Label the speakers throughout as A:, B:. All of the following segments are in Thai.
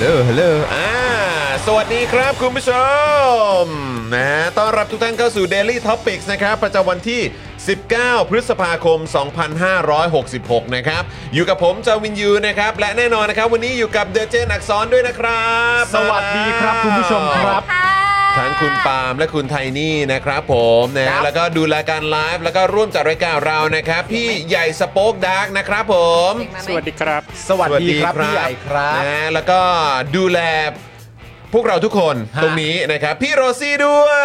A: ฮัลโหลฮัลโหลอ่า สวัสดีครับคุณผู้ชม นะฮะต้อนรับทุกท่านเข้าสู่ Daily Topics นะครับ ประจำวันที่ 19 พฤษภาคม 2566 นะครับ อยู่กับผมจอห์นวินยูนะครับ และแน่นอนนะครับ วันนี้อยู่กับเดเจนอักษรด้วยนะครับ
B: สวัสดีครับคุณผู้ชมครับ
A: ทั้งคุณปาล์มและคุณไทนี่นะครับผมนะฮะแล้วก็ดูแลการไลฟ์แล้วก็ร่วมจัดรายการเรานะครับ พี่ใหญ่สป็อกดาร์กนะครับผม
C: สวัสดีครับ
B: สวัสดีครับพี่ใหญ่ครับ
A: นะ แล้วก็ดูแลพวกเราทุกคน
B: ฮะ
A: ตรงนี้นะครับ พี่โรซี่ด้วย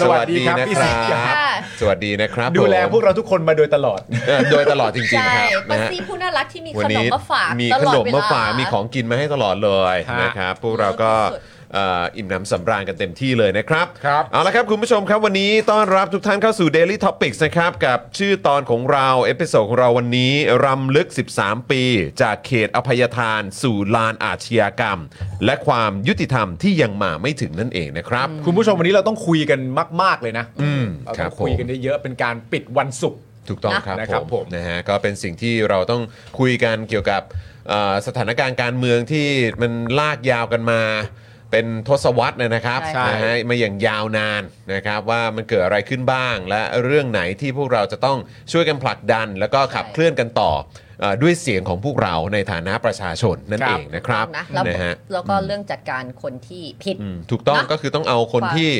B: สวัสดีครับพี่
A: ส
B: สิ
A: วัสดี
B: งห์
A: นะครับ
D: ค่ะ
A: สวัสดีนะครับ
B: ดูแลพวก
A: ผม
B: เราทุกคนมาโดยตลอด
A: เออโดยตลอดจริงๆ
D: ใช่
A: นะครับ
D: ป้า
A: นะฮะ
D: ซีผู้น่ารักที่มี
A: วั
D: ขนมมาฝาก
A: มี
D: ต
A: ข
D: ลอด
A: นม
D: เวล
A: มาฝากมีของกินมาให้ตลอดเลย
B: ฮะ
A: นะครับ พวกเราก็เอ่ออิ่มหน้ำสำราญกันเต็มที่เลยนะครับ
B: ครับ
A: เอาละครับ คุณผู้ชมครับวันนี้ต้อนรับทุกท่านเข้าสู่ Daily Topics นะครับ กับชื่อตอนของเรา เอพิโซดของเราวันนี้ รำลึก 13 ปี จากเขตอภัยทาน สู่ลานอาชญากรรม และความยุติธรรมที่ยังมาไม่ถึงนั่นเองนะครับ
B: คุณผู้ชมวันนี้เราต้องคุยกันมาก ๆ เลยนะ
A: อืม
B: เรา
A: ครั
B: ต้
A: บ
B: อง
A: ผม
B: คุยกันเยอะๆเป็นการปิดวันศุกร์
A: ถูกต้องครับ
B: นะ
A: ผ
B: ครับ
A: ม
B: ผม
A: นะฮะก็เป็นสิ่งที่เราต้องคุยกันเกี่ยวกับเอ่อสถานการณ์การเมืองที่มันลากยาวกันมา เป็นทศวรรษเนยนะครับ
B: ใช่
A: นะฮะมาอย่างยาวนานนะครับว่ามันเกิดอะไรขึ้นบ้าง และเรื่องไหนที่พวกเราจะต้องช่วยกันผลักดัน แล้วก็ขับเคลื่อนกันต่อเอ่อด้วยเสียงของพวกเราในฐานะประชาชนนั่นเองนะครับ
D: นะแล้ว
A: นะฮะ
D: แล้วก็เรื่องจัดการคนที่ผิด
A: อืมถูกต้อง
D: นะ
A: ก็คือต้องเอาคน
D: ความ
A: ที่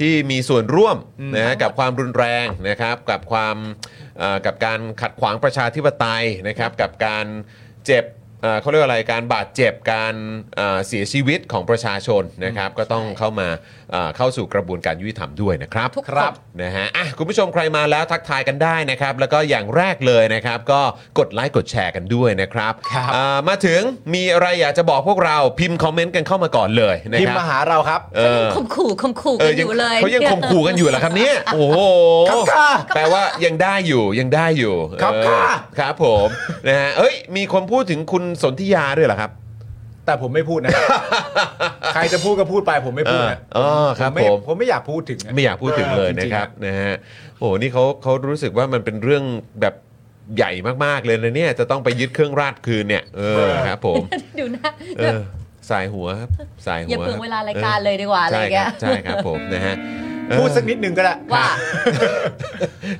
A: ที่มีส่วนร่วม
B: อืม
A: นะฮะกับความรุนแรงนะครับ กับความเอ่อกับการขัดขวางประชาธิปไตยนะครับ กับการเจ็บเอ่อเขาเรียกว่าอะไรการบาดเจ็บการเอ่อเสียชีวิตของประชาชนนะครับ ก็ต้อง
D: ใช่
A: เข้ามาเอ่อเข้าสู่กระบวนการยุติธรรมด้วยนะครับ
D: ทุก
B: ครับ
D: น
A: นะฮะอ่ะคุณผู้ชมใครมาแล้วทักทายกันได้นะครับ แล้วก็อย่างแรกเลยนะครับ ก็กดไลค์กดแชร์กันด้วยนะครับ
B: ครับ
A: เอ่อมาถึงมีอะไรอยากจะบอกพวกเราพิมพ์คอมเมนต์กันเข้ามาก่อนเลยนะ
B: พิม
A: ครั
B: พ์
A: บ
B: มาหาเราครับ
A: เออ
D: คมขู่คมขู่กันอยู่เลย
A: เขายังข่มขู่กันอยู่เหรอครับเนี่ยโอ้โห
B: ครับค่ะ
A: แปลว่ายังได้อยู่ยังได้อยู่
B: ครับ
A: เออ
B: ค่ะ
A: ครับผมนะฮะเอ้ยมีคนพูดถึงคุณสนธิยาด้วยเหรอครับ
B: แต่ผมไม่พูดนะ ใครจะพูดก็พูดไปผมไม่พูดนะ
A: เอออ๋อครับ
B: ไ
A: ผม
B: ผมไม่อยากพูดถึงนะ
A: ไม่อยากพูดถึงเลยนะครับนะฮะโอ้โหนี่เขาเขารู้สึกว่ามันเป็นเรื่องแบบใหญ่มากๆเลยนะเนี่ยจะต้องไปยึดเครื่องราชคืนเนี่ยเออครับผม
D: ดูนะ
A: เออสายหัวครับสายหัว
D: อย่าเปลืองเวลารายการเลยดีกว่าอะไร
A: ใช่ค
D: แก
A: รับใช่ครับผมนะฮะเออ
B: พูดสักนิดหนึ่งก็ได้
D: ว่า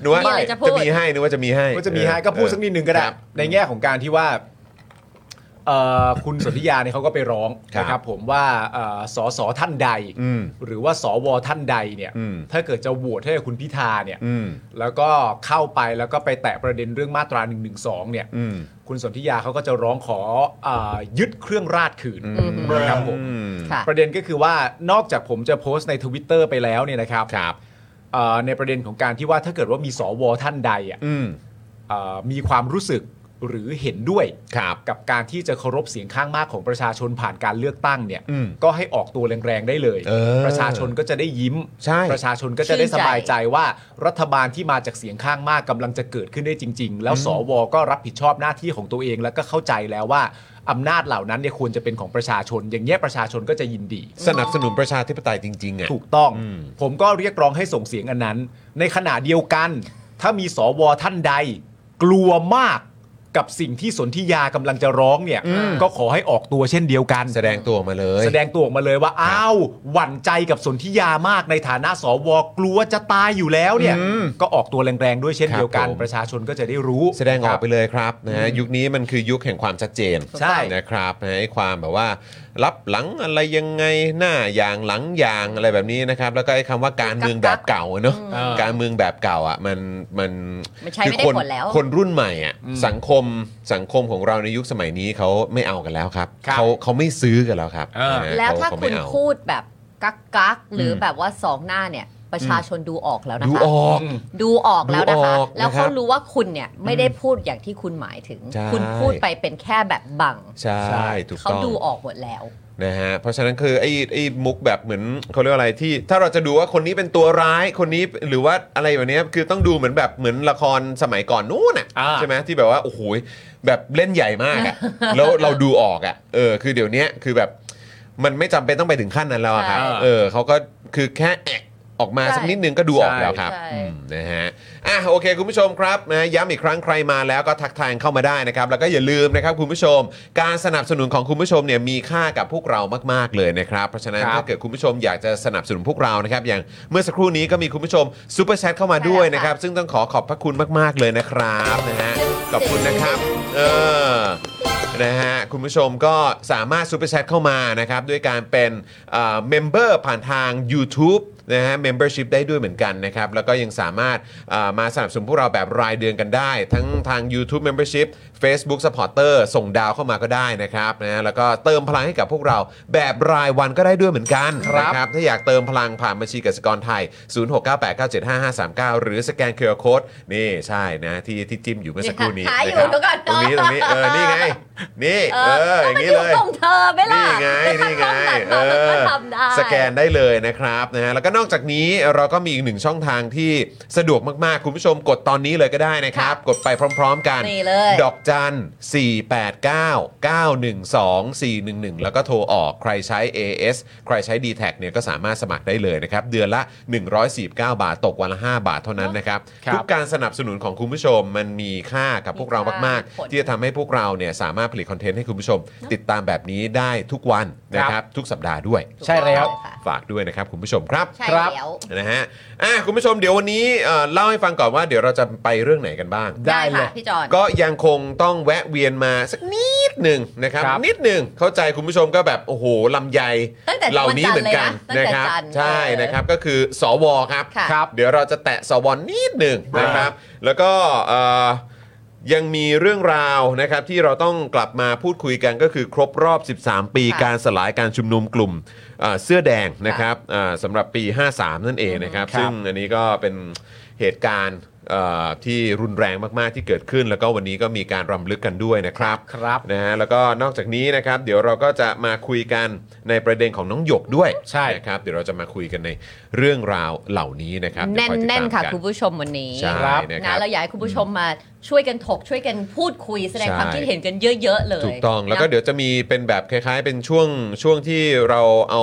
A: หนูว่า
D: มีอะไรจะพูด
A: จะมีให้หนูว่าจะมีให้
B: ก็จะมีให้ก็พูดสักนิดหนึ่งก็ได้
A: ครับ
B: ในแง่ของการที่ว่าเอ่อคุณสนธิยาเนี่ยเขาก็ไปร้อง
A: ครับ
B: นะครับผมว่าเอ่อสอสอท่านใด
A: อืม
B: หรือว่าสวท่านใดเนี่ย
A: อืม
B: ถ้าเกิดจะโหวตให้กับคุณพิธาเนี่ย
A: อืม
B: แล้วก็เข้าไปแล้วก็ไปแตะประเด็นเรื่องมาตรา1นึเนี่ย
A: อืม
B: คุณสนธิยาเขาก็จะร้องขอเออยึดเครื่องราชคืนนะครับผม
A: อืม
D: ค่ะ
B: ประเด็นก็คือว่านอกจากผมจะโพสต์ใน Twitter ไปแล้วเนี่ยนะครับ
A: ครับ
B: เอ่อในประเด็นของการที่ว่าถ้าเกิดว่ามีสวท่านใดอ่ะ
A: อืม
B: เอ่อมีความรู้สึก หรือเห็นด้วย
A: ครับ
B: กับการที่จะเคารพเสียงข้างมากของประชาชนผ่านการเลือกตั้งเนี่ย
A: อืม
B: ก็ให้ออกตัวแรงๆได้เลย
A: เออ
B: ประชาชนก็จะได้ยิ้ม
A: ใช่
B: ประชาชนก็จะได้
D: ชื่นใจ
B: สบายใจว่ารัฐบาลที่มาจากเสียงข้างมากกำลังจะเกิดขึ้นได้จริง ๆ แล้วสวก็รับผิดชอบหน้าที่ของตัวเอง แล้วก็เข้าใจแล้วว่าอำนาจเหล่านั้นเนี่ยควรจะเป็นของประชาชน อย่างเงี้ยประชาชนก็จะยินดี
A: สนับสนุนประชาธิปไตยจริงๆอ่ะ
B: ถูกต้อง
A: อืม
B: ผมก็เรียกร้องให้ส่งเสียงอันนั้น ในขณะเดียวกัน ถ้ามีสวท่านใด กลัวมากกับสิ่งที่สนธิยากำลังจะร้องเนี่ย
A: อืม
B: ก็ขอให้ออกตัวเช่นเดียวกัน
A: แสดงตัวออกมาเลย
B: แสดงตัวออกมาเลยว่า อ้าว หวั่นใจกับสนธิยามากในฐานะสวกลัวจะตายอยู่แล้วเนี่ย
A: อืม
B: ก็ออกตัวแรงๆด้วยเช่น
A: ครับ
B: เดียวกัน
A: ผม
B: ประชาชนก็จะได้รู้
A: แสดงออกไป
B: ครับ
A: เลยครับนะฮะยุคนี้มันคือยุคแห่งความชัดเจน
B: ใช่
A: นะครับนะฮะไอ้ความแบบว่า รับหลังอะไรยังไงหน้าอย่างหลังอย่างอะไรแบบนี้นะครับ แล้วก็ไอ้คำว่าการเมืองแบบเก่าอะเนอะ
B: เออ
A: การเมืองแบบเก่าอ่ะมันมัน
D: มันใช้ไม่ได้
A: คือคน
D: ผลแล้ว
A: คนรุ่นใหม่อ่ะสังคมสังคมของเราในยุคสมัยนี้เขาไม่เอากันแล้วครับ
B: ครับ
A: เขาเขาไม่ซื้อกันแล้วครับ
B: เออ
A: นะฮะ
D: แล้วถ้า
A: เข
D: คุ
A: ไม่
D: ณ
A: เอ
D: พูดแบบกักกักๆหรืออ
A: ม
D: แบบว่าสองหน้าเนี่ย ประชาชนดูออกแล้วนะ
A: ดู
D: คะ
A: ออก
D: ดูออกแล้วนะคะ
A: ดูออกนะครับ
D: แล้วเขารู้ว่าคุณเนี่ยไม่ได้พูดอย่างที่คุณหมายถึง
A: ใช่
D: คุณพูดไปเป็นแค่แบบบัง
A: ใช่ถูก
D: เขา
A: ต้อง
D: ดูออกหมดแล้ว
A: นะฮะเพราะฉะนั้นคือไอ้ไอ้มุกแบบเหมือนเขาเรียกว่าอะไรที่ ถ้าเราจะดูว่าคนนี้เป็นตัวร้ายคนนี้หรือว่าอะไรแบบเนี้ยคือต้องดูเหมือนแบบเหมือนละครสมัยก่อนนู้นอ่ะ
B: อ่า
A: ใช่ไหมที่แบบว่าโอ้โหแบบเล่นใหญ่มาก อ่ะ แล้วเราดูออกอ่ะเออคือเดี๋ยวเนี้ยคือแบบมันไม่จำเป็นต้องไปถึงขั้นนั้นแล้วอะครับ
B: ใช่
A: เออเขาก็คือแค่แอกออกมาสัก
D: ใช่
A: นิดนึงก็ดูออกแล้วครับ
D: ใช่
A: อืมนะฮะอ่ะโอเค คุณผู้ชมครับนะย้ำอีกครั้งใครมาแล้วก็ทักทายเข้ามาได้นะครับ แล้วก็อย่าลืมนะครับคุณผู้ชม การสนับสนุนของคุณผู้ชมเนี่ยมีค่ากับพวกเรามาก ๆ เลยนะครับ เพราะฉะนั้น
B: ครับ
A: ถ้าเกิดคุณผู้ชมอยากจะสนับสนุนพวกเรานะครับอย่างเมื่อสักครู่นี้ก็มีคุณผู้ชมซูเปอร์แชทเข้ามาด้วยนะครับ ซึ่งต้องขอขอบพระคุณมาก ๆ เลยนะครับนะฮะขอบคุณนะครับ เออ นะฮะ คุณผู้ชมก็สามารถซูเปอร์แชทเข้ามานะครับ ด้วยการเป็นเมมเบอร์ผ่านทาง YouTube นะฮะ membership ได้ด้วยเหมือนกันนะครับ แล้วก็ยังสามารถเอ่อมาสนับสนุนพวกเราแบบรายเดือนกันได้ ทั้งทาง YouTube membership Facebook supporter ส่งดาวเข้ามาก็ได้นะครับนะฮะแล้วก็เติมพลังให้กับพวกเราแบบรายวันก็ได้ด้วยเหมือนกัน
B: ครั
A: นะ
B: บ
A: นะครับถ้าอยากเติมพลังผ่านบัญชีกสิกรไทย 0698975539 หรือสแกนเคอร์โคดนี่ใช่นะที่ที่จิ้มอยู่เมื่อสักครู่นี้
D: หาอยู่
A: นะครับ
D: เดี๋ยวก่อน
A: ตรงนี้ตรงนี้เออ นี่ไง นี่ เออ อย่างนี้
D: นี้
A: เลย
D: ส่งเธอไหม่ล่ะ
A: นี่ไง
D: ถ้า
A: นี่ไง
D: ทำ
A: เอ
D: แบบนั้นมันก็
A: อ
D: ทำได้
A: สแกนได้เลยนะครับนะฮะแล้วก็นอกจากนี้เราก็มีอีกหนึ่งช่องทางที่สะดวกมาก ๆ คุณผู้ชมกดตอนนี้เลยก็ได้นะครับ กดไปพร้อม ๆ กัน
D: นี่เลย
A: ดอกจัน 489 912 411 แล้วก็โทรออกใครใช้ AS ใครใช้ d t แทเนี่ยก็สามารถสมัครได้เลยนะครับ เดือนละ 149 บาทตกวันละ 5 บาทเท่านั้นนะครับ
B: ครับ
A: ทุกการสนับสนุนของคุณผู้ชมมันมีค่ากับพวกเรามาก
D: มี
A: ๆ
D: ค่า
A: ที่จะทำให้พวกเราเนี่ยสามารถผลิตคอนเทนต์ให้คุณผู้ชม ติดตามแบบนี้ได้ทุกวันนะครับทุกสัปดาห์ด้วย
D: ถูก
B: ใช่แล้ว
D: ต้องเยค่ะ
A: ฝากด้วยนะครับคุณผู้ชมครับ
D: ใช่
B: ครับ
D: แล้ว
A: นะฮะอ่ะคุณผู้ชมเดี๋ยววันนี้เอ่อเล่าให้ฟังก่อนว่าเดี๋ยวเราจะไปเรื่องไหนกันบ้าง
D: ได้ค่ะพี่จอน
A: ก็ยังคงต้องแวะเวียนมาสักนิดหนึ่งนะครับ
B: ครับ
A: นิดหนึ่งเข้าใจคุณผู้ชมก็แบบ โอ้โหลำไย
D: ตั้งแต่
A: เหล่านี้เหมือนกัน
D: วันจั
A: นะ
D: นทร์เลยนะ
A: ครับ
D: ตั้งแต่จันทร์
A: ใช่
D: เออ
A: นะครับก็คือสวครับ
D: ค่ะ
A: เดี๋ยวเราจะแตะสวนิดหนึ่งนะครับ แล้วก็เอ่อยังมีเรื่องราวนะครับที่เราต้องกลับมาพูดคุยกันก็คือครบรอบ 13 ปี
D: ค่ะ
A: การสลายการชุมนุมกลุ่มเอ่อเสื้อแดงนะครับเอ่อสำหรับปี 53 นั่นเองนะครับ
B: ครับ
A: ซึ่งอันนี้ก็เป็นเหตุการณ์เอ่อที่รุนแรงมากๆที่เกิดขึ้น แล้วก็วันนี้ก็มีการรำลึกกันด้วยนะครับ
B: ครับ
A: นะฮะแล้วก็นอกจากนี้นะครับ เดี๋ยวเราก็จะมาคุยกันในประเด็นของน้องหยกด้วย
B: ใช่
A: นะครับ เดี๋ยวเราจะมาคุยกันในเรื่องราวเหล่านี้นะครับเดี๋ยว
D: แน่
A: อย
D: น
A: ติด
D: แน่
A: ตานม
D: ๆค่ะ
A: กัน
D: คุณผู้ชมวันนี้
A: ใช่
B: ครับ
A: นะค
D: นะ
A: รับ
D: เราอยากให้คุณผู้ชมมาช่วยกันถกช่วยกันพูดคุยแสดง
A: ใช่
D: ความคิดเห็นกันเยอะ ๆ เลย
A: ถูกต้องแล้วก็
D: นะ
A: เดี๋ยวจะมีเป็นแบบคล้าย ๆ เป็นช่วงช่วงที่เราเอา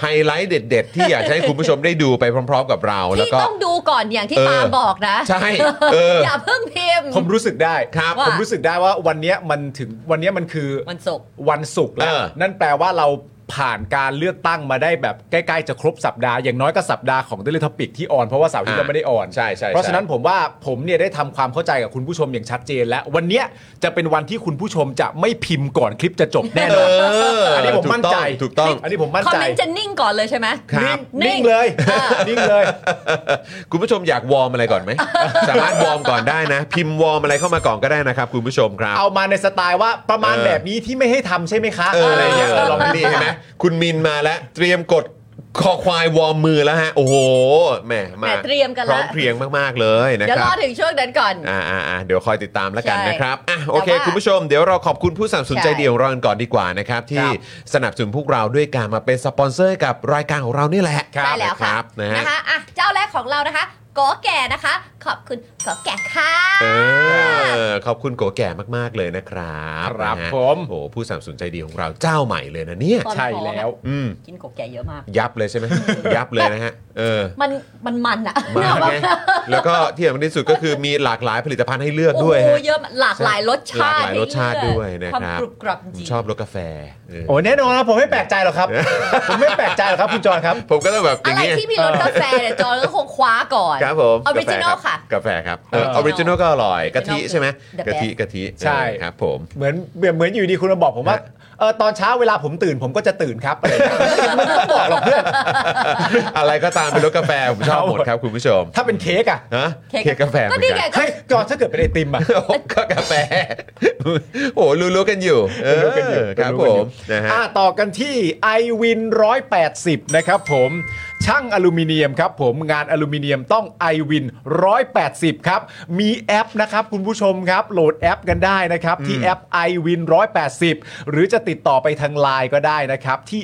A: ไฮไลท์เด็ด ๆ ที่อยากจะให้คุณผู้ชมได้ดูไปพร้อม ๆ กับเราแล้ว
D: ที่
A: ก็
D: ต้องดูก่อนอย่างที่
A: เออ
D: ปาบอกนะ
A: ใช่เอออ
D: ย่าเพิ่งพิมพ์
B: ผมรู้สึกได้
A: ครับ
D: ว่า
B: ผมรู้สึกได้ว่าวันเนี้ยมันถึงวันเนี้ยมันคือ
D: วันศุกร์
B: วันศุกร์แล้ว
A: เออ
B: นั่นแปลว่าเราผ่านการเลือกตั้งมาได้แบบใกล้ๆจะครบสัปดาห์อย่างน้อยก็สัปดาห์ของเดลิทอปิกที่ออนเพราะว่าเสาร์อาที่
A: อ่า
B: เราไม่ได้ออน
A: ใช่ใช่ใช่
B: เพราะฉะนั้นผมว่าผมเนี่ยได้ทำความเข้าใจกับคุณผู้ชมอย่างชัดเจน แล้ววันเนี้ยจะเป็นวันที่คุณผู้ชมจะไม่พิมพ์ก่อนคลิปจะจบแน่นอน
A: เอออั
B: นนี้ผมมั่นใจ
A: ถูกต้องถูกต้อง
B: อันนี้ผมมั่น
D: คอม
B: ใจ
D: เมนต์จะนิ่งก่อนเลยใช่ไหม
B: นิ่งนิ่งเลย
D: อ่า
B: นิ่งเลย
A: คุณผู้ชมอยากวอร์มอะไรก่อน ไหม สามารถวอร์มก่อนได้นะ พิมพ์วอร์มอะไรเข้ามาก่อนก็ได้นะครับ คุณผู้ชมครับ
B: เอามาในสไตล์ว่าประมาณ
A: เออ
B: แบบนี้ที่ไม่ให้ทำใช่ไหมคะ
A: เออ
B: อะไรอย่างเงี้ย
A: เออ
B: ล
A: ล
B: อ
A: อง ง
B: ดี
A: ดี
B: ใช่
A: ใช่
B: ไห
A: ไห
B: ม
A: มคุณมินมาแล้ว เตรียมกด คอควายวอร์มมือแล้วฮะ โอ้โหแหมมา
D: แหมเตรียมกัน
A: พ
D: ละ
A: ร้อมเพรียงมาก ๆ เลยนะ
D: เดี๋ยว
A: ค
D: ร
A: รั
D: อบ ถึงช่วงนั้นก่อน
A: อ่าอ่าอ่าเดี๋ยวคอยติดตามแล้วกัน
D: ใช่
A: นะครับอ่ะโอเค
D: แต่ว่า
A: คุณผู้ชมเดี๋ยวเราขอบคุณผู้สนับสนุน
D: ใช่
A: ใจดีของเรากันก่อนดีกว่านะครับ ที่สนับสนุนพวกเราด้วยการมาเป็นสปอนเซอร์ให้กับรายการของเรานี่แหละ
D: ใช่แล้วค่ะ
A: รับนะฮะ
D: นะคะอ่ะเจ้าแรกของเรานะคะก๋อแก่นะคะ ขอบคุณก๋อแก่ค่ะ
A: เออขอบคุณโกแก่มากๆเลยนะครับ
B: ครับ
A: นะฮะ
B: ผม
A: โอ้โหผู้สนับสนุนใจดีของเราเจ้าใหม่เลยนะเนี่ย
D: ตอน
B: ใช่แล้ว
A: อืม
D: กินก๋อแก่เยอะมาก
A: ยับเลยใช่ไหม ยับเลยนะฮะเออ
D: มันมันมันอะ
A: มากไงแล้วก็ที่สำคัญที่สุดก็คือมีหลากหลายผลิตภัณฑ์ให้เลือก
D: โอ้
A: ด้วย
D: โห
A: ฮะ
D: เยอะมากหลากหลายรสชาติ
A: หลากหลายรสชาติด้วยนะครับ
D: วามกรุบกรับจ
A: ผม
D: ริง
A: ชอบรสกาแฟเออ
B: โอ้แน่นอนครับผมไม่แปลกใจหรอกครับ ผมไม่แปลกใจหรอกครับคุณจอนครับ
A: ผมก็ต้องแบบอ
D: อะ
A: ย่าง
D: ไร
A: เงี้ย
D: ที่มีรสกาแฟเนี่ยจอนก็คงคว้าก่อน
A: ครับผม
D: ออริจินอลค่ะ
A: กาแฟครับเอออ
B: เออ
A: อริจินอลก็อร่อย กะทิ
D: Original
A: ใช่ไหม
D: the best
A: กะทิกะทิ
B: ใช่
A: เออครับผม
B: เหมือนเหมือนอยู่ดีคุณมาบอกผมว่า
A: ฮะ
B: เออตอนเช้าเวลาผมตื่นผมก็จะตื่นครับ อะไรอย่างเงี้ยไม่ต้องบอกหรอกเพื่อน
A: อะไรก็ตามเป็นรสกาแฟ ผมชอบหมดครับคุณผู้ชม
B: ถ้าเป็นเค้กอ่ะ
A: ฮะ
D: เค้ก
A: เค้กกาแฟเหมื
D: ก็
A: อน
D: นี่ไง
A: กัน
D: ก็
B: เฮ้ยจอนถ้าเกิดเป็นไอติมอ่ะ
A: ก็กาแฟ โอ้โหรู้ๆกันอยู่เออ
B: รู้กันอยู่
A: ครับ
B: รู้
A: ผ
B: กันอยู่
A: มนะฮะ
B: อ่ต่อกันที่ i w i n 180 นะครับผมช่างอลูมิเนียมครับผมงานอลูมิเนียมต้อง i w i n 180 ครับ มีแอปนะครับคุณผู้ชมครับ โหลดแอปกันได้นะครับ ที่แอป i w i n 180 หรือจะติดต่อไปทางไลน์ก็ได้นะครับ ที่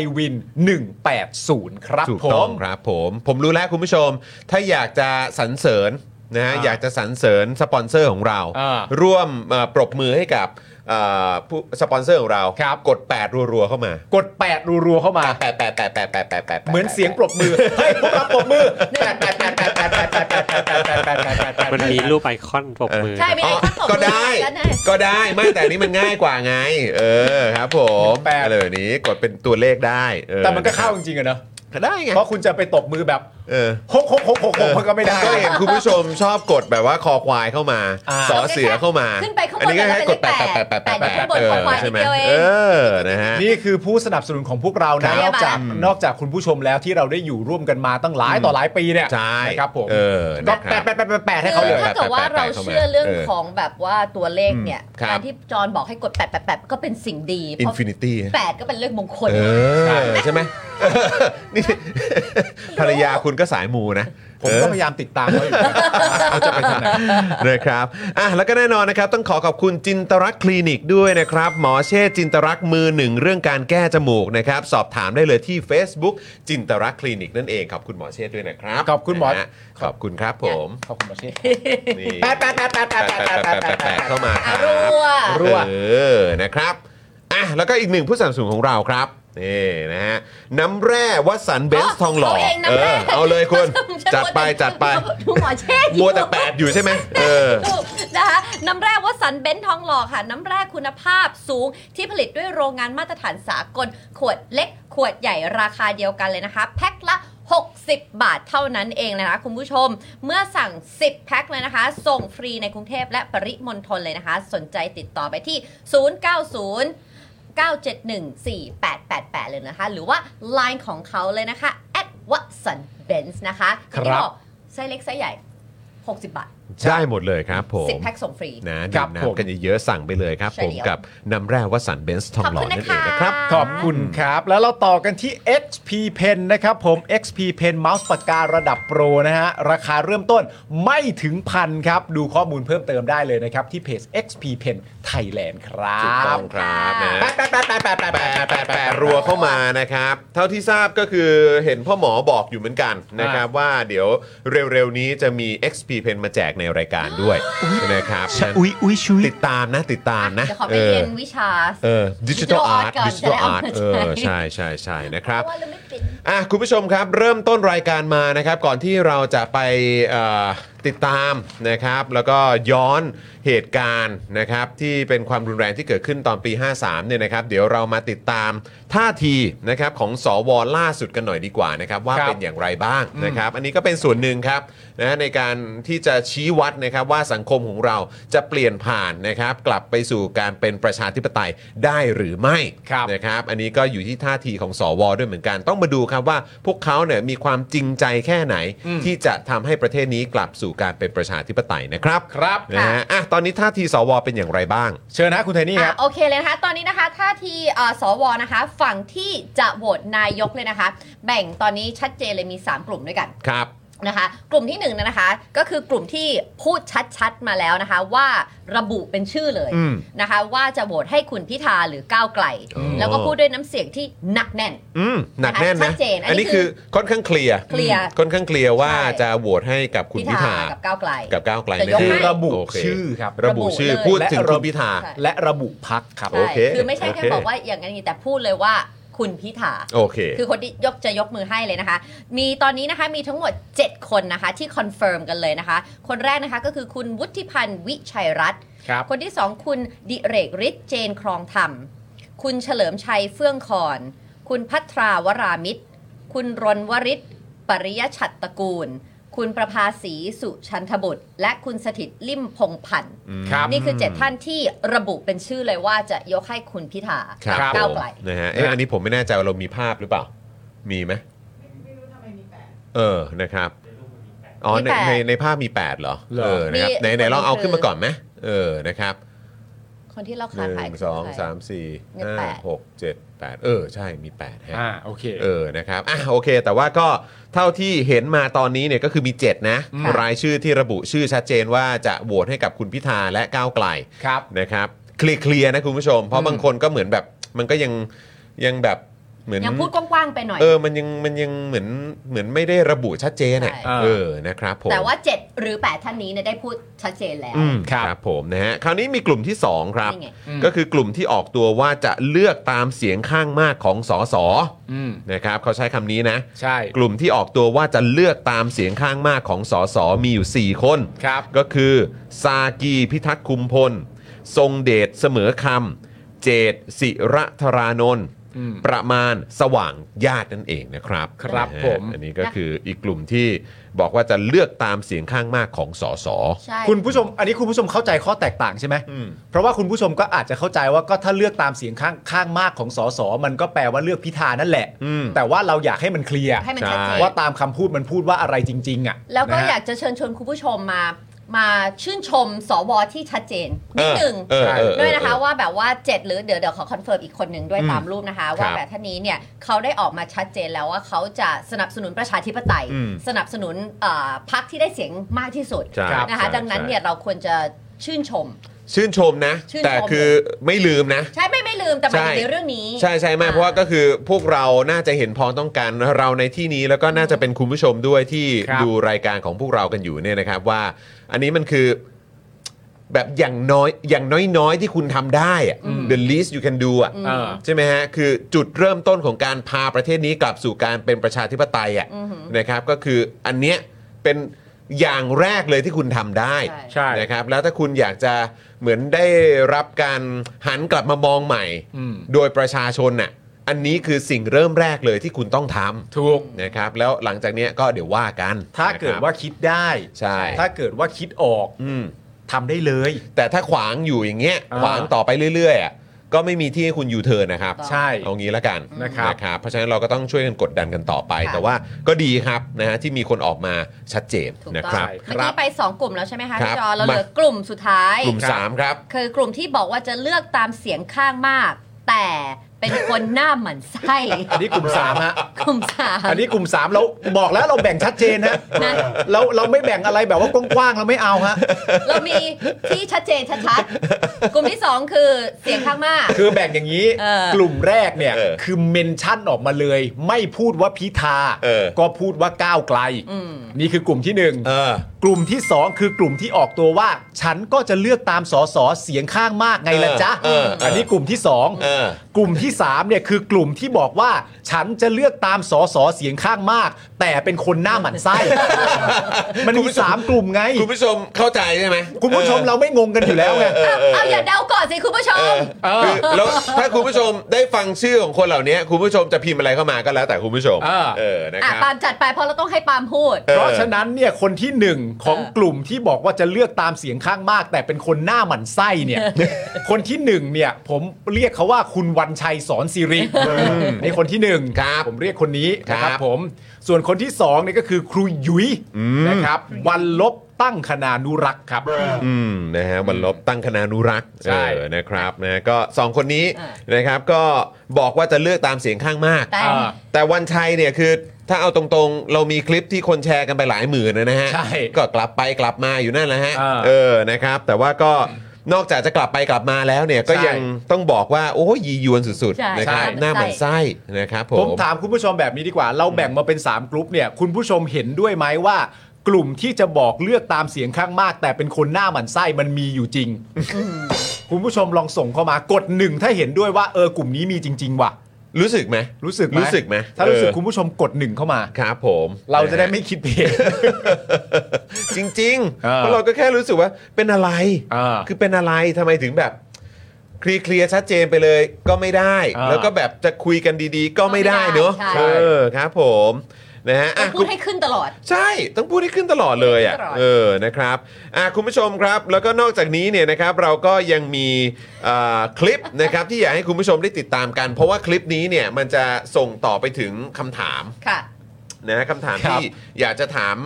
B: i w i n 180 ครับ
A: ถูก
B: ผ
A: ต้อง
B: ม
A: ครับผม ผมรู้แล้วคุณผู้ชม ถ้าอยากจะสรรเสริญนะฮะ
B: อ่า
A: อยากจะสรรเสริญสปอนเซอร์ของเรา
B: อ่า
A: ร่วมเอ่อปรบมือให้กับเอ่อผู้สปอนเซอร์ของเรา
B: ครับ
A: กด 8 รัวๆเข้ามาก
B: ด 8 รัวๆเข้ามา
A: แปดแปดแปดแปดแปดแปดแปดแปด
B: เหมือนเสียงปรบมือ เฮ้ยพวกเราปรบมือแปดแปดแปดแปดแปดแปดแปดแปดแปดแปดแปดแปดแปดแปด
C: มันมีรูปไอคอนปรบมือ
D: ใช่ไม่
A: อ๋อ
D: ได้ข้าวของ
A: ก็ได้
D: แล้วนะ
A: ก็ได้ไม่แต่อันนี้มันง่ายกว่าไง เออครับผม
B: แปด
A: อะไรแบบนี้กดเป็นตัวเลขได้เออ
B: แต่มันก็เข้าจริงๆอะเนอะ
A: ก็ได้ไง
B: เพราะคุณจะไปตบมือแบบ
A: เออ
B: หกหกหกหกหกมันก็ไม่ได้
A: ก็เห็นคุณผู้ชมชอบกดแบบว่าคอควายเข้ามา
B: อ่า
A: สอเสือเข้ามา
D: ขึ้นไปข้างบน
A: อันี้ก็ให้กดแปดแปดแปดแปดแปดแปด
D: ข้างบน
A: เอ
D: ค
A: อ
D: อควาย
A: ใช่ไหม
D: นิดเดียวเอง
A: เออนะฮะ
B: นี่คือผู้สนับสนุนของพวกเรา
D: ครั
B: นะ
D: บ
B: นอกจากนอกจากคุณผู้ชมแล้วที่เราได้อยู่ร่วมกันมาตั้งหลายต่อหลายปีเนี่ย
A: ใช่
B: นะครับผม
A: เออ
B: ก็
A: นะครับ
B: แปดแปดแปดแปดแปดให้
D: คื
B: เขา
D: อ
B: เลย
D: ถ้าเกิดว่าเราเชื่อเรื่องของแบบว่าตัวเลขเนี่ย
A: อืมครับ
D: การที่จอนบอกให้กด 8 8 8 ก็เป็นสิ่งดี
A: อิน
D: เพราะ
A: ฟินิตี้
D: แปดก็เป็นเลขมงคล
A: เออใช่ไหมนี่ภรรยาคุณก็สายมูนะ
B: ผมก็พยายามติดตามเขาอยู่
A: เขาจะไปทางไหนนะครับอ่ะแล้วก็แน่นอนนะครับ ต้องขอขอบคุณจินตรักษณ์คลินิกด้วยนะครับ หมอเชษจินตรักษณ์มือหนึ่งเรื่องการแก้จมูกนะครับ สอบถามได้เลยที่ Facebook จินตรักษณ์คลินิกนั่นเองขอบคุณหมอเชษด้วยนะครับ
B: ขอบคุณหมอ
A: นะฮะขอบคุณครับผม
B: ขอบคุณมาเช่
A: นี่
B: แปดแปดแปดแปดแป
A: แป
B: ด
A: ด
B: แป
A: แป
B: ด
A: ดแปดแปดแป
B: แปดแปดแปด
A: ดเข้ามาค
D: อ่ะ
A: รับ
D: รัว
B: รัว
A: เออนะครับอ่ะแล้วก็อีกหนึ่งผู้สนับสนุนของเราครับนี่นะฮะน้ำแร่วัดสันเบนซ์ทองหล่อ
D: เาเองนะ
A: เออ
D: แม่
A: เอาเลยคุณ
D: ฉัน
A: จัดไปจัดไป
D: ดูหมอเช่อยู่
A: มัวแต่แปดอยู่ใช่ไหมเออ
D: ถูกนะคะน้ำแร่วัสันเบนซ์ทองหล่อค่ะ น้ำแร่คุณภาพสูงที่ผลิตด้วยโรงงานมาตรฐานสากล ขวดเล็ก ขวดใหญ่ราคาเดียวกันเลยนะคะ แพ็คละ 60 บาทเท่านั้นเองนะคะคุณผู้ชม เมื่อสั่ง 10 แพ็คเลยนะคะ ส่งฟรีในกรุงเทพและปริมณฑลเลยนะคะ สนใจติดต่อไปที่ 090 9714888 เลยนะคะ หรือว่า Line ของเขาเลยนะคะ at watson benz นะคะอย่างที่
B: ครับ
D: อกไซส์เล็กไซส์ใหญ่ 60 บาท
A: ได้หมดเลยครับผม
D: สิบแพ็คส่งฟรี
A: นะ
B: ครั
A: ดื่
B: บ
A: ม
B: ผม
A: น้ำกันเยอะๆสั่งไปเลยครับ
D: ใช่
A: ผม
D: แล้ว
A: กับน้ำแร่วัดสันเบนซ์ทองหล่อนั่นเองนะครับ
B: ขอบคุณครับ แล้วเราต่อกันที่ XP Pen นะครับผม XP Pen เมาส์ปากการะดับโปรนะฮะ ราคาเริ่มต้นไม่ถึงพันครับ ดูข้อมูล thêm เพิ่มเติมได้เลยนะครับ ที่เพจ XP Pen Thailand ครั
A: ถูกต้อบ งครับนะ
B: แปะแปะแปะแปะแปะแปะแปะแปะแปะแปะ
A: แปะ
B: รั
A: รั
B: ว
A: วเข้ามานะครับ เท่าที่ทราบก็คือเห็นพ่อหมอบอกอยู่เหมือนกันนะครับว่าเดี๋ยวเร็วๆนี้จะมี XP Pen มาแจกในรายการด้วยนะครับ
C: อุ๊ยอุ๊ยชุย
A: ติดตามนะติดตามนะ
D: เดี๋ยวขอไป
A: เออ
D: เรียนวิชา
A: เออดิจิทัล
D: Digital
A: อาร์ต
D: Art ก่อน
A: ดิจิทัลอาร์ต
D: จะได้เอามา
A: เอ
D: ใช้
A: อใช่ใช่ใช่นะค
D: เพ
A: รับ
D: ราะว่าเราไม่เป็น
A: อ่ะคุณผู้ชมครับเริ่มต้นรายการมานะครับก่อนที่เราจะไปเอ่อติดตามนะครับ แล้วก็ย้อนเหตุการณ์นะครับที่เป็นความรุนแรงที่เกิดขึ้นตอนปี 53เนี่ยนะครับเดี๋ยวเรามาติดตามท่าทีนะครับของสวล่าสุดกันหน่อยดีกว่านะครับว่า
B: ครับ
A: เป็นอย่างไรบ้างนะครับ อันนี้ก็เป็นส่วนหนึ่งครับนะในการที่จะชี้วัดนะครับว่าสังคมของเราจะเปลี่ยนผ่านนะครับ กลับไปสู่การเป็นประชาธิปไตยได้หรือไม่
B: ครับ
A: นะครับอันนี้ก็อยู่ที่ท่าทีของสวด้วยเหมือนกันต้องมาดูครับว่าพวกเขาเนี่ยมีความจริงใจแค่ไหน ที่จะทำให้ประเทศนี้กลับสู่ การเป็นประชาธิปไตยนะครับ
B: ครับ
A: นะฮะอ่ะตอนนี้ท่าทีสวเป็นอย่างไรบ้าง
B: เชิญนะคุณไทนี่ครับ
D: อ่ะโอเคเลยนะคะ ตอนนี้นะคะท่าทีเอ่อสวนะคะ ฝั่งที่จะโหวตนายกเลยนะคะ แบ่งตอนนี้ชัดเจนเลยมี 3 กลุ่มด้วยกัน
A: ครับ
D: นะคะ กลุ่มที่1นงเนี่ยนะคะ ก็คือกลุ่มที่พูดชัดๆมาแล้วนะคะ ว่าระบุเป็นชื่อเลย
A: อืม
D: นะคะ ว่าจะโหวตให้คุณพิธาหรือก้าวไกล
A: อ๋อ
D: แล้วก็พูดด้วยน้ำเสียงที่หนักแน่น
A: อืมหนักแน่น
D: ชั
A: นะ
D: ดเจนอันนี้
A: นนี้คือค่อนข้างเคลียร์
D: เคลียร์
A: อืมค่อนข้างเคลียร์ว่า
D: ใช่
A: จะโหวตให้กับคุณพิธา
D: กับก้าวไกล
A: กับก้าวไกล
D: จะยก
A: แน่
D: ให้
A: ๆ
B: ระบุ
A: โเค
B: ชื่อครับ
A: ระบุชื่อ
D: ระบุเลย
A: พูดถึงคุณพิธา
D: ใช่
B: และระบุพักครับ
A: โอ
D: ใช่
A: เค
D: คือไม่ใช่แค่
A: โอเค
D: บอกว่าอย่างนั้นอย่างนี้แต่พูดเลยว่าคุณพิธา
A: โอเค
D: คือคนที่ยกจะยกมือให้เลยนะคะ มีตอนนี้นะคะมีทั้งหมด 7 คนนะคะที่คอนเฟิร์มกันเลยนะคะ คนแรกนะคะก็คือคุณวุฒิพันธ์วิชัยรัตน์
B: ครับ
D: คนที่ 2 คุณดิเรกฤทธิ์เจนครองธรรม คุณเฉลิมชัยเฟื่องคอน คุณพัทราวรามิตร คุณรณวริศปริยชัตตกูล คุณประภาสีสุชันทบุตร และคุณสถิตลิ่มพงษ์พันธ์
B: ครับ
D: นี่คือ 7 ท่านที่ระบุเป็นชื่อเลยว่าจะยกให้คุณพิธา
A: ครับ
D: ก้าวไกล
A: ผมนะฮะเอ๊ะอันนี้ผมไม่แน่ใจว่าเรามีภาพหรือเปล่า มีไหมเออนะครับอ๋อใน
D: มีแปด
A: ในในภาพมี 8 เหรอ
B: เหรอ
A: เออนะครับ
D: มี
A: ไหนไหนลองเอา
D: คนหนึ่ง
A: ขึ้นมาก่อนไหมเออนะครับ
D: คนที่เรา
A: ห
D: คาดหมาย
A: นึ่ง
D: คื
A: สอง
D: ใคร
A: สามสี่
D: มี
A: ห้า
D: แปด
A: หกเจ็ดแปดเออ ใช่มี8ฮะ
B: อ่าโอเค
A: เออนะครับอ่ะโอเค แต่ว่าก็เท่าที่เห็นมาตอนนี้เนี่ยก็คือมี 7 นะ
B: อืม
A: รายชื่อที่ระบุชื่อชัดเจนว่าจะโหวตให้กับคุณพิธาและก้าวไกล
B: ครับ
A: นะครับเคลียร์ๆนะคุณผู้ชม เพราะบางคนก็เหมือนแบบมันก็ยังยังแบบเหมือน
D: ยังพูดกว้างๆไปหน่อย
A: เออมันยังมันยังเหมือนเหมือนไม่ได้ระบุชัดเจนอ่ะ
D: ใช่
A: เออนะครับผม
D: แต่ว่า 7 หรือ 8 ท่านนี้เนี่ยได้พูดชัดเจนแล้ว
A: อืมค
B: ครับ
A: รับผมนะฮะคราวนี้มีกลุ่มที่ 2 ครับ
D: นี่ไง
A: ก็คือกลุ่มที่ออกตัวว่าจะเลือกตามเสียงข้างมากของสส
B: อืม
A: นะครับเขาใช้คำนี้นะ
B: ใช่
A: กลุ่มที่ออกตัวว่าจะเลือกตามเสียงข้างมากของสสมีอยู่ 4 คน
B: ครับ
A: ก็คือซากีพิทักษ์คุมพล ทรงเดชเสมอคำเจตสิระธารานนท์
B: อืม
A: ประมาณสว่างญาตินั่นเองนะครับ
B: ครับ
A: นะฮะ
B: ผม
A: อันนี้ก็คืออีกกลุ่มที่บอกว่าจะเลือกตามเสียงข้างมากของสส
D: ใช่
B: คุณผู้ชม อันนี้คุณผู้ชมเข้าใจข้อแตกต่างใช่ไหม
A: อืม
B: เพราะว่าคุณผู้ชมก็อาจจะเข้าใจว่าก็ถ้าเลือกตามเสียงข้างข้างมากของสสมันก็แปลว่าเลือกพิธานั่นแหละ
A: อืม
B: แต่ว่าเราอยากให้มันเคลียร์
D: ให้มันชัดเจน
B: ว่าตามคำพูดมันพูดว่าอะไรจริง ๆ อ่ะ
D: แล้วก็
B: นะฮะ
D: อยากจะเชิญชวนคุณผู้ชมมา มาชื่นชมสวที่ชัดเจนนิดหนึ่ง
A: เออเออเออ
D: ด้วยนะคะ
A: เออ
D: ว่าแบบว่า 7 หรือเดี๋ยวเดี๋ยวขอคอนเฟิร์มอีกคนหนึ่งด้วย
A: อืม
D: ตามรูปนะคะ
A: ครั
D: ว่า
A: บ
D: แบบท่านนี้เนี่ยเขาได้ออกมาชัดเจนแล้วว่าเขาจะสนับสนุนประชาธิปไตย
A: อืม
D: สนับสนุนเอ่อพรรคที่ได้เสียงมากที่สุด
A: ใช่
D: นะ
A: ครั
D: คะ
A: บ
D: ดังนั้น
A: ใช่
D: เนี่ยเราควรจะชื่นชม
A: ชื่นชมนะ
D: ชื่นชม
A: แต่คือไม่ลืมนะ
D: ใช่ไม่ไม่ลืมแต่หมายถึง
A: ใช่
D: ในเรื่องนี้
A: ใช่ใช่ไม่เพราะว่าก็คือพวกเราน่าจะเห็นพ้องต้องการเราในที่นี้แล้วก็น่าจะเป็นคุณผู้ชมด้วยที่
B: ครับ
A: ดูรายการของพวกเรากันอยู่เนี่ยนะครับว่า อันนี้มันคือแบบอย่างน้อยอย่างน้อยๆที่คุณทำได้อะ
D: อืม
A: the least you can do อ่ะ
D: อืม
B: เออ
A: ใช่ไหมฮะคือจุดเริ่มต้นของการพาประเทศนี้กลับสู่การเป็นประชาธิปไตยอ่ะ
D: อือหือ
A: นะครับ ก็คืออันเนี้ยเป็นอย่างแรกเลยที่คุณทำได้
D: ใช่
B: ใช่
A: นะครับแล้วถ้าคุณอยากจะเหมือนได้รับการหันกลับมามองใหม่
B: อืม
A: โดยประชาชนน่ะอันนี้คือสิ่งเริ่มแรกเลยที่คุณต้องท
B: ถูก
A: ำนะครับแล้วหลังจากเนี้ยก็เดี๋ยวว่ากัน
B: ถ้าเกิด
A: นะครับ
B: ว่าคิดได้
A: ใช่
B: ถ้าเกิดว่าคิดออก
A: อืม
B: ทำได้เลย
A: แต่ถ้าขวางอยู่อย่างเงี้ย
B: อ่า
A: ขวางต่อไปเรื่อยๆอ่ะก็ไม่มีที่ให้คุณยูเทิร์นนะครับ
B: ใช่
A: เอางี้ละกัน
B: นะครับ
A: เพราะฉะนั้นเราก็ต้องช่วยกันกดดันกันต่อไป
D: ค่ะ
A: แต่ว่าก็ดีครับนะฮะที่มีคนออกมาชัดเจน
D: ถูก
A: นะ
D: ต้
A: ครั
D: อง
A: บ
B: ค
D: เมื่อ
B: รับ
D: กี้ไป 2 กลุ่มแล้วใช่ไหมคะ
A: ครั
D: พี่
A: บ
D: จอเรา
A: มา
D: เหลือกลุ่มสุดท้าย
A: กลุ่ม
B: ครับ
A: สามครับ
D: คือกลุ่มที่บอกว่าจะเลือกตามเสียงข้างมาก แต่เป็นคนหน้าหมันไส้
B: อันนี้กลุ่มสามฮะ
D: กลุ่มสาม
B: อันนี้กลุ่ม 3 เราบอกแล้วเราแบ่งชัดเจนฮะ
D: นะ
B: เราเราไม่แบ่งอะไรแบบว่ากว้างๆเราไม่เอาฮะ
D: เรามีที่ชัดเจนชัดๆกลุ่มที่สองคือเสียงข้างมาก
B: คือแบ่งอย่างนี้
D: เออ
B: กลุ่มแรกเนี่ย
A: เออ
B: คือเมนชั่นออกมาเลย ไม่พูดว่าพิธา
A: เออ
B: ก็พูดว่าก้าวไกล
D: อืม
B: นี่คือกลุ่มที่หนึ่ง
A: เออ
B: กลุ่มที่สองคือกลุ่มที่ออกตัวว่า ฉันก็จะเลือกตามสอสอเสียงข้างมากไงละจ๊ะ
A: เออเออเอออั
B: นนี้กลุ่มที่สอง
A: เออ
B: กลุ่มที่3เนี่ยคือกลุ่มที่บอกว่า ฉันจะเลือกตามสอสอเสียงข้างมาก แต่เป็นคนหน้าหมัน ไส้ มันมีสามกลุ่มไง
A: คุณผู้ชมเข้าใจใช่ไหม
B: คุณผู้ชม
A: ออ
B: เราไม่งงกันอยู่แล้วไง
A: เออเออเออ
D: เอาอย่าเดาก่อนสิคุณผู้ช
A: เอ
D: ม
A: อคือแล้วถ้าคุณผู้ชมได้ฟังชื่อของคนเหล่านี้ คุณผู้ชมจะพิมพ์อะไรเข้ามาก็แล้วแต่คุณผู้ชม
B: เออ
A: เออนะค
D: อ่ะ
A: รับ
D: ปาล์มจัดไปเพราะเราต้องให้ปาล์มพูด
A: เออ
B: เพราะฉะนั้นเนี่ยคนที่หนึ่งของกลุ่มที่บอกว่าจะเลือกตามเสียงข้างมาก แต่เป็นคนหน้าหมันไส้เนี่ย คนที่หนึ่งเนี่ยผมเรียกเขาว่าคุณวันชัยสอนสิริในคนที่หนึ่ง
A: ครับ
B: ผมเรียกคนนี้นะครับ
A: ครับ
B: ผมส่วนคนที่สองเนี่ยก็คือครูหยุยนะครับวันลบใ ตั้งคณานุรักษ์ครับ
A: อืมนะฮะวันลบตั้งคณานุรักษ์
B: ใช่
A: เออนะครับนะก็สองคนนี้
D: อ่ะ
A: นะครับก็บอกว่าจะเลือกตามเสียงข้างมาก
D: แต่
B: อ่า
A: แต่วันชัยเนี่ยคือถ้าเอาตรงๆ เรามีคลิปที่คนแชร์กันไปหลายหมื่นนะฮะ
B: ใช่
A: ก็กลับไปกลับมาอยู่นั่นแหละฮะ
B: อ่า
A: เออนะครับ แต่ว่าก็นอกจากจะกลับไปกลับมาแล้วเนี่ยก็
B: ใช่
A: ยังต้องบอกว่าโอ้ยยียวนสุด
D: ใช่
A: ๆนะครับ
D: ใช่
A: หน้าเหมือนไส้นะครับผ
B: ผม มถามคุณผู้ชมแบบนี้ดีกว่า เราแบ่งมาเป็น 3 กลุ่มเนี่ย คุณผู้ชมเห็นด้วยไหมว่า กลุ่มที่จะบอกเลือกตามเสียงข้างมาก แต่เป็นคนหน้าหมันไส้มันมีอยู่จริง คุณผู้ชมลองส่งเข้ามากดหนึ่งถ้าเห็นด้วยว่าเออกลุ่มนี้มีจริง ๆ ว่ะ
A: รู้สึกไหม
B: รู้สึกไหม
A: รู้สึกไหม
B: ถ้ารู้สึก
A: เออ
B: คุณผู้ชมกดหนึ่งเข้ามา
A: ครับผม
B: เราจะได้
A: นฮ
B: ไม่คิดเพลง
A: จริงๆ
B: เออ
A: เพราะเราก็แค่รู้สึกว่าเป็นอะไร
B: เออ
A: คือเป็นอะไรทำไมถึงแบบเคลียร์เคลียร์ชัดเจนไปเลยก็ไม่ได้
B: เออ
A: แล้วก็แบบจะคุยกันดีๆ ก็ไม่ได้
D: ก็ไม่ได้
A: เนอะ
D: ใช่
A: เออครับผมนะฮะ
D: ต้อ
A: อ่ะ
D: งพู
A: คุ
D: ด
A: ณ
D: ให้ขึ้นตลอด
A: ใช่ต้องพูดให้ขึ้นตลอดเลยอ่ะ
D: ขึ้นตลอด
A: เออนะครับอ่ะคุณผู้ชมครับ แล้วก็นอกจากนี้เนี่ยนะครับเราก็ยังมีอ่าคลิปนะครับ ที่อยากให้คุณผู้ชมได้ติดตามกัน เพราะว่าคลิปนี้เนี่ยมันจะส่งต่อไปถึงคำถาม
D: ค่ะ
A: นะคำถาม
B: ครับ
A: ที่อยากจะถาม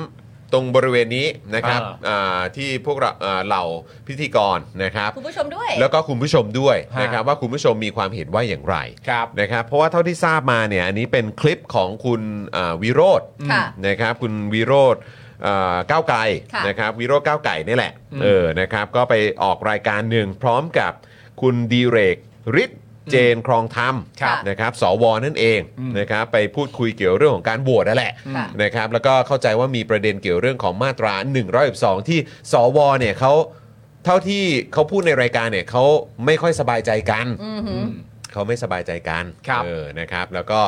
A: ตรงบริเวณนี้นะครับ
B: อ่า
A: อ่าที่พวกเราอ่าเหล่าพิธีกรนะครับ
D: คุณผู้ชมด้วย
A: แล้วก็คุณผู้ชมด้วย
B: ฮะ
A: นะครับว่าคุณผู้ชมมีความเห็นว่าอย่างไร
B: ครับ
A: นะครับ เพราะว่าเท่าที่ทราบมาเนี่ยอันนี้เป็นคลิปของคุณอ่าวิโรธ
D: ค่ะ
A: นะครับ คุณวิโรธอ่าก้าวไกล
D: ค่ะ
A: นะครับวิโรธก้าวไก่นี่ยแหละ
B: อืม
A: เออนะครับ ก็ไปออกรายการหนึ่งพร้อมกับคุณดีเรกฤทธิ์เจนครองธรรม
D: ครับ
A: นะครับสวนั่นเองนะครับไปพูดคุยเกี่ยวเรื่องของการโหวตนั่นแหละ
D: ค่ะ
A: นะครับแล้วก็เข้าใจว่ามีประเด็นเกี่ยวเรื่องของมาตรา1 1 2 ที่สวเนี่ยเขาเท่าที่เขาพูดในรายการเนี่ยเขาไม่ค่อยสบายใจกัน
D: อือหือ
A: เขาไม่สบายใจกัน
B: ครับ
A: เออนะครับ แล้วก็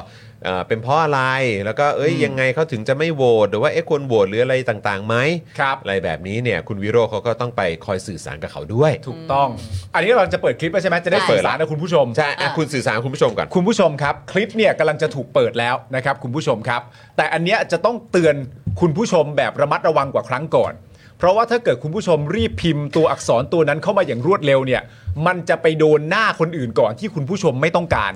A: เอ่อเป็นเพราะอะไรแล้วก็เอ้ย
B: อืม
A: ยังไงเขาถึงจะไม่โหวตหรือว่าเอ๊ะควรโหวตหรืออะไรต่างๆไหม
B: ครับ
A: อะไรแบบนี้เนี่ยคุณวิโรจน์เขาก็ต้องไปคอยสื่อสารกับเขาด้วย
B: ถูกต้อง อันนี้เราจะเปิดคลิปแล้วใช่ไหมจะได้
D: ใช่
B: สื่อสารนะคุณผู้ชม
A: ใช่อ่ะคุณสื่อสารกับคุณผู้ชมก่อน
B: คุณผู้ชมครับ คลิปเนี่ยกำลังจะถูกเปิดแล้วนะครับ คุณผู้ชมครับ แต่อันเนี้ยจะต้องเตือนคุณผู้ชมแบบระมัดระวังกว่าครั้งก่อน เพราะว่าถ้าเกิดคุณผู้ชมรีบพิมพ์ตัวอักษรตัวนั้นเข้ามาอย่างรวดเร็วเนี่ย มันจะไปโดนหน้าคนอื่นก่อนที่คุณผู้ชมไม่ต้องการ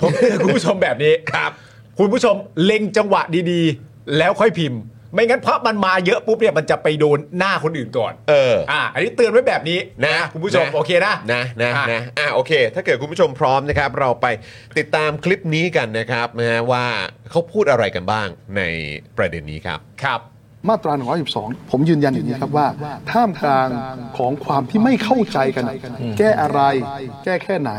B: ผมเตือนคุณผู้ชมแบบนี้ครับ คุณผู้ชมเล็งจังหวะดีๆ แล้วค่อยพิมพ์ ไม่งั้นเพราะมันมาเยอะปุ๊บเนี่ยมันจะไปโดนหน้าคนอื่นก่อน
A: เออ
B: อ่าอันนี้เตือนไว้แบบนี้
A: นะ
B: คุณผู้ชม
A: นะ
B: โอเคนะ
A: นะนะ
B: อ่ะ
A: นะอ่ะโอเค ถ้าเกิดคุณผู้ชมพร้อมนะครับ เราไปติดตามคลิปนี้กันนะครับนะฮะว่าเขาพูดอะไรกันบ้างในประเด็นนี้ครับ
B: ครับ
E: มาตรา 112 ผมยืนยันอย่างนี้ครับว่า ท่ามกลางของความที่ไม่เข้าใจกัน แก้อะไร แก้แค่ไหน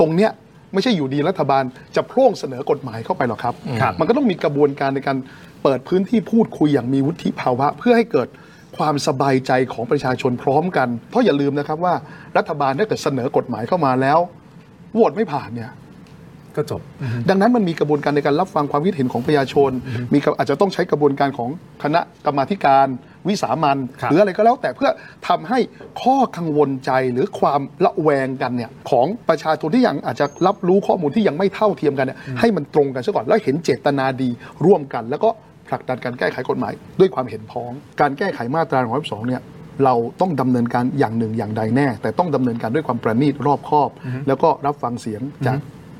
E: ตรงเนี้ยไม่ใช่อยู่ดีรัฐบาลจะโพร่งเสนอกฎหมายเข้าไปหรอกครับ มันก็ต้องมีกระบวนการในการเปิดพื้นที่พูดคุยอย่างมีวุฒิภาวะ เพื่อให้เกิดความสบายใจของประชาชนพร้อมกัน เพราะอย่าลืมนะครับว่ารัฐบาลถ้าเกิดเสนอกฎหมายเข้ามาแล้วโหวตไม่ผ่านเนี่ย
F: ก็จบ
E: ดังนั้นมันมีกระบวนการในการรับฟังความคิดเห็นของประชาชน มีกระอาจจะต้องใช้กระบวนการของคณะกรรมาธิการ วิสามัน
F: ครับ
E: หรืออะไรก็แล้วแต่เพื่อทำให้ข้อกังวลใจหรือความละแวงกันเนี่ยของประชาชนที่ยังอาจจะรับรู้ข้อมูลที่ยังไม่เท่าเทียมกันเนี่ยให้มันตรงกันซะก่อนแล้วเห็นเจตนาดีร่วมกัน แล้วก็ผลักดันการแก้ไขกฎหมาย ด้วยความเห็นพ้อง การแก้ไขมาตรา112เนี่ยเราต้องดำเนินการอย่างหนึ่งอย่างใดแน่ แต่ต้องดำเนินการด้วยความประณีตรอบคอบ แล้วก็รับฟังเสียงจาก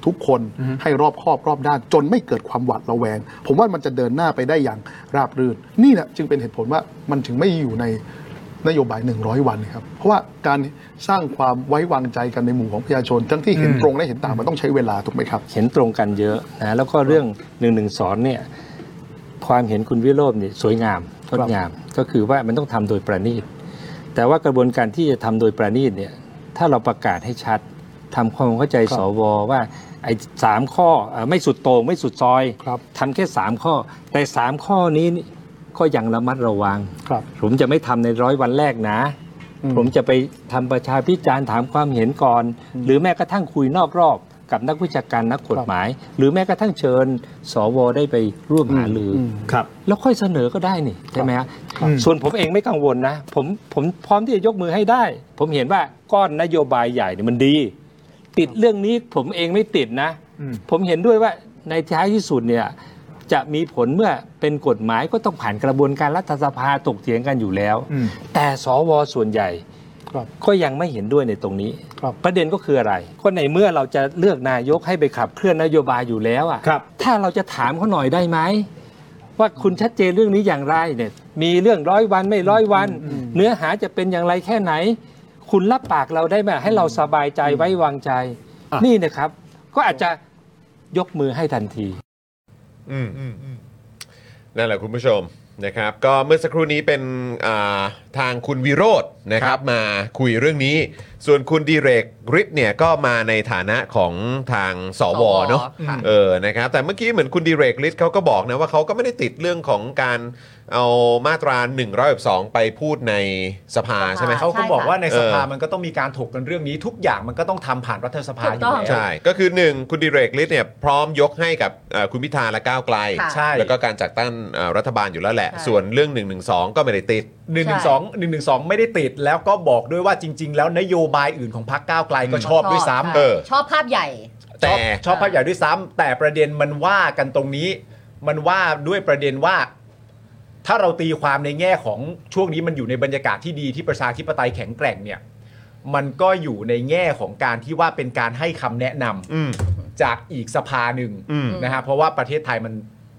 E: ทุกคนให้รอบคอบรอบด้านจนไม่เกิดความหวาดระแวง ผมว่ามันจะเดินหน้าไปได้อย่างราบรื่น นี่แหละจึงเป็นเหตุผลว่ามันถึงไม่อยู่ในนโยบาย 100 วันครับ เพราะว่าการสร้างความไว้วางใจกันในหมู่ของประชาชน ทั้งที่เห็นตรงและเห็นต่างมันต้องใช้เวลาถูกไหมครับ
F: เห็นตรงกันเยอะนะแล้วก็เรื่องหนึ่งหนึ่งสอนเนี่ยความเห็นคุณวิโรจน์เนี่ยสวยงามงดงาม ก็คือว่ามันต้องทำโดยประณีต แต่ว่ากระบวนการที่จะทำโดยประณีตเนี่ยถ้าเราประกาศให้ชัดทำความเข้าใจ
E: ครับ
F: สวว่าไอ้สามข้อเอ่อไม่สุดโต่งไม่สุดซอย
E: ครับ
F: ทำแค่สามข้อ แต่สามข้อนี้นี่ก็ยังระมัดระวัง
E: ครับ
F: ผมจะไม่ทำในร้อยวันแรกนะ
E: อืม
F: ผมจะไปทำประชาพิจารณ์ถามความเห็นก่อน หรือแม้กระทั่งคุยนอกรอบกับนักวิชาการนักกฎหมาย หรือแม้กระทั่งเชิญ สวได้ไปร่วมหารืออ
E: ม
F: ครับ แล้วค่อยเสนอก็ได้นี่ใช่ไหมฮะส่วนผมเองไม่กังวลนะ ผมผมพร้อมที่จะยกมือให้ได้ ผมเห็นว่าก้อนนโยบายใหญ่เนี่ยมันดี ติดเรื่องนี้ผมเองไม่ติดนะ ผมเห็นด้วยว่าในท้ายที่สุดเนี่ยจะมีผลเมื่อเป็นกฎหมายก็ต้องผ่านกระบวนการรัฐสภาตกเถียงกันอยู่แล้ว
E: อืม
F: แต่สวส่วนใหญ่
E: ครับ
F: ก็ยังไม่เห็นด้วยในตรงนี้
E: ครับ
F: ประเด็นก็คืออะไร ก็ในเมื่อเราจะเลือกนายกให้ไปขับเคลื่อนนโยบายอยู่แล้วอะ
B: ครับ
F: ถ้าเราจะถามเขาหน่อยได้ไหม ว่าคุณชัดเจนเรื่องนี้อย่างไรเนี่ย มีเรื่องร้อยวันไม่ร้อยวัน เนื้อหาจะเป็นอย่างไรแค่ไหน คุณรับปากเราได้ไหมให้เราสบายใจไว้วางใจ
B: อ่ะ
F: นี่นะครับ ก็อาจจะยกมือให้ทันที
A: อืมอืมอืมนั่นแหละคุณผู้ชมนะครับ ก็เมื่อสักครู่นี้เป็นอ่าทางคุณวิโรจน์นะครับมาคุยเรื่องนี้ ส่วนคุณดีเรกฤทธิ์เนี่ยก็มาในฐานะของทางสวเนาะ
D: ค่ะ
A: เออนะครับแต่เมื่อกี้เหมือนคุณดีเรกฤทธิ์เขาก็บอกนะว่าเขาก็ไม่ได้ติดเรื่องของการเอามาตรา1นึไปพูดในสภาใช่ไหม
B: เขาก็
D: ใช่
B: บอกว่าในสภา
A: เออ
B: มันก็ต้องมีการถกกันเรื่องนี้ ทุกอย่างมันก็ต้องทำผ่านรัฐสภา
D: ถู
B: อกยู่
D: ต้อง
B: แล้ว
A: ใช่ ก็คือ 1 คุณดิเรกฤทธิ์เนี่ยพร้อมยกให้กับเอ่อคุณพิธาและก้าวไกล
D: ค่ะ
B: ใช่
A: แล้วก็การจัดตั้งเอ่อรัฐบาลอยู่แล้วแหละ
D: ใช่
A: ส่วนเรื่อง1นึก็ไม่ได้ติด
B: หนึ่งหนึ่งสองหนึ่งหนึ่งสองไม่ได้ติดแล้วก็บอกด้วยว่าจริง ๆ แล้วนโยบายอื่นของพรรคก้าวไกลก็ชอบด้วยซ้ำ
A: เออ
D: ชอบภาพใหญ่
B: ช
A: แต่
B: อบชอบภาพใหญ่ด้วยซ้ำแต่ประเด็นมันว่ากันตรงนี้ มันว่าด้วยประเด็นว่า ถ้าเราตีความในแง่ของช่วงนี้มันอยู่ในบรรยากาศที่ดีที่ประชาธิปไตยแข็งแกร่งเนี่ย มันก็อยู่ในแง่ของการที่ว่าเป็นการให้คำแนะนำ
A: อืม
B: จากอีกสภาหนึ่ง
A: อืม
B: นะฮะเพราะว่าประเทศไทยมัน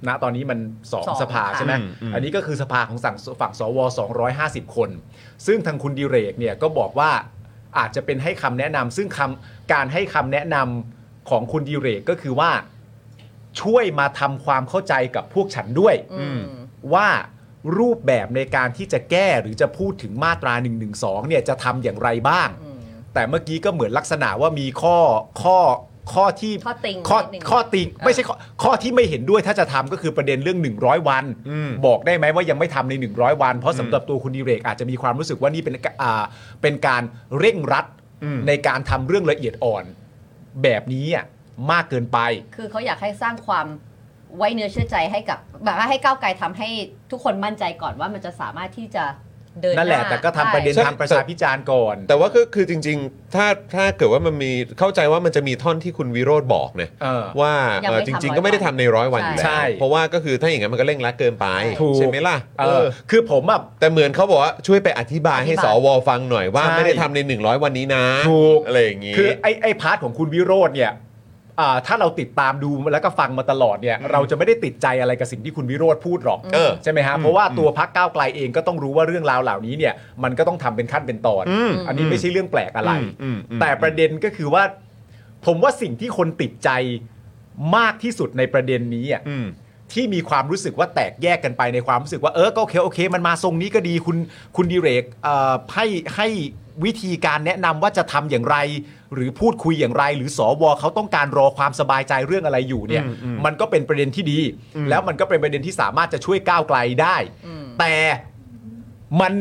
B: ณตอนนี้มันสอง
D: สอง
B: สภาใช่ไหม
A: อืมอืม
B: อันนี้ก็คือสภาของสั่งฝั่งสว250 คน ซึ่งทางคุณดิเรกเนี่ยก็บอกว่าอาจจะเป็นให้คำแนะนำซึ่งคำการให้คำแนะนำของคุณดิเรกก็คือว่าช่วยมาทำความเข้าใจกับพวกฉันด้วย
D: อืม
B: ว่ารูปแบบในการที่จะแก้หรือจะพูดถึงมาตรา1นึเนี่ยจะทำอย่างไรบ้าง
D: อืม
B: แต่เมื่อกี้ก็เหมือนลักษณะว่ามีข้อข้อข้อที่
D: ข้อติ่ง
B: ข้อ
D: นิดนึง
B: ข้อติงไม่ใช่ข้อข้อที่ไม่เห็นด้วยถ้าจะทำก็คือประเด็นเรื่อง 100 วัน
A: อืม
B: บอกได้ไหมว่ายังไม่ทำใน 100 วัน เพราะสำหรับตัวคุณดีเรกอาจจะมีความรู้สึกว่านี่เป็นอ่าเป็นการเร่งรัด
A: อืม
B: ในการทำเรื่องละเอียดอ่อน แบบนี้อ่ะมากเกินไป
D: คือเขาอยากให้สร้างความไว้เนื้อเชื่อใจให้กับ แบบว่าให้ก้าวไกลทำให้ทุกคนมั่นใจก่อนว่ามันจะสามารถที่จะเดิน
B: นั่นแหละ
D: า
B: แต่ก็ทำประเด็น
D: ใช่
B: ทางประชาพิจารณ์ก่อน
A: แต่ว่าก็คือจริงๆ ถ้าถ้าเกิดว่ามันมีเข้าใจว่ามันจะมีท่อนที่คุณวิโรธบอกเนี่ย
B: เออ
A: ว่า
D: ยังไม่
A: เอ่อจริง ๆ ก็ไม่ได้ทำในร้อยวันอยู่แล้
B: ใช่
A: วเพราะว่าก็คือถ้าอย่างนั้นมันก็เร่งรัดเกินไป
B: ถูก
A: ใช่ไหมล่ะ
B: เอ
A: เอ
B: อ
A: อ
B: คือผมอ่ะ
A: แต่เหมือนเขาบอกว่าช่วยไปอธิบายให้
D: อธิ
A: ส
D: บาย
A: วฟังหน่อยว่า
B: ใช่
A: ไม่ได้ทำใน 100 วันนี้นะ
B: ถูก
A: อะไรอย่างงี้
B: คือไอ้ไอ้พาร์ทของคุณวิโรธเนี่ยอ่าถ้าเราติดตามดูแล้วก็ฟังมาตลอดเนี่ย เราจะไม่ได้ติดใจอะไรกับสิ่งที่คุณวิโรธพูดหรอก
A: เออ
B: ใช่ไหมฮะเพราะว่าตัวพักก้าวไกลเองก็ต้องรู้ว่าเรื่องราวเหล่านี้เนี่ยมันก็ต้องทำเป็นขั้นเป็นตอน
A: อืม
B: อันนี้ไม่ใช่เรื่องแปลกอะไร
A: อืมอืมอืม
B: แต่ประเด็นก็คือว่า ผมว่าสิ่งที่คนติดใจมากที่สุดในประเด็นนี้อ่ะ
A: ม
B: ที่มีความรู้สึกว่าแตกแยกกันไปในความรู้สึกว่าเออก็โอเคโอเค มันมาทรงนี้ก็ดีคุณคุณดิเรกเอ่อให้ให้วิธีการแนะนำว่าจะทำอย่างไร หรือพูดคุยอย่างไร หรือสวเขาต้องการรอความสบายใจเรื่องอะไรอยู่เนี่ย
A: อืมอืม
B: มันก็เป็นประเด็นที่ดี แล้วมันก็เป็นประเด็นที่สามารถจะช่วยก้าวไกลได้
D: อืม
B: แต่มัน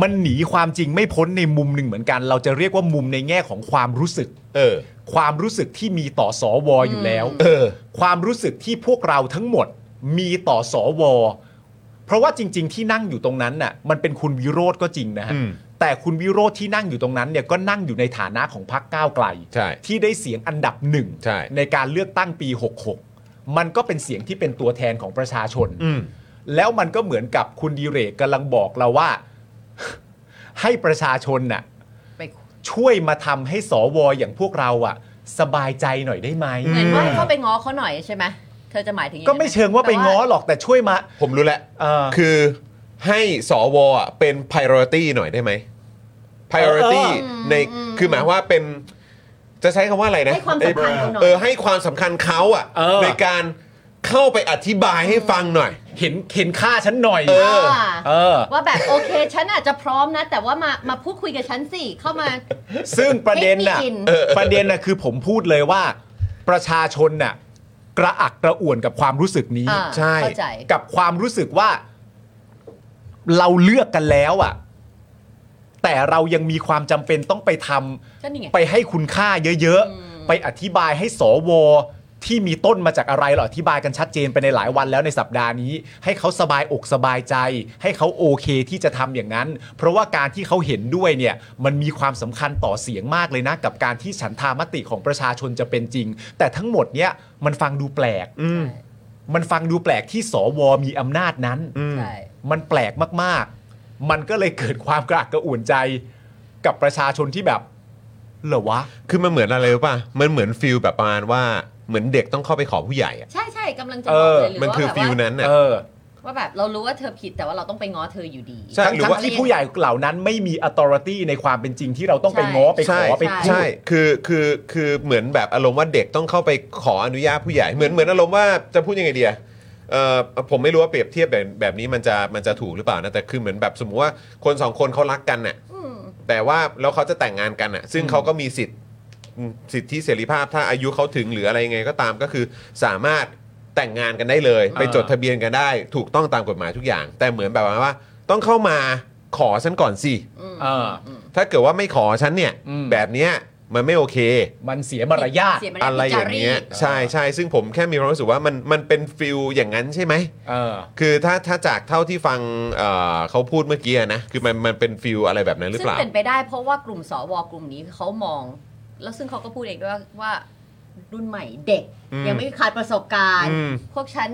B: มันหนีความจริงไม่พ้นในมุมหนึ่งเหมือนกัน เราจะเรียกว่ามุมในแง่ของความรู้สึก
A: เออ
B: ความรู้สึกที่มีต่อสอวอยู่แล้ว
A: เออ
B: ความรู้สึกที่พวกเราทั้งหมดมีต่อสอวเพราะว่าจริง ๆ ที่นั่งอยู่ตรงนั้นน่ะมันเป็นคุณวิโรธก็จริงนะฮะ
A: อืม
B: แต่คุณวิโรธที่นั่งอยู่ตรงนั้นเนี่ยก็นั่งอยู่ในฐานะของพรรคก้าวไกล
A: ใช่
B: ที่ได้เสียงอันดับหนึ่ง
A: ใช่
B: การเลือกตั้งปี 66 มันก็เป็นเสียงที่เป็นตัวแทนของประชาชน
A: อืม
B: แล้วมันก็เหมือนกับคุณดีเรกกำลังบอกเราว่า ให้ประชาชนน่ะ
D: ไป
B: ช่วยมาทำให้สวอย่างพวกเราอะสบายใจหน่อยได้ไหม
D: เหมือนว่าให้เขาไปง้อเขาหน่อยใช่ไหมเธอจะหมายถึงอย่
B: ก็ไม่เชิงว่าไปง้อ
D: แต่
B: หรอกแต่ช่วยมา
A: ผมรู้แล้ว
B: เออ
A: คือให้สวอ่ะเป็น priority หน่อยได้ไหม priority
B: เออ
D: เออ
A: ใน
D: อืม
A: คือหมายว่าเป็น จะใช้คำว่าอะไรนะ
D: ให้ความสำคัญเขาหน่อย
A: เออให้ความสำคัญเขาอ่ะ
B: เออ
A: ในการเข้าไปอธิบายให้ฟังหน่อย
B: เห็นเห็นค่าฉันหน่อย
A: เอ
D: ว่า
B: เออ
D: ว่าแบบโอเคฉันอาจจะพร้อมนะ แต่ว่ามามาพูดคุยกับฉันสิเข้ามา
B: ซึ่งประเด็นน่ะ
D: Take me in
B: เออประเด็นน่ะคือผมพูดเลยว่า ประชาชนน่ะกระอักกระอ่วนกับความรู้สึกนี้
D: อ่า
A: ใช่
D: เข้าใจ
B: กับความรู้สึกว่า เราเลือกกันแล้วอ่ะ แต่เรายังมีความจำเป็นต้องไปทำ
D: ก็นี่ไง
B: ไปให้คุณค่าเยอะ ๆ ไปอธิบายให้สวที่มีต้นมาจากอะไรเราอธิบายกันชัดเจนไปในหลายวันแล้วในสัปดาห์นี้ ให้เขาสบายอกสบายใจ ให้เขาโอเคที่จะทำอย่างนั้น เพราะว่าการที่เขาเห็นด้วยเนี่ย มันมีความสำคัญต่อเสียงมากเลยนะ กับการที่ฉันทามติของประชาชนจะเป็นจริง แต่ทั้งหมดเนี่ยมันฟังดูแปลก
A: อืม
B: มันฟังดูแปลกที่สวมีอำนาจนั้น
D: ใช่
B: มันแปลกมาก ๆ มันก็เลยเกิดความกระอักกระอ่วนใจ กับประชาชนที่แบบเหรอวะ
A: คือมันเหมือนอะไรรู้ป่ะ มันเหมือนฟิลแบบประมาณว่าเหมือนเด็กต้องเข้าไปขอผู้ใหญ่อ่ะ
D: ใช่ใช่กำลังจะ
B: เอบ
D: อ
B: อ
D: กเลยหรือ
A: มัน
D: ว่า
A: คือ
D: แบบ
A: ฟิล
D: ว่า
A: นั้นอ่ะ
B: เออ
D: ว่าแบบเรารู้ว่าเธอผิดแต่ว่าเราต้องไปง้อเธออยู่ดี
A: ใช่
B: ทั้ง
A: หรือว่า
B: ที่ผู้ใหญ่เหล่านั้นไม่มี authority ในความเป็นจริงที่เราต้องไปง้อไปข
A: ใช่
B: อไปพู
A: ใช่
B: ด
A: คือคือคือเหมือนแบบอารมณ์ว่าเด็กต้องเข้าไปขออนุญาตผู้ใหญ่เหมือนเหมือนอารมณ์ว่าจะพูดยังไงดีอะเอ่อผมไม่รู้ว่าเปรียบเทียบแบบแบบนี้มันจะมันจะถูกหรือเปล่านะแต่คือเหมือนแบบสมมติว่าคนสองคนเขารักกันน่ะ
D: อืม
A: แต่ว่าแล้วเขาจะแต่งงานกันน่ะ ซึ่งเขาก็มีสิทธิ์อืมสิทธิเสรีภาพถ้าอายุเขาถึงหรืออะไรยังไงก็ตามก็คือสามารถแต่งงานกันได้เลย ไป
B: อ่า
A: จดทะเบียนกันได้ ถูกต้องตามกฎหมายทุกอย่าง แต่เหมือนแบบว่า ต้องเข้ามาขอฉันก่อนสิ
D: อืม
B: เออ
D: อืม
A: ถ้าเกิดว่าไม่ขอฉันเนี่ย
B: อืม
A: แบบเนี้ยมันไม่โอเค
B: มันเสียมารยาท
D: เสีม
A: อะไร
D: ท
A: อย่างเงี้ยใช่ใช่ซึ่งผมแค่มีความรู้สึกว่ามันมันเป็นฟิลอย่างนั้นใช่ไหม
B: เออ
A: คือถ้าถ้าจากเท่าที่ฟังเอ่อเขาพูดเมื่อกี้นะ คือมันมันเป็นฟิลอะไรแบบนั้นหรือ
D: ซึ่
A: เป
D: ง
A: ล่า
D: เป็นไปได้เพราะว่ากลุ่มสวกลุ่มนี้เขามอง แล้วซึ่งเขาก็พูดเองด้วยว่าว่ารุ่นใหม่เด็ก
A: อืม
D: ยังไม่ขาดประสบการณ์
A: อืม
D: พวกฉัน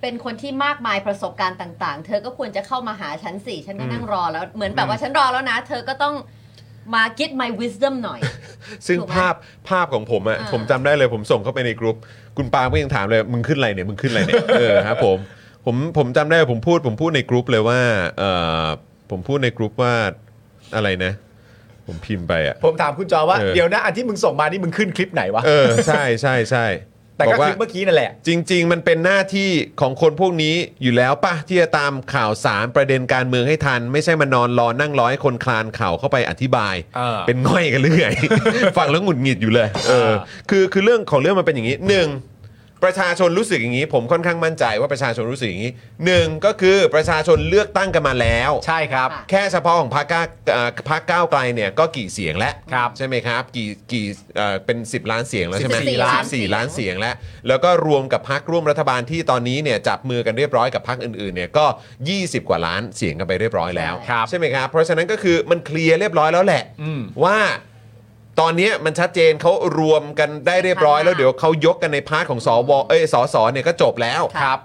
D: เป็นคนที่มากมายประสบการณ์ต่าง ๆ เธอก็ควรจะเข้ามาหาฉันสิฉันก็นั่งรอแล้วเหมือนแบบว่าฉันรอแล้วนะ เธอก็ต้องมา get my wisdom หน่อย
A: ซึ่ง
D: ถูกไหม
A: ภาพภาพของผมอะ
D: อ่า
A: ผมจำได้เลยผมส่งเข้าไปในกลุ่มคุณปาล์มก็ยังถามเลย มึงขึ้นอะไรเนี่ย มึงขึ้นอะไร เนี่ย เออครับผมผมผมจำได้ผมพูดผมพูดในกลุ่มเลยว่าเอ่อผมพูดในกลุ่มว่าอะไรนะ ผมพิมพ์ไปอะ
B: ผมถามคุณจอว่า
A: เออ
B: เดี๋ยวนะอันที่มึงส่งมานี่มึงขึ้นคลิปไหนวะ
A: เออใช่ใช่ใช่
B: แต่
A: บ
B: ก็
A: ว่า
B: คลิปเมื่อกี้นั่นแหละ
A: จริง ๆ มันเป็นหน้าที่ของคนพวกนี้อยู่แล้วป่ะ ที่จะตามข่าวสารประเด็นการเมืองให้ทัน ไม่ใช่มานอนรอนั่งร้อยคนคลานเข่าเข้าไปอธิบาย
B: เออ
A: เป็นง่อยกันเรื่อย ฟังแล้วหงุดหงิดอยู่เลยเออ
B: เออ
A: คือคือเรื่องของเรื่องมันเป็นอย่างนี้หนึ่งประชาชนรู้สึกอย่างนี้ ผมค่อนข้างมั่นใจว่าประชาชนรู้สึกอย่างนี้หนึ่งก็คือประชาชนเลือกตั้งกันมาแล้ว
B: ใช่ครับ
D: ค่ะ
A: แค่เฉพาะของพรรคก้าเอ่อพรรคก้าวไกลเนี่ยก็กี่เสียงแล้ว
B: ครับ
A: ใช่ไหมครับ กี่กี่เอ่อเป็น 10 ล้านเสียงแล้วใช่ไหม
D: 14ล้าน
A: สิบสี่ล้านเสียงแล้ว แล้วก็รวมกับพรรคร่วมรัฐบาลที่ตอนนี้เนี่ยจับมือกันเรียบร้อยกับพรรคอื่นๆเนี่ยก็ 20 กว่าล้านเสียงกันไปเรียบร้อยแล้ว
B: ครับ
A: ใช่ไหมครับเพราะฉะนั้นก็คือมันเคลียร์เรียบร้อยแล้วแหละ
B: อืม
A: ว่าตอนเนี้ยมันชัดเจนเขารวมกันได้เรียบร้อย แล้วเดี๋ยวเขายกกันในพาร์ทของสวเอ้ยสสเนี่ยก็จบแล้ว
B: ครับ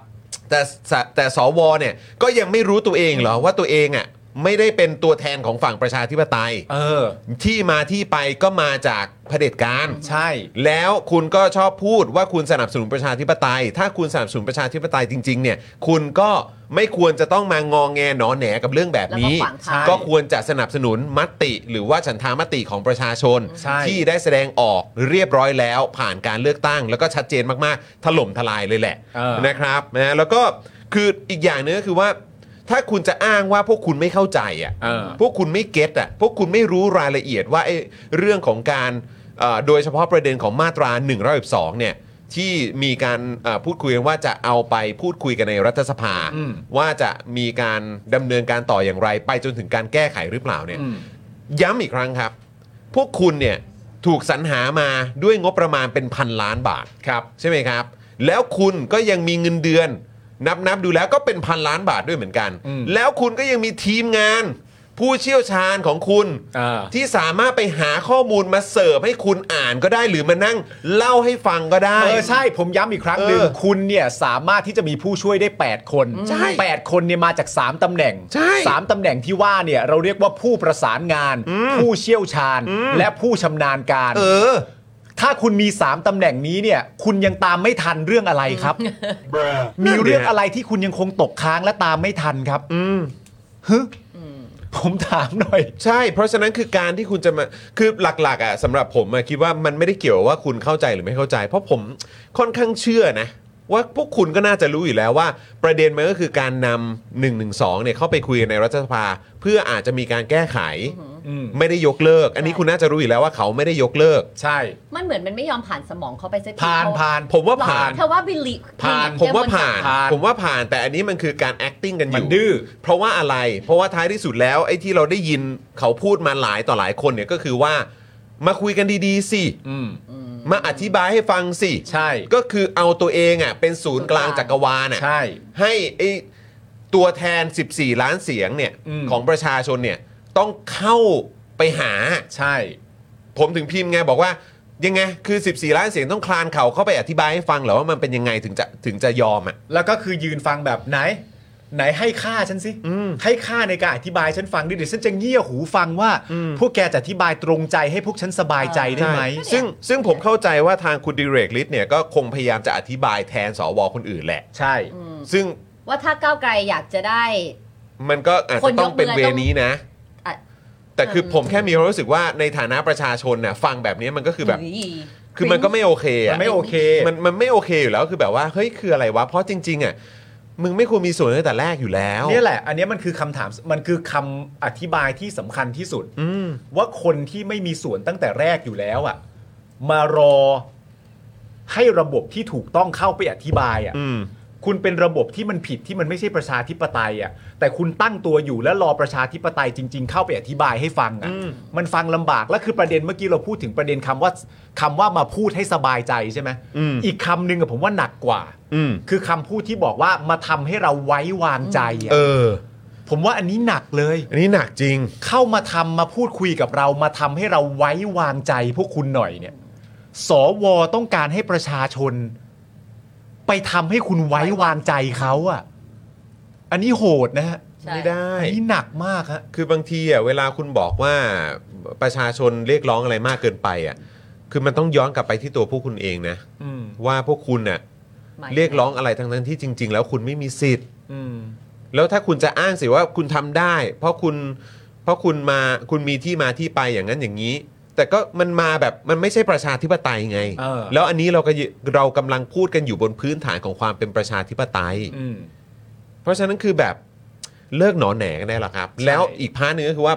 A: แต่สแต่สวเนี่ยก็ยังไม่รู้ตัวเองเหรอว่าตัวเองอ่ะไม่ได้เป็นตัวแทนของฝั่งประชาธิปไตย
B: เออ
A: ที่มาที่ไปก็มาจากเผด็จการ
B: ใช่
A: แล้วคุณก็ชอบพูดว่าคุณสนับสนุนประชาธิปไตย ถ้าคุณสนับสนุนประชาธิปไตยจริง ๆ เนี่ย คุณก็ไม่ควรจะต้องมางองแงหนอแหนกับเรื่องแบบนี้
D: แล้วก็ขวางทาง
A: ก็ควรจะสนับสนุนมติหรือว่าฉันทามติของประชาชน
B: ใช่
A: ที่ได้แสดงออกเรียบร้อยแล้ว ผ่านการเลือกตั้ง แล้วก็ชัดเจนมากๆถล่มทลายเลยแหละ
B: เออ
A: นะครับนะแล้วก็คืออีกอย่างหนึงก็คือว่า ถ้าคุณจะอ้างว่าพวกคุณไม่เข้าใจอ่ะ
B: เออ
A: พวกคุณไม่เก็ตอ่ะพวกคุณไม่รู้รายละเอียดว่าไอ้เรื่องของการเอ่อโดยเฉพาะประเด็นของมาตรา1นึเนี่ยที่มีการเอ่อพูดคุยกันว่าจะเอาไปพูดคุยกันในรัฐสภา
B: อืม
A: ว่าจะมีการดำเนินการต่ออย่างไร ไปจนถึงการแก้ไขหรือเปล่าเนี่ย
B: อืม
A: ย้ำอีกครั้งครับ พวกคุณเนี่ยถูกสรรหามาด้วยงบประมาณเป็นพันล้านบาท
B: ครับ
A: ใช่ไหมครับ แล้วคุณก็ยังมีเงินเดือน นับนับดูแล้วก็เป็นพันล้านบาทด้วยเหมือนกัน
B: อืม
A: แล้วคุณก็ยังมีทีมงาน ผู้เชี่ยวชาญของคุณ
B: อ่า
A: ที่สามารถไปหาข้อมูลมาเสิร์ฟให้คุณอ่านก็ได้หรือมานั่งเล่าให้ฟังก็ได้
B: เออใช่ผมย้ำอีกครั้งหนึ่ง
A: เออ
B: คุณเนี่ยสามารถที่จะมีผู้ช่วยได้ 8 คน
A: ใช่
B: แปดคนเนี่ยมาจาก 3ตำแหน่ง
A: ใช่
B: สามตำแหน่งที่ว่าเนี่ยเราเรียกว่าผู้ประสานงาน ผู้เชี่ยวชาญ และผู้ชำนาญการ
A: เออ
B: ถ้าคุณมี 3ตำแหน่งนี้เนี่ย คุณยังตามไม่ทันเรื่องอะไร ครับ มีเรื่องอะไรที่คุณยังคงตกค้างและตามไม่ทันครับ
A: อืม
B: ฮึผมถามหน่อย
A: ใช่ เพราะฉะนั้นคือการที่คุณจะมา คือหลักๆอ่ะสำหรับผมอะคิดว่ามันไม่ได้เกี่ยวว่าคุณเข้าใจหรือไม่เข้าใจ เพราะผมค่อนข้างเชื่อนะ ว่าพวกคุณก็น่าจะรู้อยู่แล้วว่า ประเด็นมันก็คือการนำ1นึเนี่ยเข้าไปคุยกันในรัฐสภา เพื่ออาจจะมีการแก้ไข
B: อืม
A: ไม่ได้ยกเลิก อันนี้คุณน่าจะรู้อยู่แล้วว่าเขาไม่ได้ยกเลิก
B: ใช่
D: มันเหมือนมันไม่ยอมผ่านสมองเขาไปสักที
B: ผ่าน
D: เข
B: ผ่าน
A: ผมว่าผ่าน
D: เธอว่าบิลลี่
B: ผ่าน
A: ผมว่าผ่าน
B: ผ่าน
A: ผมว่าผ่าน แต่อันนี้มันคือการ acting กันอ
B: มั
A: ยู่
B: นดื้อ
A: เพราะว่าอะไร เพราะว่าท้ายที่สุดแล้วไอ้ที่เราได้ยินเขาพูดมาหลายต่อหลายคนเนี่ยก็คือว่ามาคุยกันดีๆสิ
B: อืม
A: มาอธิบายให้ฟังสิ
B: ใช่
A: ก็คือเอาตัวเองอ่ะเป็นศูนย์กลางจักรวาลอ่ะ
B: ใช่
A: ให้ไอ้ตัวแทน 14 ล้านเสียงเนี่ย
B: อืม
A: ของประชาชนเนี่ยต้องเข้าไปหา
B: ใช่
A: ผมถึงพิมพ์ไงบอกว่ายังไงคือ 14 ล้านเสียงต้องคลานเข่าเข้าไปอธิบายให้ฟังเหรอว่ามันเป็นยังไงถึงจะถึงจะยอมอ่ะ
B: แล้วก็คือยืนฟังแบบไหน ไหนให้ค่าฉันสิ ให้ค่าในการอธิบายฉันฟังดิเดี๋ยวฉันจะเงี่ยหูฟังว่า พวกแกจะอธิบายตรงใจให้พวกฉันสบายใจได้ไหม
A: ใช่ซึ่งซึ่งผมเข้าใจว่าทางคุณดิเรกฤทธิ์เนี่ยก็คงพยายามจะอธิบายแทนสวคนอื่นแหละ
B: ใช่
A: ซึ่ง
D: ว่าถ้าก้าวไกลอยากจะได้
A: มันก็อาจ
D: ค
A: จะ
D: น
A: ต้องเป็น
D: ยกมือ
A: เวนี้นะ
D: อ่ะ
A: แต่คือผมแค่มีความรู้สึกว่าในฐานะประชาชนเนี่ยฟังแบบนี้มันก็คือแบบ
D: หย
A: คือมันก็ไม่โอเค
B: มั
A: อะ
B: นไม่โอเค
A: มันมันไม่โอเคอยู่แล้วคือแบบว่าเฮ้ยคืออะไรวะ เพราะจริงๆอ่ะมึงไม่ควรมีส่วนตั้งแต่แรกอยู่แล้ว
B: เนี่ยแหละ อันเนี้ยมันคือคำถาม มันคือคำอธิบายที่สำคัญที่สุด
A: อืม
B: ว่าคนที่ไม่มีส่วนตั้งแต่แรกอยู่แล้วอะ่ะ มารอให้ระบบที่ถูกต้องเข้าไปอธิบาย
A: อื
B: อะ่ะ
A: ม
B: คุณเป็นระบบที่มันผิดที่มันไม่ใช่ประชาธิปไตยอะ่ะ แต่คุณตั้งตัวอยู่และรอประชาธิปไตยจริง ๆ เข้าไปอธิบายให้ฟัง
A: อืม
B: อะ่ะมันฟังลำบากและคือประเด็นเมื่อกี้เราพูดถึงประเด็นคำว่าคำว่ามาพูดให้สบายใจใช่ไหม
A: อืม
B: อีกคำหนึ่งอะผมว่าหนักกว่า
A: อืม
B: คือคำพูดที่บอกว่ามาทำให้เราไว้วางใจ
A: เออ
B: อะ่ะผมว่าอันนี้หนักเลย
A: อันนี้หนักจริง
B: เข้ามาทำมาพูดคุยกับเรามาทำให้เราไว้วางใจพวกคุณหน่อยเนี่ย สวต้องการให้ประชาชน ไปทำให้คุณไว้วางใจเขาอ่ะ อันนี้โหดนะฮะ
D: ใช่
A: ไม่ได้
B: อันนี้หนักมากฮะ
A: คือบางทีอ่ะเวลาคุณบอกว่าประชาชนเรียกร้องอะไรมากเกินไปอ่ะคือมันต้องย้อนกลับไปที่ตัวพวกคุณเองนะ
B: อืม
A: ว่าพวกคุณน่ะ
D: ไม่
A: เรียกร้องอะไรทั้งนั้นที่จริง ๆ แล้วคุณไม่มีสิทธิ์
B: อืม
A: แล้วถ้าคุณจะอ้างสิว่าคุณทำได้ เพราะคุณเพราะคุณมาคุณมีที่มาที่ไปอย่างนั้นอย่างนี้ แต่ก็มันมาแบบมันไม่ใช่ประชาธิปไตยไง
B: เออ
A: แล้วอันนี้เราก็ยเรากำลังพูดกันอยู่บนพื้นฐานของความเป็นประชาธิปไตย
B: อืม
A: เพราะฉะนั้นคือแบบเลิกหนอแหนกันได้ละครับ แล้วอีกพาร์ทหนึงก็คือว่า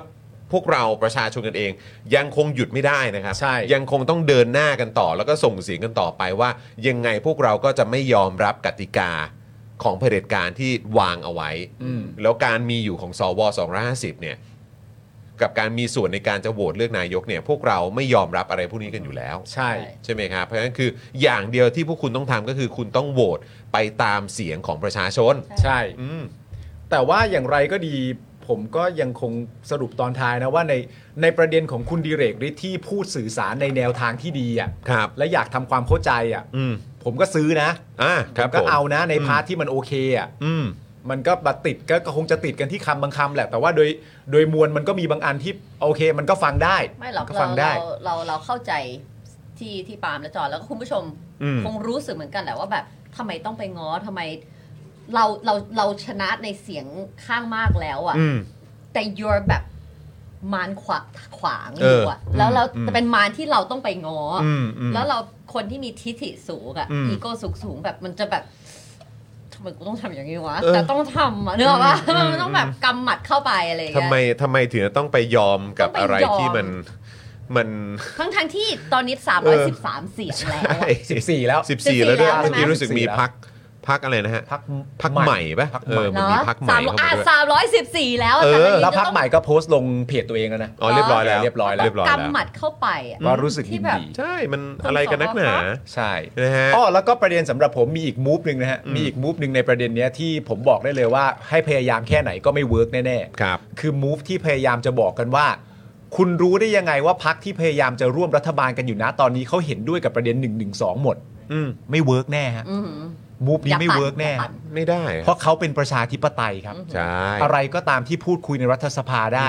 A: พวกเราประชาชนกันเอง ยังคงหยุดไม่ได้นะครับ
B: ใช่
A: ยังคงต้องเดินหน้ากันต่อ แล้วก็ส่งเสียงกันต่อไปว่า ยังไงพวกเราก็จะไม่ยอมรับกติกาของเผด็จการที่วางเอาไว้
B: อืม
A: แล้วการมีอยู่ของสว250เนี่ยกับการมีส่วนในการจะโหวตเลือกนายกเนี่ยพวกเราไม่ยอมรับอะไรพวกนี้กันอยู่แล้ว
B: ใช่
A: ใช่ไหมครับ เพราะฉะนั้นคืออย่างเดียวที่พวกคุณต้องทำก็คือคุณต้องโหวตไปตามเสียงของประชาชน
B: ใช่
A: อืม
B: แต่ว่าอย่างไรก็ดีผมก็ยังคงสรุปตอนท้ายนะว่าในในประเด็นของคุณดิเรกฤทธิ์ที่พูดสื่อสารในแนวทางที่ดีอ่ะ
A: ครับ
B: และอยากทำความเข้าใจอ่ะ
A: อืม
B: ผมก็ซื้อนะ
A: อ่า ครับ
B: ก็
A: ผม
B: เอานะในพาร์ทที่มันโอเคอ่ะ
A: อืม
B: มันก็มาติดก็ก็คงจะติดกันที่คำบางคำแหละ แต่ว่าโดยโดยมวลมันก็มีบางอันที่โอเค มันก็ฟังได้
D: ไม่หรอก
B: นก็
D: เรา
B: ฟังได้
D: เราเราเราเข้าใจที่ที่ปาล์มและจอนแล้วก็คุณผู้ชม
A: อืม
D: คงรู้สึกเหมือนกันแหละว่าแบบทำไมต้องไปง้อทำไม เราเราเราชนะในเสียงข้างมากแล้วอะ
A: อืม
D: แต่ you're แบบมารขวาขวางอ
A: เออยู่
D: อะ
A: อืม
D: แล้วเรา
A: อืม
D: จะเป็นมารที่เราต้องไปง้ออ
A: อืมอืม
D: แล้วเราคนที่มีทิฐิสูงอะ
A: อืม
D: อีโก้สูงสูงๆแบบมันจะแบบทำไมกูต้องทำอย่างนี้วะ
A: เออ
D: แต่ต้องทำอะเนื้ออกปะ
A: อืมอืม
D: มันต้องแบบกำหมัดเข้าไปอะไรอย่าง
A: ทำ
D: เงี้
A: ไม
D: ย
A: ทำไมถึงจะต้องไปยอมกับ
D: ต้องไป
A: อะไร
D: ยอม
A: ที่มันมัน
D: ทั้งทั้งๆที่ตอนนี้
A: เออ
D: 313 เสียงแล้วอะ
B: 14 แล้ว
A: สิบสี่แล้วด้วย
D: 14แล้วใช่ไหม
A: เมื่อกี้รู้สึกมี
B: 14แล้ว
A: พักพักอะไรนะฮะ
B: พัก
A: พักใหม่ปะ
B: พัก
A: เอ
B: ใหม่
A: อ
D: เห
A: มั
D: ร
A: น
D: อ
A: มีพักใหม่
D: สาม
A: เข้า
D: อ่ะ
A: มาด้วย
D: สามร้อยสิบสี่แล้วะ
A: เออ
D: ต่นนี้
B: แล้วพัก
D: จะต้อง
B: ใหม่ก็โพสต์ลงเพจตัวเองแล้วนะ
A: อ๋อเรียบร้อยแล้ว
B: เรียบร้อยแล้ว
A: เรียบร้อยแล้ว
D: กำหมัดเข้าไปอะ
B: ว่ารู้สึก
D: ที่
B: ยิน
D: แบบ
B: ดี
A: ใช่มันอะไรกันนักหนา
B: ใช่
A: นะฮะ
B: อ๋อแล้วก็ประเด็นสำหรับผมมีอีกมูฟหนึ่งนะฮะ มีอีกมูฟหนึ่งในประเด็นเนี้ยที่ผมบอกได้เลยว่าให้พยายามแค่ไหนก็ไม่เวิร์กแน่ๆ
A: ครับ
B: คือมูฟที่พยายามจะบอกกันว่า คุณรู้ได้ยังไงว่าพักที่พยายามจะร่วมรัฐบาลกันอยู่นะตอนนี้เขาเห็นด้วยกับประเด็น1นึหมด
A: อืม
B: ไม่เวิร์กแน่ฮะ
D: อือหือ
B: มูฟ
D: อ
B: นี้
D: ย่า
B: ไม่
D: ปั่น
B: เวิร์กแน่
D: อย่าปั่น
A: ไม่ได้
B: เพราะเขาเป็นประชาธิปไตยครับ
A: ใช่
B: อะไรก็ตามที่พูดคุยในรัฐสภาได้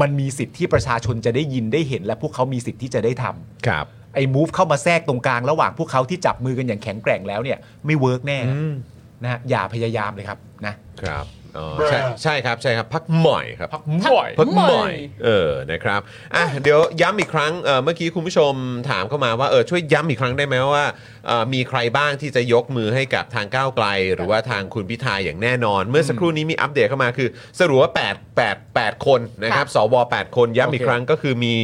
B: มันมีสิทธิ์ที่ประชาชนจะได้ยินได้เห็น และพวกเขามีสิทธิ์ที่จะได้ทำ
A: ครับ
B: ไอ้มูฟเข้ามาแทรกตรงกลางระหว่างพวกเขาที่จับมือกันอย่างแข็งแกร่งแล้วเนี่ยไม่เวิร์กแน่
A: อืม
B: นะฮะอย่าพยายามเลยครับนะครับ
A: อ๋อใช่ใช่ครับใช่ครับ พักหม่อยครับ
B: พักหน่อย
A: พักหม่อยเออนะครับอ่ะเดี๋ยวย้ำอีกครั้งเอ่อเมื่อกี้คุณผู้ชมถามเข้ามาว่าเออช่วยย้ำอีกครั้งได้ไหมว่าเอ่อมีใครบ้างที่จะยกมือให้กับทางก้าวไกล หรือว่าทางคุณพิธาอย่างแน่นอน เมื่อสักครู่นี้มีอัปเดตเข้ามาคือสรุปว่า8 8 8 คนนะครับสว8 คนย้ำอีก
B: โอเค
A: ครั้งก็คือมี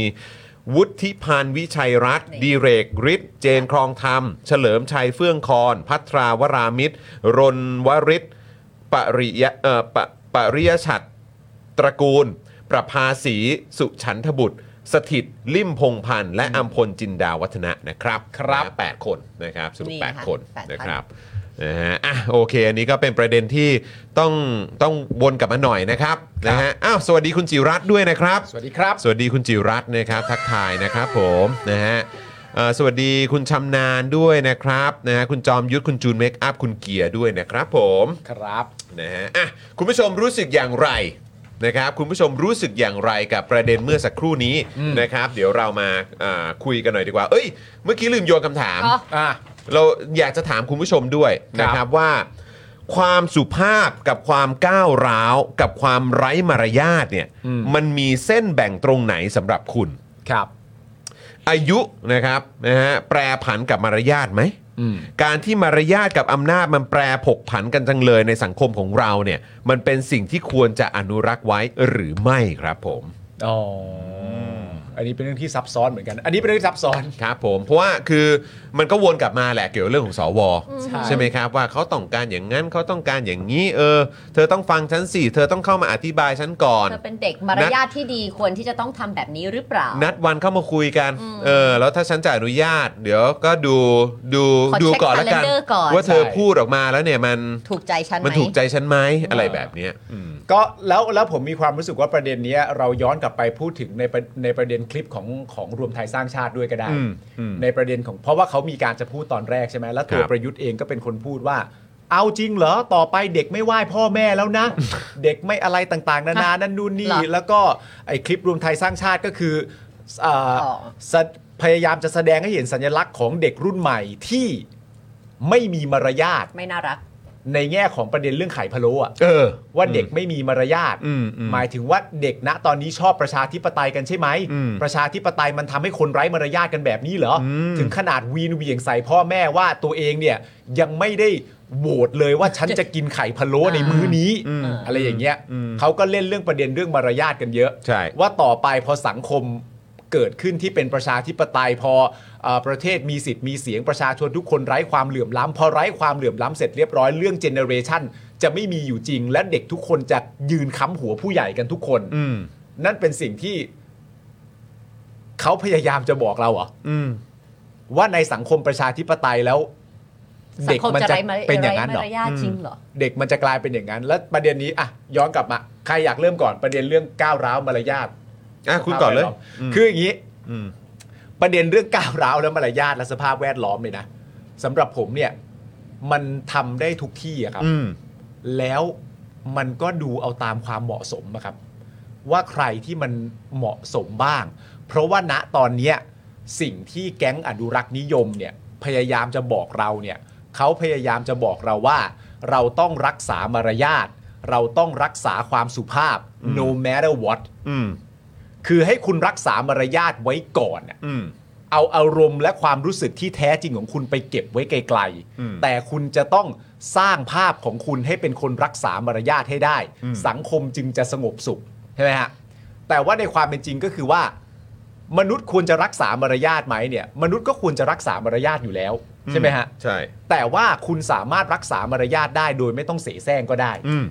A: วุฒิพันธ์วิชัยรัตน์ดีเรกฤทธิ์เจนครองธรรม เฉลิมชัยเฟื่องคอนพัทราวรามิตร รนวริศปริยะเอ่อปะปริยชัดตระกูล ประภาสี สุฉันทบุตร สถิต ลิ่มพงพันธ์และอัมพลจินดาวัฒนะนะครับ
B: ครับ
A: นะ8คนนะครับสรุป
D: นี่ค่ะ
A: 8คน
D: แปดคน
A: นะครับ นะฮะอ่ะโอเค อันนี้ก็เป็นประเด็นที่ต้องต้องวนกลับมาหน่อยนะครับนะฮะอ้าวสวัสดีคุณจิรัตน์ด้วยนะครับ
B: สวัสดีครับ
A: สวัสดีคุณจิรัตน์นะครับ ทักทายนะครับผมนะฮะเอ่อสวัสดีคุณชำนาญด้วยนะครับนะฮะคุณจอมยุทธคุณจูนเมคอัพคุณเกียร์ด้วยนะครับผม
B: ครับ
A: นะฮะอ่ะคุณผู้ชมรู้สึกอย่างไรนะครับ คุณผู้ชมรู้สึกอย่างไรกับประเด็นเมื่อสักครู่นี้นะครับ เดี๋ยวเรามาอ่าคุยกันหน่อยดีกว่า เอ้ย เมื่อกี้ลืมโยนคำถาม
D: อ๋อ
B: อ่ะ
A: เราอยากจะถามคุณผู้ชมด้วย
B: ครับ
A: นะครับว่า ความสุภาพกับความก้าวร้าว กับความไร้มารยาทเนี่ย
B: อืม
A: มันมีเส้นแบ่งตรงไหนสำหรับคุณ
B: ครับ
A: อายุนะครับนะฮะแปรผันกับมารยาทไหม
B: อืม
A: การที่มารยาทกับอำนาจมันแปรผกผันกันจังเลยในสังคมของเราเนี่ย มันเป็นสิ่งที่ควรจะอนุรักษ์ไว้หรือไม่ครับผม
B: อ๋อออันนี้เป็นเรื่องที่ซับซ้อนเหมือนกัน อันนี้เป็นเรื่องที่ซับซ้อน
A: ครับผมเพราะว่าคือมันก็วนกลับมาแหละเกี่ยวกับเรื่องของสว
B: ใช่
A: ไหมครับว่าเขาต้องการอย่างนั้นเขาต้องการอย่างนี้เออ เธอต้องฟังฉันสิเธอต้องเข้ามาอธิบายฉันก่อน
D: เธอเป็นเด็กมารยาทที่ดีควรที่จะต้องทำแบบนี้หรือเปล่า
A: นัดวันเข้ามาคุยกัน
D: อืม
A: เออแล้วถ้าฉันจะอนุญาต เดี๋ยวก็ดูดู
D: ขอ
A: ดู
D: เช็ค
A: ก่อนละกัน
D: calendar ก่อน
A: ว่าเธอพูดออกมาแล้วเนี่ยมัน
D: ถูกใจฉันไหม
A: มันถูกใจฉันไหมอะไรแบบเนี้ยอืม
B: ก็แล้วแล้วผมมีความรู้สึกว่าประเด็นเนี้ยเราย้อนกลับไปพูดถึงในประในประเด็นคลิปของของรวมไทยสร้างชาติด้วยก็ได้
A: อืมอืม
B: ในประเด็นของเพราะว่าเขามีการจะพูดตอนแรกใช่ไหมแล้วตั
A: ค
B: ว
A: รับ
B: ประยุทธ์เองก็เป็นคนพูดว่า เอาจริงเหรอต่อไปเด็กไม่ไหว้พ่อแม่แล้ว นะ เด็กไม่อะไรต่างๆ นานานั่นนู่นนี่
D: เหรอ
B: แล้วก็ไอ้คลิปรวมไทยสร้างชาติก็คือเอ่ออ
D: อ
B: สะพยายามจะแสดงให้เห็นสัญลักษณ์ของเด็กรุ่นใหม่ที่ไม่มีมารยาท
D: ไม่น่ารัก
B: ในแง่ของประเด็นเรื่องไข่พะโล้อะ
A: เออ
B: ว่าเด็กไม่มีมารยาท
A: อืมอืม
B: หมายถึงว่าเด็กณตอนนี้ชอบประชาธิปไตยกันใช่ไหม
A: อืม
B: ประชาธิปไตยมันทำให้คนไร้มารยาทกันแบบนี้เหรออ
A: ม
B: ถึงขนาดวีนเหวี่ยงใส่พ่อแม่ว่าตัวเองเนี่ยยังไม่ได้โหวตเลยว่าฉันจะกินไข่พะโล้ในมื้อนี้ อะไรอย่างเงี้ยเขาก็เล่นเรื่องประเด็นเรื่องมารยาทกันเยอะ
A: ใช่
B: ว่าต่อไปพอสังคมเกิดขึ้นที่เป็นประชาธิปไตยพอเออประเทศมีสิทธิ์มีเสียงประชาชนทุกคนไร้ความเหลื่อมล้ำพอไร้ความเหลื่อมล้ำเสร็จเรียบร้อยเรื่องเจเนอเรชันจะไม่มีอยู่จริง และเด็กทุกคนจะยืนค้ำหัวผู้ใหญ่กันทุกคน
A: อืม
B: นั่นเป็นสิ่งที่เขาพยายามจะบอกเราเหรอ
A: อืม
B: ว่าในสังคมประชาธิปไตยแล้ว
D: สั
B: เด็
D: ง
B: ก
D: คม
B: มัน
D: จะ
B: จะ
D: ไร้มาร
B: เป็นอย่างนั้นเหร
D: ไร้มา
B: อ
D: รยาทจริงเหรอ
B: เด็กมันจะกลายเป็นอย่างนั้น แล้วประเด็นนี้อ่ะย้อนกลับมาใครอยากเริ่มก่อนประเด็นเรื่องก้าวร้าวมารยาท
A: อ่ะคุณก่อนเลย
B: คืออย่างนี้
A: อืม
B: ประเด็นเรื่องก้าวร้าวและมารยาทและสภาพแวดล้อมเนี่ยนะสำหรับผมเนี่ย มันทำได้ทุกที่อะครับ
A: อืม
B: แล้วมันก็ดูเอาตามความเหมาะสมอะครับ ว่าใครที่มันเหมาะสมบ้าง เพราะว่าณตอนเนี้ยสิ่งที่แก๊งอนุรักษ์นิยมเนี่ยพยายามจะบอกเราเนี่ยเขาพยายามจะบอกเราว่า เราต้องรักษามารยาท เราต้องรักษาความสุภาพ no matter what
A: อืม
B: คือให้คุณรักษามารยาทไว้ก่อนน่ะ
A: อืม
B: เอาอารมณ์และความรู้สึกที่แท้จริงของคุณไปเก็บไว้ไกล
A: อืม
B: ๆ แต่คุณจะต้องสร้างภาพของคุณให้เป็นคนรักษามารยาทให้ได้
A: อืม
B: สังคมจึงจะสงบสุขใช่ไหมฮะ แต่ว่าในความเป็นจริงก็คือว่า มนุษย์ควรจะรักษามารยาทไหมเนี่ย มนุษย์ก็ควรจะรักษามารยาทอยู่แล้วใช่ไหมฮะ
A: ใช่
B: แต่ว่าคุณสามารถรักษามารยาทได้โดยไม่ต้องเสแสร้งก็ได้
A: อืม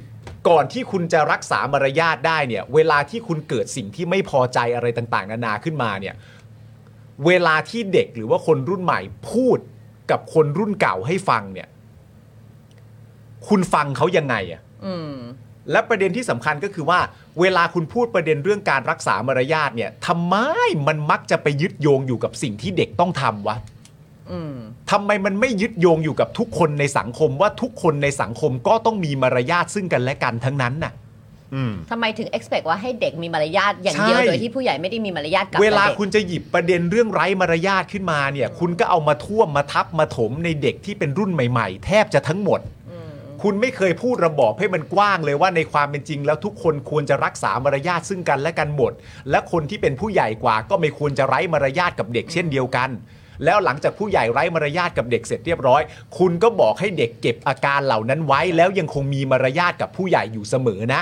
B: ก่อนที่คุณจะรักษามารยาทได้เนี่ย เวลาที่คุณเกิดสิ่งที่ไม่พอใจอะไรต่างๆ นานาขึ้นมาเนี่ย เวลาที่เด็กหรือว่าคนรุ่นใหม่พูดกับคนรุ่นเก่าให้ฟังเนี่ย คุณฟังเขายังไงอะ
D: อืม
B: และประเด็นที่สำคัญก็คือว่า เวลาคุณพูดประเด็นเรื่องการรักษามารยาทเนี่ยทำไมมันมักจะไปยึดโยงอยู่กับสิ่งที่เด็กต้องทำวะ
D: อืม
B: ทำไมมันไม่ยึดโยงอยู่กับทุกคนในสังคมว่าทุกคนในสังคมก็ต้องมีมารยาทซึ่งกันและกันทั้งนั้นน่ะ
A: อืม
D: ทำไมถึง expect ว่าให้เด็กมีมารยาทอย่างเดียว
B: ใช่
D: โดยที่ผู้ใหญ่ไม่ได้มีมารยาทกับ
B: เวลา
D: ด็ก
B: คุณจะหยิบประเด็นเรื่องไร้มารยาทขึ้นมาเนี่ย คุณก็เอามาท่วมมาทับมาถมในเด็กที่เป็นรุ่นใหม่ๆ แทบจะทั้งหมด คุณไม่เคยพูดระบอบให้มันกว้างเลยว่าในความเป็นจริงแล้วทุกคนควรจะรักษามารยาทซึ่งกันและกันหมด และคนที่เป็นผู้ใหญ่กว่าก็ไม่ควรจะไร้มารยาทกับเด็กเช่นเดียวกัน แล้วหลังจากผู้ใหญ่ไร้มารยาทกับเด็กเสร็จเรียบร้อย คุณก็บอกให้เด็กเก็บอาการเหล่านั้นไว้ แล้วยังคงมีมารยาทกับผู้ใหญ่อยู่เสมอนะ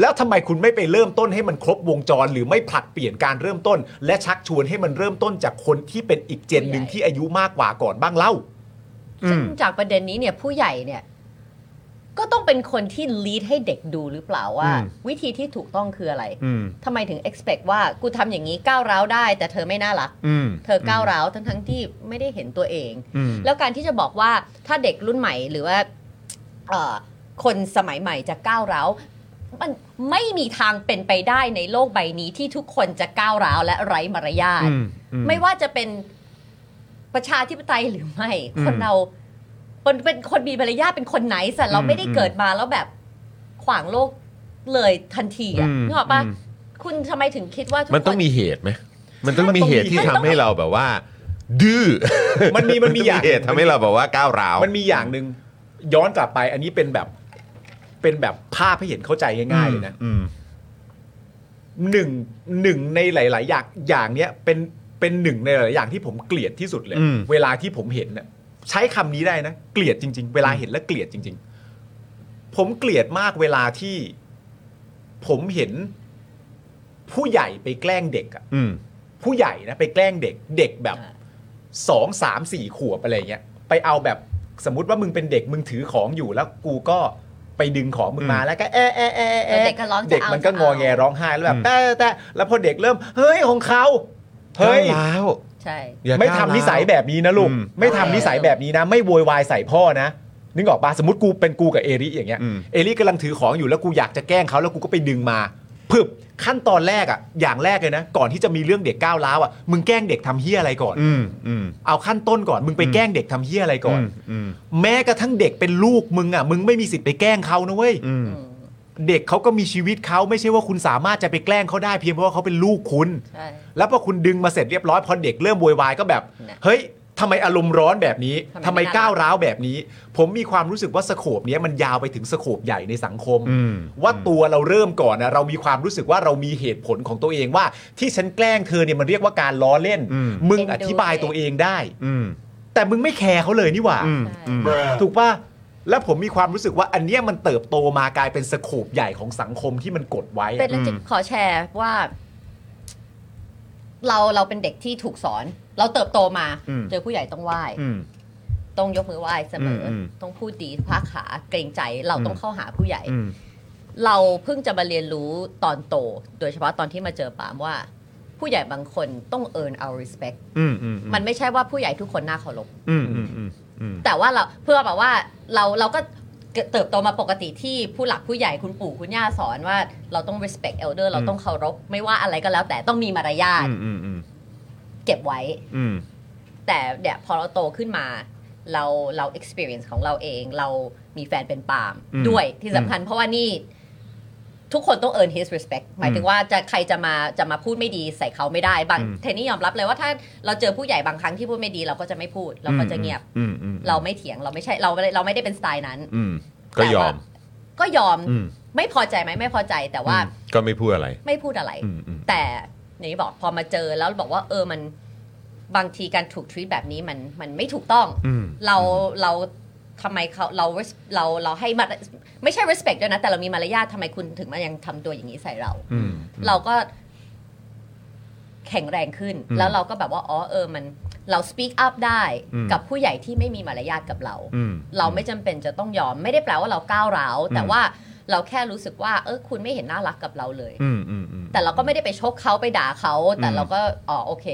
B: แล้วทำไมคุณไม่ไปเริ่มต้นให้มันครบวงจร หรือไม่ผลัดเปลี่ยนการเริ่มต้น และชักชวนให้มันเริ่มต้นจากคนที่เป็นอีกเจนหนึ่งที่อายุมากกว่าก่อนบ้างเล่า
D: ซึ่งจากประเด็นนี้เนี่ยผู้ใหญ่เนี่ย ก็ต้องเป็นคนที่ lead ให้เด็กดูหรือเปล่าว่า
A: อืม
D: วิธีที่ถูกต้องคืออะไร
A: อืม
D: ทำไมถึง expect ว่ากูทำอย่างนี้ก้าวร้าวได้ แต่เธอไม่น่ารัก
A: อืม
D: เธอก้าวร้าวทั้งทั้งๆที่ไม่ได้เห็นตัวเอง
A: อืม
D: แล้วการที่จะบอกว่าถ้าเด็กรุ่นใหม่หรือว่าเอ่อคนสมัยใหม่จะก้าวร้าวมันไม่มีทางเป็นไปได้ในโลกใบนี้ที่ทุกคนจะก้าวร้าวและไร้มารยาท ไม่ว่าจะเป็นประชาธิปไตยหรือไม่
A: อืม
D: คนเราเป็นเป็นคนมีมารยาทเป็นคนไหนสัต
A: อืม
D: วเราไม่ได้
A: อืม
D: เกิดมาแล้วแบบขวางโลกเลยทันทีอ่ะ
A: อืม
D: นึกออกปะ
A: อืม
D: คุณทำไมถึงคิดว่าทุก
A: มันต้อง
D: ค
A: มีเหตุไหม มันต้องมีเหตุที่ทำให้เราแบบว่า ดื้อ
B: มันมีมันมีอย่าง
A: เหตุทำให้เราแบบว่าก้าวร้าว
B: มันมีอย่างหนึ่ง ย้อนกลับไปอันนี้เป็นแบบเป็นแบบภาพให้เห็นเข้าใจง่ายๆเลยนะ
A: อืม
B: หนึ่งหนึ่งในหลาย ๆ อย่างอย่างเนี้ยเป็นเป็นหนึ่งในหลายๆอย่างที่ผมเกลียดที่สุดเลย
A: อืม
B: เวลาที่ผมเห็นน่ะใช้คำนี้ได้นะ เกลียดจริง ๆ เวลาเห็นแล้วเกลียดจริง ๆ ผมเกลียดมากเวลาที่ผมเห็นผู้ใหญ่ไปแกล้งเด็กอะ
A: อืม
B: ผู้ใหญ่นะไปแกล้งเด็กเด็กแบบสองสามสี่ขวบอะไรเงี้ยไปเอาแบบสมมติว่ามึงเป็นเด็กมึงถือของอยู่แล้วกูก็ไปดึงของมึงมาแล้วก็แอะแอะแอะแอะ
D: เด็กก็ร้องจะเอา
B: เด็กมันก็งอแง
D: จะเอา
B: ร้องไห้แล้วแบ
A: อื
B: บ
A: ม
B: แต่แต่แล้วพอเด็กเริ่ม เฮ้ยของเขาเฮ้ย
A: ก้าวร้าว
D: ใช่
A: อย่า
B: ไม่ทำ
A: ก้าวร้าว
B: นิสัยแบบนี้นะลูก
A: อืม
B: ไม่ทำนิสัยแบบนี้นะ ไม่โวยวายใส่พ่อนะนึกออกปะสมมติกูเป็นกูกับเอริอย่างเงี้ย
A: อืม
B: เอริกำลังถือของอยู่แล้วกูอยากจะแกล้งเขาแล้วกูก็ไปดึงมาพึบขั้นตอนแรกอะอย่างแรกเลยนะ ก่อนที่จะมีเรื่องเด็กก้าวร้าวอะมึงแกล้งเด็กทำเฮี้ยอะไรก่อน
A: อืมอืม
B: เอาขั้นต้นก่อนมึงไปแกล้งเด็กทำเฮี้ยอะไรก่อน
A: อืม
B: แม้กระทั่งเด็กเป็นลูกมึงอะมึงไม่มีสิทธิ์ไปแกล้งเขานะเว้ย
A: อืม
D: อืม
B: เด็กเขาก็มีชีวิตเขาไม่ใช่ว่าคุณสามารถจะไปแกล้งเขาได้เพียงเพราะว่าเขาเป็นลูกคุณ
D: ใช่
B: แล้วพอคุณดึงมาเสร็จเรียบร้อยพอเด็กเริ่มโวยวายก็แบบ
D: น่ะ
B: เฮ้ยทำไมอารมณ์ร้อนแบบนี้ทำ
D: ทำไม
B: ไม
D: ไม่น่ารัก
B: ก้าวร้าวแบบนี้ ผมมีความรู้สึกว่าสโคปเนี้ยมันยาวไปถึงสโคปใหญ่ในสังคม
A: อืม
B: ว่าตัวเราเริ่มก่อนนะเรามีความรู้สึกว่าเรามีเหตุผลของตัวเองว่า ที่ฉันแกล้งเธอเนี่ยมันเรียกว่าการล้อเล่น
A: อืม
B: มึงอธิบายตัวเองได้
A: อืม
B: แต่มึงไม่แคร์เขาเลยนี่หว่า
A: อืมอืม
B: ถูกป่ะแล้วผมมีความรู้สึกว่าอันเนี้ยมันเติบโตมากลายเป็นสโคปใหญ่ของสังคมที่มันกดไว้อะ
D: เป็นแล้วจะ
A: อืม
D: ขอแชร์ว่า เราเราเป็นเด็กที่ถูกสอน เราเติบโตมา
A: อืม
D: เจอผู้ใหญ่ต้องไหว้
A: อืม
D: ต้องยกมือไหว้เสมออ
A: ม
D: ต้องพูดดีภาคขาเกรงใจ เรา
A: อืม
D: ต้องเข้าหาผู้ใหญ่
A: อืม
D: เราเพิ่งจะมาเรียนรู้ตอนโต โดยเฉพาะตอนที่มาเจอปามว่า ผู้ใหญ่บางคนต้อง earn our respect
A: อืมอืม
D: มันไม่ใช่ว่าผู้ใหญ่ทุกคนน่าเคารพ
A: อืมอืมอืมอืม
D: แต่ว่าเราเพื่อแบบว่าเราเราก็เติบโตมาปกติที่ผู้หลักผู้ใหญ่คุณปู่คุณย่าสอนว่าเราต้อง respect elder เรา
A: อืม
D: ต้องเคารพ ไม่ว่าอะไรก็แล้วแต่ต้องมีมารยาท
A: อืมอืมอืม
D: เก็บไว้
A: อืม
D: แต่เนี่ยพอเราโตขึ้นมา เราเรา experience ของเราเอง เรามีแฟนเป็นปาล์ม
A: อืม
D: ด้วยที่สำคัญเพราะว่านี่ ทุกคนต้อง earn his respect หมายถึงว่าจะใครจะมาจะมาพูดไม่ดีใส่เขาไม่ได้บาง
A: อืม
D: เทนนี่ยอมรับเลยว่าถ้าเราเจอผู้ใหญ่บางครั้งที่พูดไม่ดี เราก็จะไม่พูดเราก็จะเงียบ
A: อืมอืม
D: เราไม่เถียงเราไม่ใช่เราไม่ได้เราไม่ได้เป็นสไตล์นั้น
A: อืมก็ยอม
D: ก็ยอม
A: อืม
D: ไม่พอใจไหมไม่พอใจแต่ว่า
A: อืมก็ไม่พูดอะไร
D: ไม่พูดอะไร
A: อืมอืม
D: แต่อย่างที่บอกพอมาเจอแล้วบอกว่า เออมันบางทีการถูกทวีตแบบนี้มันมันไม่ถูกต้อง
A: อืม
D: เราเราทำไมเขาเราเราเราให้มาไม่ใช่ respect ด้วยนะ แต่เรามีมารยาททำไมคุณถึงมายังทำตัวอย่างนี้ใส่เรา
A: อืม
D: เราก็แข็งแรงขึ้น
A: อืม
D: แล้วเราก็แบบว่า อ๋อเออมันเรา speak up ได้
A: อืม
D: กับผู้ใหญ่ที่ไม่มีมารยาทกับเรา
A: อืม
D: เราไม่จำเป็นจะต้องยอม ไม่ได้แปลว่าเราก้าวร้าว แต่ว่าเราแค่รู้สึกว่า เออคุณไม่เห็นน่ารักกับเราเลย
A: อืมอืมอืม
D: แต่เราก็ไม่ได้ไปชกเขาไปด่าเขา แต่
A: อืม
D: เราก็อ๋อโอเค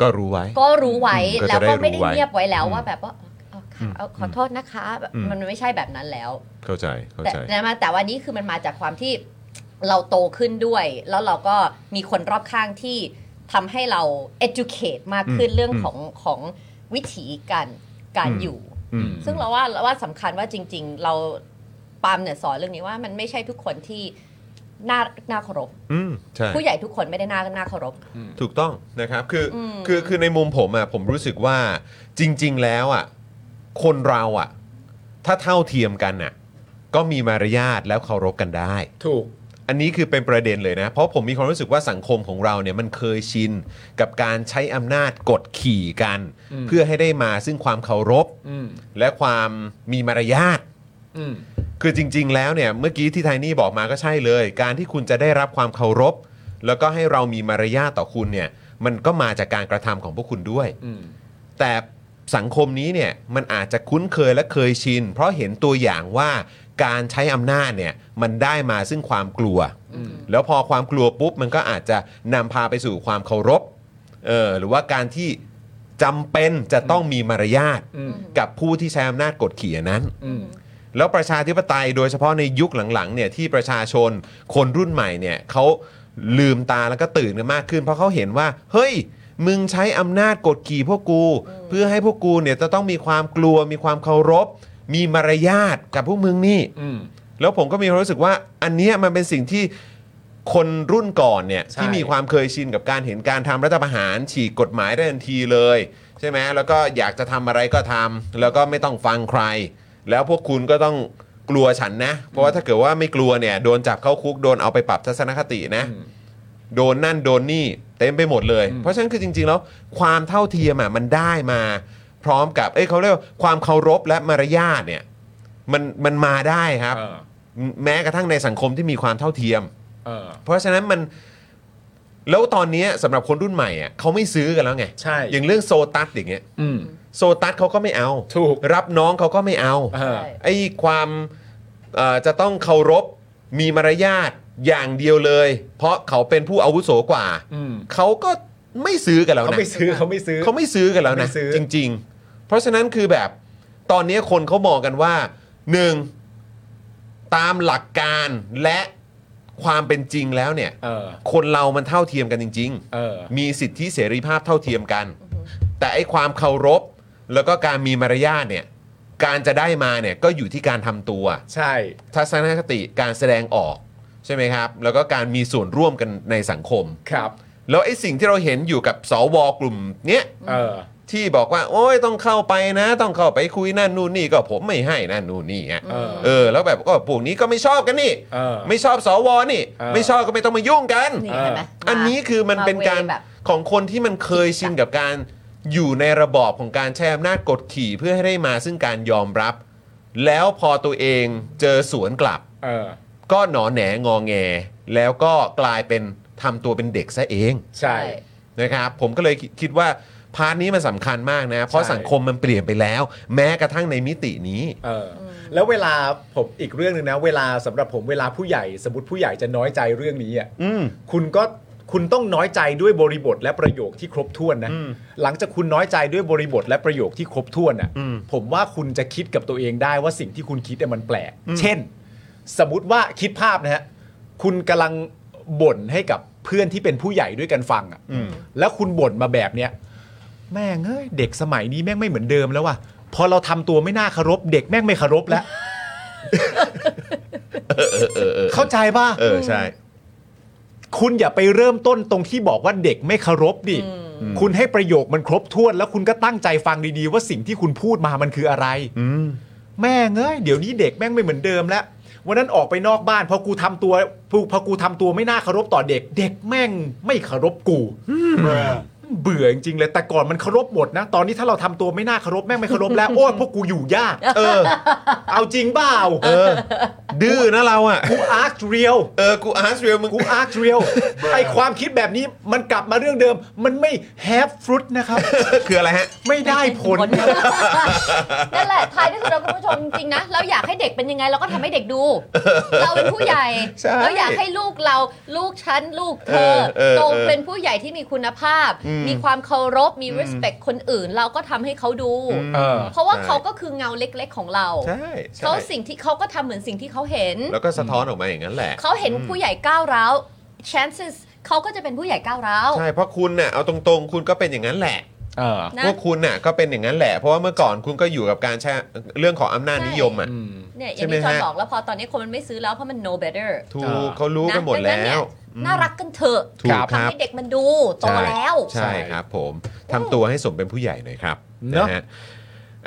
A: ก็รู้ไว้
D: ก็รู้ไว้
A: ก็จะ
D: แล้วก็ไม่
A: ได้
D: ได้
A: รู้ไว้
D: เงียบไว้แล้ว
A: อืม
D: ว่าแบบว่าอ๋อค่ะเอาขอโทษนะคะแบบ
A: อืม
D: มันไม่ใช่แบบนั้นแล้ว
A: เข้าใจเข้า
D: แต่
A: ใจ
D: แต่มาแต่วันนี้คือมันมาจากความที่เราโตขึ้นด้วย แล้วเราก็มีคนรอบข้างที่ทำให้เรา educate มากขึ้น
A: อืม
D: เรื่อง
A: อืม
D: ของของวิถีการการ
A: อืม
D: อยู่
A: อืม
D: ซึ่งเราว่าเราว่าสำคัญว่าจริง ๆ เราปาล์มเนี่ยสอนเรื่องนี้ว่ามันไม่ใช่ทุกคนที่น่าน่าเคารพ
A: อืมใช่
D: ผู้ใหญ่ทุกคนไม่ได้น่าน่าเคารพ
A: ถูกต้องนะครับคืออ
D: ม
A: คือคือในมุมผมอ่ะผมรู้สึกว่าจริง ๆ แล้วอ่ะคนเราอ่ะ ถ้าเท่าเทียมกันน่ะ ก็มีมารยาทแล้วเคารพกันได้
B: ถูก
A: อันนี้คือเป็นประเด็นเลยนะ เพราะผมมีความรู้สึกว่าสังคมของเราเนี่ยมันเคยชินกับการใช้อำนาจกดขี่กัน
B: อืม
A: เพื่อให้ได้มาซึ่งความเคารพ
B: อืม
A: และความมีมารยาท
B: อืม
A: คือจริง ๆ แล้วเนี่ยเมื่อกี้ที่ไทนี่บอกมาก็ใช่เลย การที่คุณจะได้รับความเคารพ แล้วก็ให้เรามีมารยาทต่อคุณเนี่ย มันก็มาจากการกระทำของพวกคุณด้วย แต่สังคมนี้เนี่ยมันอาจจะคุ้นเคยและเคยชิน เพราะเห็นตัวอย่างว่าการใช้อำนาจเนี่ยมันได้มาซึ่งความกลัว แล้วพอความกลัวปุ๊บมันก็อาจจะนำพาไปสู่ความเคารพเออหรือว่าการที่จำเป็นจะต้องมีมารยาท
B: อืม
A: กับผู้ที่ใช้อำนาจกดขี่อันนั้น
B: อืม
A: แล้วประชาธิปไตยโดยเฉพาะในยุคหลังๆเนี่ยที่ประชาชนคนรุ่นใหม่เนี่ยเขาลืมตาแล้วก็ตื่นกันมากขึ้น เพราะเขาเห็นว่า เฮ้ย มึงใช้อำนาจกดขี่พวกกู เพื่อให้พวกกูเนี่ยจะต้องมีความกลัวมีความเคารพ มีมารยาทกับพวกมึงนี่
B: อืม
A: แล้วผมก็มีความรู้สึกว่าอันเนี้ยมันเป็นสิ่งที่คนรุ่นก่อนเนี่ย
B: ใช่
A: ที่มีความเคยชินกับการเห็นการทำรัฐประหารฉีกกฎหมายได้ทันทีเลย ใช่ไหมแล้วก็อยากจะทำอะไรก็ทำแล้วก็ไม่ต้องฟังใคร แล้วพวกคุณก็ต้องกลัวฉันนะ เพราะว่าถ้าเกิดว่าไม่กลัวเนี่ยโดนจับเข้าคุกโดนเอาไปปรับทัศนคตินะ โดนนั่นโดนนี่เต็มไปหมดเลย เพราะฉะนั้นคือจริง ๆ แล้วความเท่าเทียมอ่ะมันได้มาพร้อมกับเอ้ยเขาเรียกว่าความเคารพและมารยาทเนี่ยมันมันมาได้ครับ
B: เออ
A: แม้กระทั่งในสังคมที่มีความเท่าเทียม
B: เออ
A: เพราะฉะนั้นมันแล้วตอนเนี้ยสำหรับคนรุ่นใหม่อ่ะเขาไม่ซื้อกันแล้วไง
B: ใช่
A: อย่างเรื่องโซตัสอย่างเงี้ย
B: อืม
A: โซตัสเขาก็ไม่เอา
B: ถูก
A: รับน้องเขาก็ไม่เอา
B: เออ
A: ไอ้ความเอ่อจะต้องเคารพมีมารยาทอย่างเดียวเลย เพราะเขาเป็นผู้อาวุโสกว่า
B: อืม
A: เขาก็ไม่ซื้อกันแล้ว
B: เขา
A: นะ
B: ไม่ซื้อเขาไม่ซื้อ
A: เขาไม่ซื้อกันแล้วนะ
B: ไม่ซื้อ
A: จริง ๆ เพราะฉะนั้นคือแบบตอนนี้คนเขามองกันว่าหนึ่งตามหลักการและความเป็นจริงแล้วเนี่ย
B: เออ
A: คนเรามันเท่าเทียมกันจริง
B: เออ
A: ๆ มีสิทธิเสรีภาพเท่าเทียมกัน แต่ไอ้ความเคารพแล้วก็การมีมารยาทเนี่ย การจะได้มาเนี่ยก็อยู่ที่การทำตัว
B: ใช่
A: ทัศนคติการแสดงออกใช่ไหมครับ แล้วก็การมีส่วนร่วมกันในสังคม
B: ครับ
A: แล้วไอ้สิ่งที่เราเห็นอยู่กับสวกลุ่มเนี้ย
B: เออ
A: ที่บอกว่า โอ้ยต้องเข้าไปนะ ต้องเข้าไปคุยนั่นนู่นนี่ก็ผมไม่ให้นั่นนู่นนี่อะ
B: เออ
A: เออ แล้วแบบก็พวกนี้ก็ไม่ชอบกันนี่
B: เออ
A: ไม่ชอบสวนี่
B: เออ
A: ไม่ชอบก็ไม่ต้องมายุ่งกัน
D: นี่เห็นไหม
A: อันนี้คือมันเป็นการ
D: มวแบบ
A: ของคนที่มันเคยชินกับการอยู่ในระบอบของการใช้อำนาจกดขี่เพื่อให้ได้มาซึ่งการยอมรับ แล้วพอตัวเองเจอสวนกลับ
B: เออ
A: ก็หนอแหนงอแง แล้วก็กลายเป็นทำตัวเป็นเด็กซะเอง
B: ใช่
A: นะครับผมก็เลยคิดว่าพาร์ทนี้มันสำคัญมากนะ เพราะสังคมมันเปลี่ยนไปแล้ว แม้กระทั่งในมิตินี้
B: เอออ แล้วเวลาผมอีกเรื่องหนึ่งนะ เวลาสำหรับผมเวลาผู้ใหญ่ สมมติผู้ใหญ่จะน้อยใจเรื่องนี้อ่ะ
A: อืม
B: คุณก็คุณต้องน้อยใจด้วยบริบทและประโยคที่ครบถ้วนนะ
A: อืม
B: หลังจากคุณน้อยใจด้วยบริบทและประโยคที่ครบถ้วนอ่ะ
A: อืม
B: ผมว่าคุณจะคิดกับตัวเองได้ว่าสิ่งที่คุณคิดเนี่ยมันแปลก เช่น สมมติว่าคิดภาพนะฮะคุณกำลังบ่นให้กับเพื่อนที่เป็นผู้ใหญ่ด้วยกันฟังอ่ะ
A: อืม
B: แล้วคุณบ่นมาแบบเนี้ยแม่งเอ้ยเด็กสมัยนี้แม่งไม่เหมือนเดิมแล้วว่ะพอเราทำตัวไม่น่าเคารพเด็กแม่งไม่เคารพแล้ว เข้าใจป่ะ
A: เออใช่
B: คุณอย่าไปเริ่มต้นตรงที่บอกว่าเด็กไม่เคารพดิ คุณให้ประโยคมันครบถ้วน แล้วคุณก็ตั้งใจฟังดีๆ ว่าสิ่งที่คุณพูดมามันคืออะไร
A: อืม
B: แม่งเอ้ยเดี๋ยวนี้เด็กแม่งไม่เหมือนเดิมแล้ว วันนั้นออกไปนอกบ้านพอกูทำตัวพอกูทำตัวไม่น่าเคารพต่อเด็ก เด็กแม่งไม่เคารพกู เบื่อจริงๆเลยแต่ก่อนมันเคารพหมดนะ ตอนนี้ถ้าเราทำตัวไม่น่าเคารพแม่งไม่เคารพแล้ว โอ้ยพวกกูอยู่ยาก
A: เออ
B: เอาจริงเปล่า
A: เออ ดื้อนะเราอ่ะ
B: กูอาร์คเรียล
A: เออ กูอาร์ตเรียลมึง
B: กูอาร์คเรียลไอความคิดแบบนี้มันกลับมาเรื่องเดิม มันไม่แฮปฟรุต นะครับ
A: คืออะไรฮะ
B: ไม่ได้ผล
D: นั่นแหละท้ายที่สุดเราคุณผู้ชมจริงๆนะ เราอยากให้เด็กเป็นยังไงเราก็ทำให้เด็ก ดู เราเป็นผู้ใหญ่
A: ใช่
D: เราอยากให้ลูกเราลูกฉันลูกเธ
A: เอ
D: อ
A: อเออ
D: โตเป็นผู้ใหญ่ที่มีคุณภาพ
A: อืม
D: มีความเคารพมี respect คนอื่น เราก็ทำให้เขาดู
A: อืม
B: เออ
D: เพราะว่าเขาก็คือเงาเล็กๆของเรา
A: ใช่ใช่
D: เขาสิ่งที่เขาก็ทำเหมือนสิ่งที่เขาเห็น
A: แล้วก็สะท้อนออกมาอย่างนั้นแหละ
D: เขาเห็นผู้ใหญ่ก้าวร้าว chances เขาก็จะเป็นผู้ใหญ่ก้าวร้าว
A: ใช่เพราะคุณเนี่ยเอาตรงๆ คุณก็เป็นอย่างนั้นแหละ
B: เออ
D: นะ
A: พวกคุณน่ะก็เป็นอย่างนั้นแหละ เพราะว่าเมื่อก่อนคุณก็อยู่กับการใช้เรื่องของอำนาจนิยมอ่ะ
D: เนี่ยอย่าง
A: ใช่
D: ที่
A: ไหม
D: จอน
A: ฮะ
D: บอกแล้วพอตอนนี้คนมันไม่ซื้อแล้วเพราะมัน no better
A: ถู
B: เอก อ
A: เขารู้กันหมด
D: ะ
A: แล้ว
D: ดังนั้นเนี่ยน่ารักกันเถอะ
A: ถูกครับ
D: ทำให้เด็กมันดูโตแล้ว
A: ใช่ใช่ครับผมทำตัวให้สมเป็นผู้ใหญ่หน่อยครับ
B: เนอะ
A: ฮ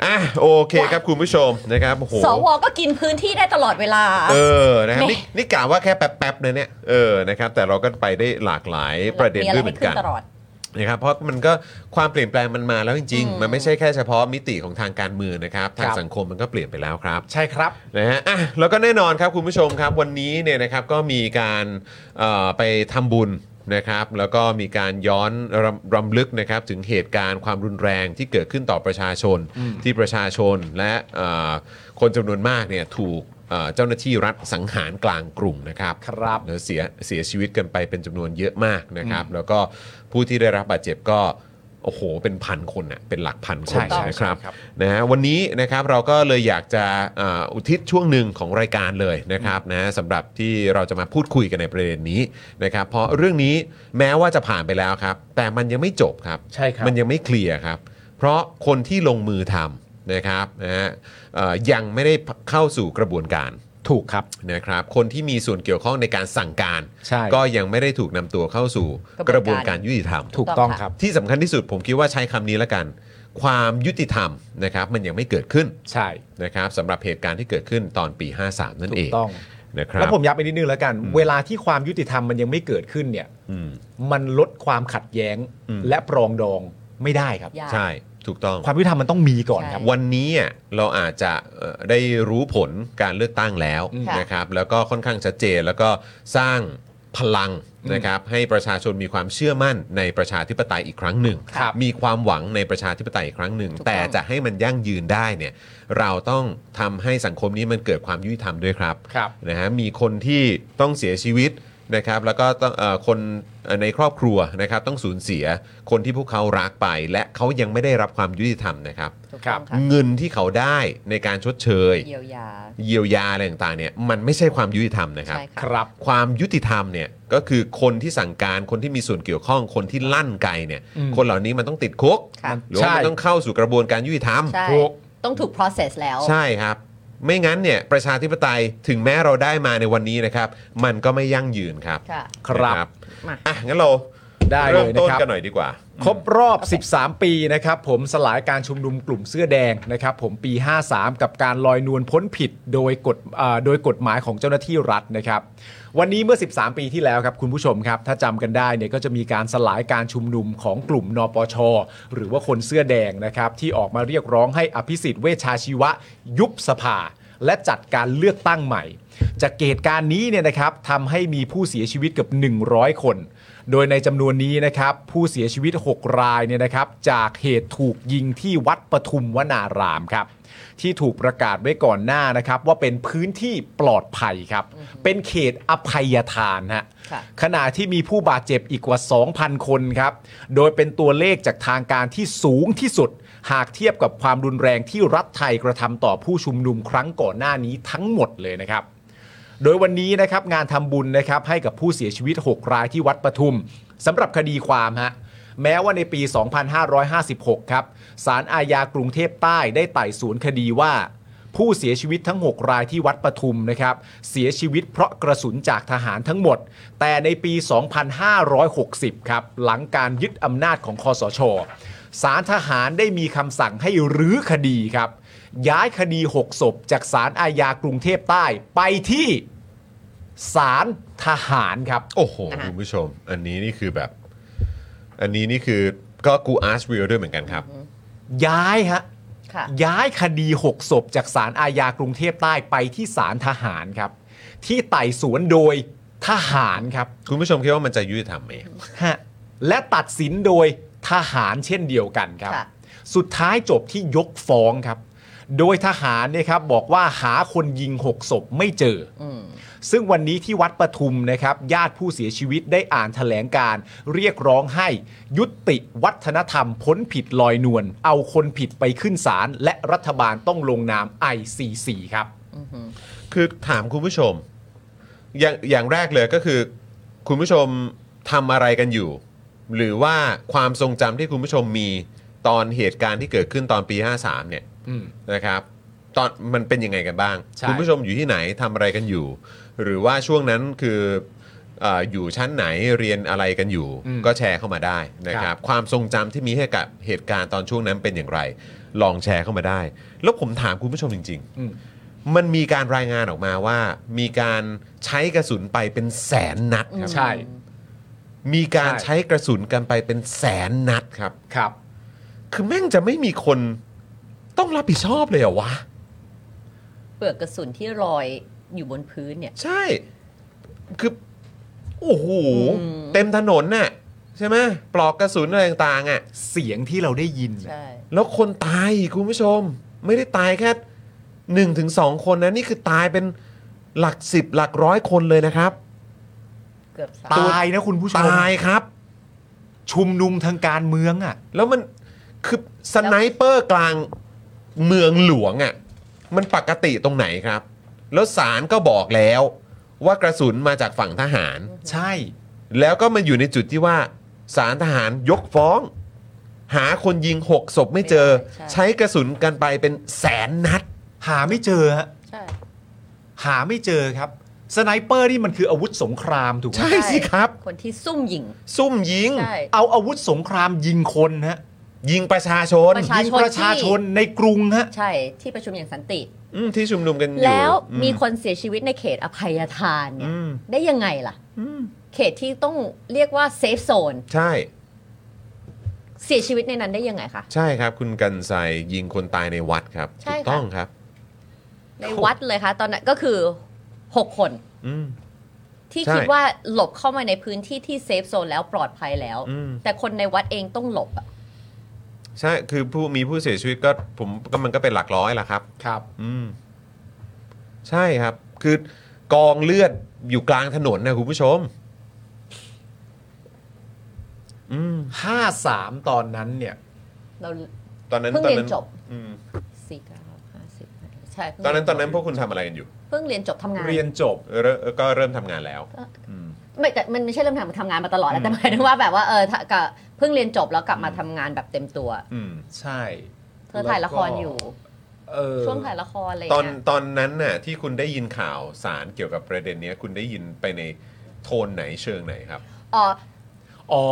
A: อ่ะโอเคครับคุณผู้ชมนะครับโอ้โห
D: สวก็กินพื้นที่ได้ตลอดเวลา
A: เออนะครับ
D: แหม่
A: นี่นี่กล่าวว่าแค่แป๊บๆนะเนี่ยเออนะครับแต่เราก็ไปได้หลากหลายประเด็นด้วยเหมือนกัน
D: มีะไรให้ขึ้ตลอด
A: นะครับเพราะมันก็ความเปลี่ยนแปลงมันมาแล้วจริง
D: อืม
A: ๆ มันไม่ใช่แค่เฉพาะมิติของทางการเมืองนะครับทาง
B: ครับ
A: สังคมมันก็เปลี่ยนไปแล้วครับ
B: ใช่ครับ
A: นะฮะอ่ะแล้วก็แน่นอนครับคุณผู้ชมครับวันนี้เนี่ยนะครับก็มีการเอ่อไปทำบุญนะครับ แล้วก็มีการย้อนรำรำลึกนะครับถึงเหตุการณ์ความรุนแรงที่เกิดขึ้นต่อประชาชนที่ประชาชนและเอ่อคนจำนวนมากเนี่ยถูกเอ่อเจ้าหน้าที่รัฐสังหารกลางกรุงนะครับ
B: ครับ
A: แล้วเสียเสียชีวิตกันไปเป็นจำนวนเยอะมากนะครับ แล้วก็ผู้ที่ได้รับบาดเจ็บก็โอ้โหเป็นพันคนน่ะเป็นหลักพันคน
B: ใช่ใช่
A: นะครับ
B: ใช่ครับ
A: นะฮะวันนี้นะครับเราก็เลยอยากจะอ่าอุทิศช่วงหนึ่งของรายการเลยนะครับนะฮะสำหรับที่เราจะมาพูดคุยกันในประเด็นนี้นะครับ เพราะเรื่องนี้แม้ว่าจะผ่านไปแล้วครับ แต่มันยังไม่จบครับ
B: ใช่ครับ
A: มันยังไม่เคลียร์ครับ เพราะคนที่ลงมือทำนะครับนะฮะเอ่อยังไม่ได้เข้าสู่กระบวนการ
B: ถูกครับ
A: นะครับคนที่มีส่วนเกี่ยวข้องในการสั่งการ
B: ใช่
A: ก็ยังไม่ได้ถูกนำตัวเข้าสู่ก
D: ก
A: ระ
D: ระ
A: บบ ว
D: วน น
A: กา
D: การ ร
A: ยุติธรรม
B: ถูกต้องครับ
A: ที่สำคัญที่สุดผมคิดว่าใช้คำนี้ละกัน ความยุติธรรมนะครับมันยังไม่เกิดขึ้น
B: ใช่
A: นะครับสำหรับเหตุการณ์ที่เกิดขึ้นตอนปี 53 นั่น
B: ถู
A: เอก ง
B: ต้อง
A: นะครับ
B: แล้วผมย้ำอีกนิดนึงแล้วกัน เวลาที่ความยุติธรรมมันยังไม่เกิดขึ้นเนี่ย
A: อืม
B: มันลดความขัดแย้ง
A: อืม
B: และปรองดองไม่ได้ครับ
D: ยาก
A: ใช่ถูกต้อง
B: ความยุติธรรมมันต้องมีก่อนครับ
D: ใช่
A: วันนี้อ่ะเราอาจจะเอ่อได้รู้ผลการเลือกตั้งแล้ว
D: ค่ะ
A: นะครับ แล้วก็ค่อนข้างชัดเจนแล้วก็สร้างพลังนะครับให้ประชาชนมีความเชื่อมั่นในประชาธิปไตยอีกครั้งหนึ่ง
B: ครับ
A: มีความหวังในประชาธิปไตยอีกครั้งหนึ่ง
D: ถูกต้อง
A: แต่จะให้มันยั่งยืนได้เนี่ยเราต้องทำให้สังคมนี้มันเกิดความยุติธรรมด้วยครับ
B: ครับ
A: นะฮะมีคนที่ต้องเสียชีวิตนะครับ แล้วก็ต้องเอ่อคนในครอบครัวนะครับต้องสูญเสียคนที่พวกเขารักไป และเขายังไม่ได้รับความยุติธรรมนะครับ
D: ถูกต้องค่ะ
A: เงินที่เขาได้ในการชดเชย
D: เยียวยา
A: เยียวยาอะไรต่างๆเนี่ยมันไม่ใช่ความยุติธรรมนะครับ
D: ใช่
B: ค
D: ค่ะ
B: รับ
A: ความยุติธรรมเนี่ยก็คือคนที่สั่งการคนที่มีส่วนเกี่ยวข้องคนที่ลั่นไกเนี่ย
B: อืม
A: คนเหล่านี้มันต้องติดคุก
D: ค่ะ
A: หรือว่ามัน
B: ใช่
A: ต้องเข้าสู่กระบวนการยุติธรรม
D: ใช่
B: ถูก
D: ต้องถูก process แล้ว
A: ใช่ครับ ไม่งั้นเนี่ยประชาธิปไตยถึงแม้เราได้มาในวันนี้นะครับ มันก็ไม่ยั่งยืนครับ
D: ค่ะ
B: ครับ
A: นะ
D: มา
A: อ่ะงั้นเรา
B: ได้เล
A: เริ่ม
B: ยนะ
A: ต้น
B: ครับ
A: กันหน่อยดีกว่า
B: ครบรอบ 13 ปีนะครับผมสลายการชุมนุมกลุ่มเสื้อแดงนะครับผมปี 53 กับการลอยนวลพ้นผิดโดยกฎเอ่อโดยกฎหมายของเจ้าหน้าที่รัฐนะครับ วันนี้เมื่อ 13 ปีที่แล้วครับคุณผู้ชมครับ ถ้าจำกันได้เนี่ยก็จะมีการสลายการชุมนุมของกลุ่มนปช หรือว่าคนเสื้อแดงนะครับ ที่ออกมาเรียกร้องให้อภิสิทธิ์เวชชาชีวะ ยุบสภา และจัดการเลือกตั้งใหม่ จากเหตุการณ์นี้เนี่ยนะครับทำให้มีผู้เสียชีวิตเกือบ100 คน โดยในจำนวนนี้นะครับ ผู้เสียชีวิต 6 รายเนี่ยนะครับ จากเหตุถูกยิงที่วัดปทุมวนารามครับ ที่ถูกประกาศไว้ก่อนหน้านะครับ ว่าเป็นพื้นที่ปลอดภัยครับ เป็นเขตอภัยทานฮะ
D: ค่ะ
B: ขณะที่มีผู้บาดเจ็บอีกกว่า 2,000 คนครับ โดยเป็นตัวเลขจากทางการที่สูงที่สุด หากเทียบกับความรุนแรงที่รัฐไทยกระทำต่อผู้ชุมนุมครั้งก่อนหน้านี้ทั้งหมดเลยนะครับ โดยวันนี้นะครับงานทำบุญนะครับให้กับผู้เสียชีวิต 6 รายที่วัดปทุมสำหรับคดีความฮะแม้ว่าในปี 2556 ครับศาลอาญากรุงเทพใต้ได้ไต่สวนคดีว่า ผู้เสียชีวิตทั้ง 6 รายที่วัดปทุมนะครับเสียชีวิตเพราะกระสุนจากทหารทั้งหมด แต่ในปี 2560 ครับหลังการยึดอำนาจของคอสช สารทหารได้มีคำสั่งให้รื้อคดีครับ ย้ายคดี 6 ศพ จากสารอาญากรุงเทพใต้ไปที่สารทหารครับ
A: โอ้โห
D: นะคะ
A: คุณผู้ชม อันนี้นี่คือแบบ อันนี้นี่คือก็กูอาร์ชเรียลด้วยเหมือนกันครับ
B: ย้ายฮะ
D: ค่ะ
B: ย้ายคดี 6 ศพ จากสารอาญากรุงเทพใต้ไปที่สารทหารครับ ที่ไต่สวนโดยทหารครับ
A: คุณผู้ชมคิดว่ามันจะยุติธรรมไหม
B: ฮะและตัดสินโดยทหารเช่นเดียวกันครับ
D: ค่ะ
B: สุดท้ายจบที่ยกฟ้องครับ โดยทหารเนี่ยครับบอกว่าหาคนยิง 6 ศพไม่เจอ
D: อืม
B: ซึ่งวันนี้ที่วัดปทุมนะครับญาติผู้เสียชีวิตได้อ่านแถลงการ เรียกร้องให้ยุติวัฒนธรรมพ้นผิดลอยนวลเอาคนผิดไปขึ้นศาลและรัฐบาลต้องลงนาม ICC ครับ
A: คือถามคุณผู้ชม อย่างอย่างแรกเลยก็คือ คุณผู้ชมทำอะไรกันอยู่ หรือว่าความทรงจำที่คุณผู้ชมมีตอนเหตุการณ์ที่เกิดขึ้นตอนปี 53 เนี่ย นะครับตอนมันเป็นยังไงกันบ้าง
B: ใช่
A: คุณผู้ชมอยู่ที่ไหนทำอะไรกันอยู่ หรือว่าช่วงนั้นคือเอ่ออยู่ชั้นไหนเรียนอะไรกันอยู่
B: อืม
A: ก็แชร์เข้ามาได้นะค
B: ครั
A: รับบ ความทรงจำที่มีให้กับเหตุการณ์ตอนช่วงนั้นเป็นอย่างไร ลองแชร์เข้ามาได้ แล้วผมถามคุณผู้ชมจริง
B: อืม
A: ๆ มันมีการรายงานออกมาว่า มีการใช้กระสุนไปเป็นแสนนัดครับ
B: ใช่
A: มีการ
B: ใช่
A: ใช้กระสุนกันไปเป็นแสนนัดครับ
B: ครับ
A: คือแม่งจะไม่มีคนต้องรับผิดชอบเลยเหรอวะ
D: เปลือกกระสุนที่ลอยอยู่บนพื้นเนี่ย
A: ใช่ คือ โอ้โห
D: อืม
A: เต็มถนนน่ะ ใช่ไหมปลอกกระสุนอะไรต่างๆอ่ะ
B: เสียงที่เราได้ยินน่ะ
D: ใช่
A: แล้วคนตายอีกคุณผู้ชม ไม่ได้ตายแค่หนึ่งถึงสองคนนะ นี่คือตายเป็นหลักสิบหลักร้อยคนเลยนะครับ
D: เกือบสาม
B: ตายนะคุณผู้ชม
A: ตายครับ
B: ชุมนุมทางการเมืองอ่ะ
A: แล้วมันคือสไนเปอร์กลางเมืองหลวงอะ่ะมันปกติตรงไหนครับ แล้วสารก็บอกแล้วว่ากระสุนมาจากฝั่งทหาร
B: ใช่
A: แล้วก็มาอยู่ในจุดที่ว่าสารทหารยกฟ้อง หาคนยิง 6 ศพไม่เจอ
D: ไม่ได้ใช่
A: ใช้กระสุนกันไปเป็นแสนนัด
B: หาไม่เจอฮะ
D: ใช่
B: หาไม่เจอครับสไนเปอร์นี่มันคืออาวุธสงครามถูกไหม
A: ใช่สิครับ
D: คนที่ซุ่มยิง
A: ซุ่มยิง
D: ใช่
B: เอาอาวุธสงครามยิงคนฮะ
A: ยิงประชาชน
D: ประชา
B: ยิง
D: ชน
B: ประชาชน
D: ที่
B: ในกรุงฮะ
D: ใช่ที่ประชุมอย่างสันติ
A: อืมที่ชุมนุมกันอยู่
D: แล้ว
A: อื
D: มีคนเสียชีวิตในเขตอภัยทานเนี่ย
A: อืม
D: ได้ยังไงล่ะ
A: อืม
D: เขตที่ต้องเรียกว่าเซฟโซน
A: ใช่
D: เสียชีวิตในนั้นได้ยังไงคะ
A: ใช่ครับ คุณกันไซยิงคนตายในวัดครับ
D: ใช่
A: ถูก
D: ค่ะ
A: ต้องครับ
D: ในวัดเลยคะตอนนั้นก็คือ 6 คน
A: อืม
D: ที่
A: ใช่
D: คิดว่าหลบเข้ามาในพื้นที่ที่เซฟโซนแล้วปลอดภัยแล้ว
A: อืม
D: แต่คนในวัดเองต้องหลบอะ
A: ใช่ คือผู้มีผู้เสียชีวิตก็ผมก็มันก็เป็นหลักร้อยละครับ
B: ครับ
A: อืม ใช่ครับ คือกองเลือดอยู่กลางถนนนะคุณผู้ชม อืม
B: 53 ตอนนั้นเนี่ย
D: เรา
A: ตอนนั้น
D: เพิ่ง
A: ตอน
D: เรียน
A: นั้น
D: จบ
A: อืม
D: สี่เก้าห้าสิบใช่เพิ่ง
A: ตอนนั้นตอนนั้นพวกคุณทำอะไรกันอยู่
D: เพิ่งเรียนจบทำงาน
B: เรียนจบ
A: เริ่มก็เริ่มทำงานแล้ว อืม
D: ไม่แต่มันไม่ใช่เริ่มทำทำงานมาตลอด
A: อื
D: นะ
A: ม
D: แต่หมายถึงว่าแบบว่าเออถ้าก็เพิ่งเรียนจบแล้วกลับมาทำงานแบบเต็มตัว
A: อืม
B: ใช่
D: เธอถ่ายละครอยู่
B: เออ
D: ช่วงถ่ายละครอะไร
A: ตอน
D: เงี้ย
A: ตอนนั้นน่ะที่คุณได้ยินข่าวสารเกี่ยวกับประเด็นเนี้ย คุณได้ยินไปในโทนไหนเชิงไหนครับ
D: อ๋อ
B: อ๋อ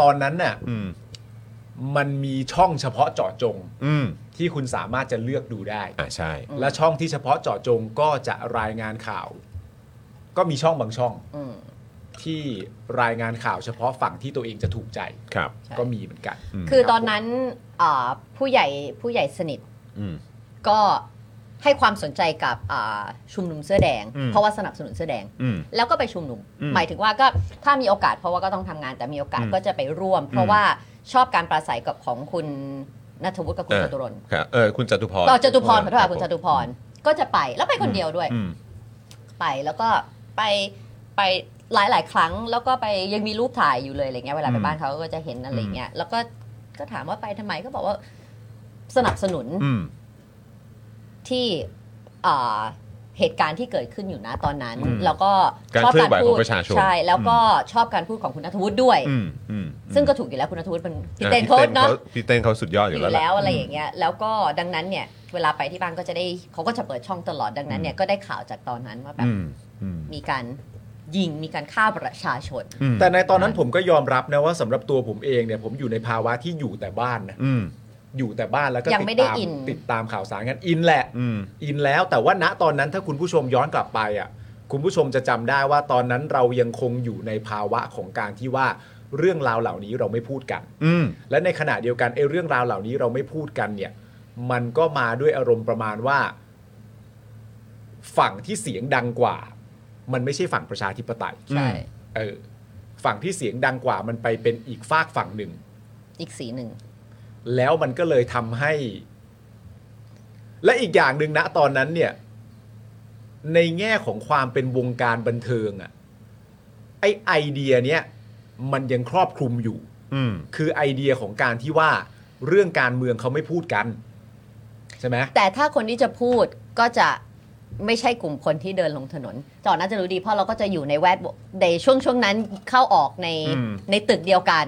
B: ตอนนั้นน่ะ
A: อืม
B: มันมีช่องเฉพาะเจาะจง
A: อืม
B: ที่คุณสามารถจะเลือกดูได้
A: อ่าใช่
B: และช่องที่เฉพาะเจาะจงก็จะรายงานข่าว ก็มีช่องบางช่อง
D: อืม
B: ที่รายงานข่าวเฉพาะฝั่งที่ตัวเองจะถูกใจ
A: ครับ
D: ใช่
B: ก็มีเหมือนกัน
A: อืม
D: คือตอนนั้นอ่าผู้ใหญ่ผู้ใหญ่สนิท
A: อืม
D: ก็ให้ความสนใจกับอ่าชุมนุมเสื้อแดง
A: อืม
D: เพราะว่าสนับสนุนเสื้อแดง
A: อืม
D: แล้วก็ไปชุมนุม
A: อืม
D: หมายถึงว่าก็ถ้ามีโอกาสเพราะว่าก็ต้องทำงานแต่มีโอกาส
A: อืม
D: ก็จะไปร่วม เพ
A: อื
D: ราะ
A: ม
D: ว่าชอบการปราศัยกับของคุณนัทวุฒิกับคุณ
A: อ่า
D: จตุรนต์
A: ครับเออคุณจตุพร
D: เราจตุพรขอโทษ
A: รับ
D: ค่ะคุณจ
A: ผม
D: ตุพรก็จะไปแล้วไปคนเดียวด้วย
A: อืม
D: ไปแล้วก็ไปไปหลายหลายๆ ครั้ง แล้วก็ไปยังมีรูปถ่ายอยู่เลยอะไรเงี้ยเวลาไป
A: อืม
D: บ้านเขาก็จะเห็นอะไรเงี้ยแล้วก็ก็ถามว่าไปทำไมก็บอกว่าสนับสนุน
A: อืม
D: ที่อ่าเหตุการณ์ที่เกิดขึ้นอยู่นะตอนนั้น
A: อืม
D: แล้วก็
A: การ
D: ชอบ
A: เคลื่อนไหวของประชาชน
D: ใช่แล้วก็ชอบการพูดของคุณนัทวุฒิด้วย
A: อืมอืม
D: ซึ่งก็ถูกอยู่แล้วคุณนัทวุฒิเป็นพี่
A: อ่ะ
D: เต้นโค้ดเนาะ
A: พี่เต้นเขาสุดยอดอ
D: อยู่ยู่
A: แล้ว
D: แล้วอะไรอย่างเงี้ยแล้วก็ดังนั้นเนี่ย เวลาไปที่บ้านก็จะได้เขาก็จะเปิดช่องตลอดดังนั้นเนี่ยก็ได้ข่าวจากตอนนั้นว่าแบบ
A: อืมอืม
D: มีการยิงมีการฆ่าประชาชน
A: อืม
B: แต่ในตอนนั้นผมก็ยอมรับนะว่าสำหรับตัวผมเองเนี่ยผมอยู่ในภาวะที่อยู่แต่บ้านนะ
A: อืม
B: อยู่แต่บ้านแล้วก็
D: ยังไม่ได้
B: ติดตาม
D: อิน
B: ติดตามข่าวสารกันอินแหละ
A: อืม
B: อินแล้วแต่ว่าณตอนนั้นถ้าคุณผู้ชมย้อนกลับไปอ่ะคุณผู้ชมจะจำได้ว่าตอนนั้นเรายังคงอยู่ในภาวะของการที่ว่าเรื่องราวเหล่านี้เราไม่พูดกัน
A: อืม
B: และในขณะเดียวกันไอ้เรื่องราวเหล่านี้เราไม่พูดกันเนี่ย มันก็มาด้วยอารมณ์ประมาณว่า ฝั่งที่เสียงดังกว่า มันไม่ใช่ฝั่งประชาธิปไตย
A: ใช่
B: เออฝั่งที่เสียงดังกว่า มันไปเป็นอีกฝากฝั่งหนึ่ง
D: อีกสีหนึ่ง
B: แล้วมันก็เลยทำให้ และอีกอย่างหนึ่งนะตอนนั้นเนี่ย ในแง่ของความเป็นวงการบันเทิงอะไอไอเดียเนี้ยมันยังครอบคลุมอยู่
A: อืม
B: คือไอเดียของการที่ว่าเรื่องการเมืองเขาไม่พูดกัน ใช่ไหม
D: แต่ถ้าคนที่จะพูดก็จะไม่ใช่กลุ่มคนที่เดินลงถนนจอดน่าจะรู้ดีเพราะเราก็จะอยู่ในแวดวงในช่วงช่วงนั้นเข้าออกใน
A: อืม
D: ในตึกเดียวกัน